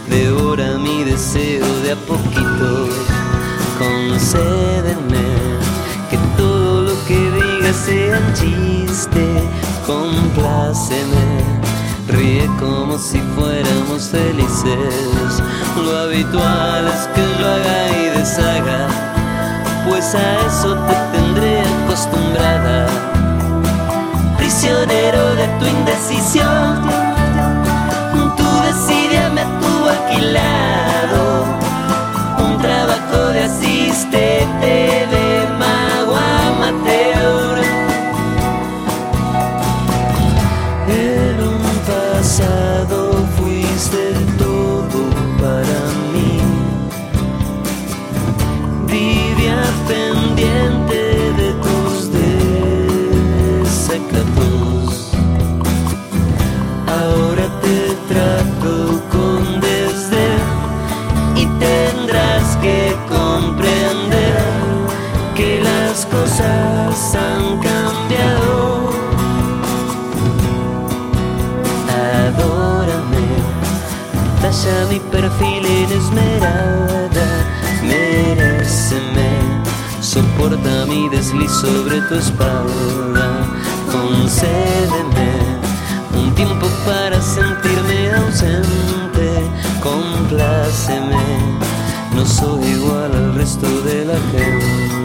N: Devora mi deseo de a poquito, concédeme que todo lo que digas sea un chiste, compláceme. Ríe como si fuéramos felices. Lo habitual es que lo haga y deshaga, pues a eso te tendré acostumbrada prisionero de tu indecisión. Tú decideme tu alquilado, un trabajo de asistente de mago amateur. En un pasado fuiste todo para mí. Vivía pendiente de tus desacatos. Ahora te trato con desdén y tendrás que comprender que las cosas han cambiado. Adórame. Talla mi perfil en esmeralda, mereceme. Soporta mi desliz sobre tu espalda, concédeme un tiempo para sentirme ausente, compláceme. No soy igual al resto de la gente.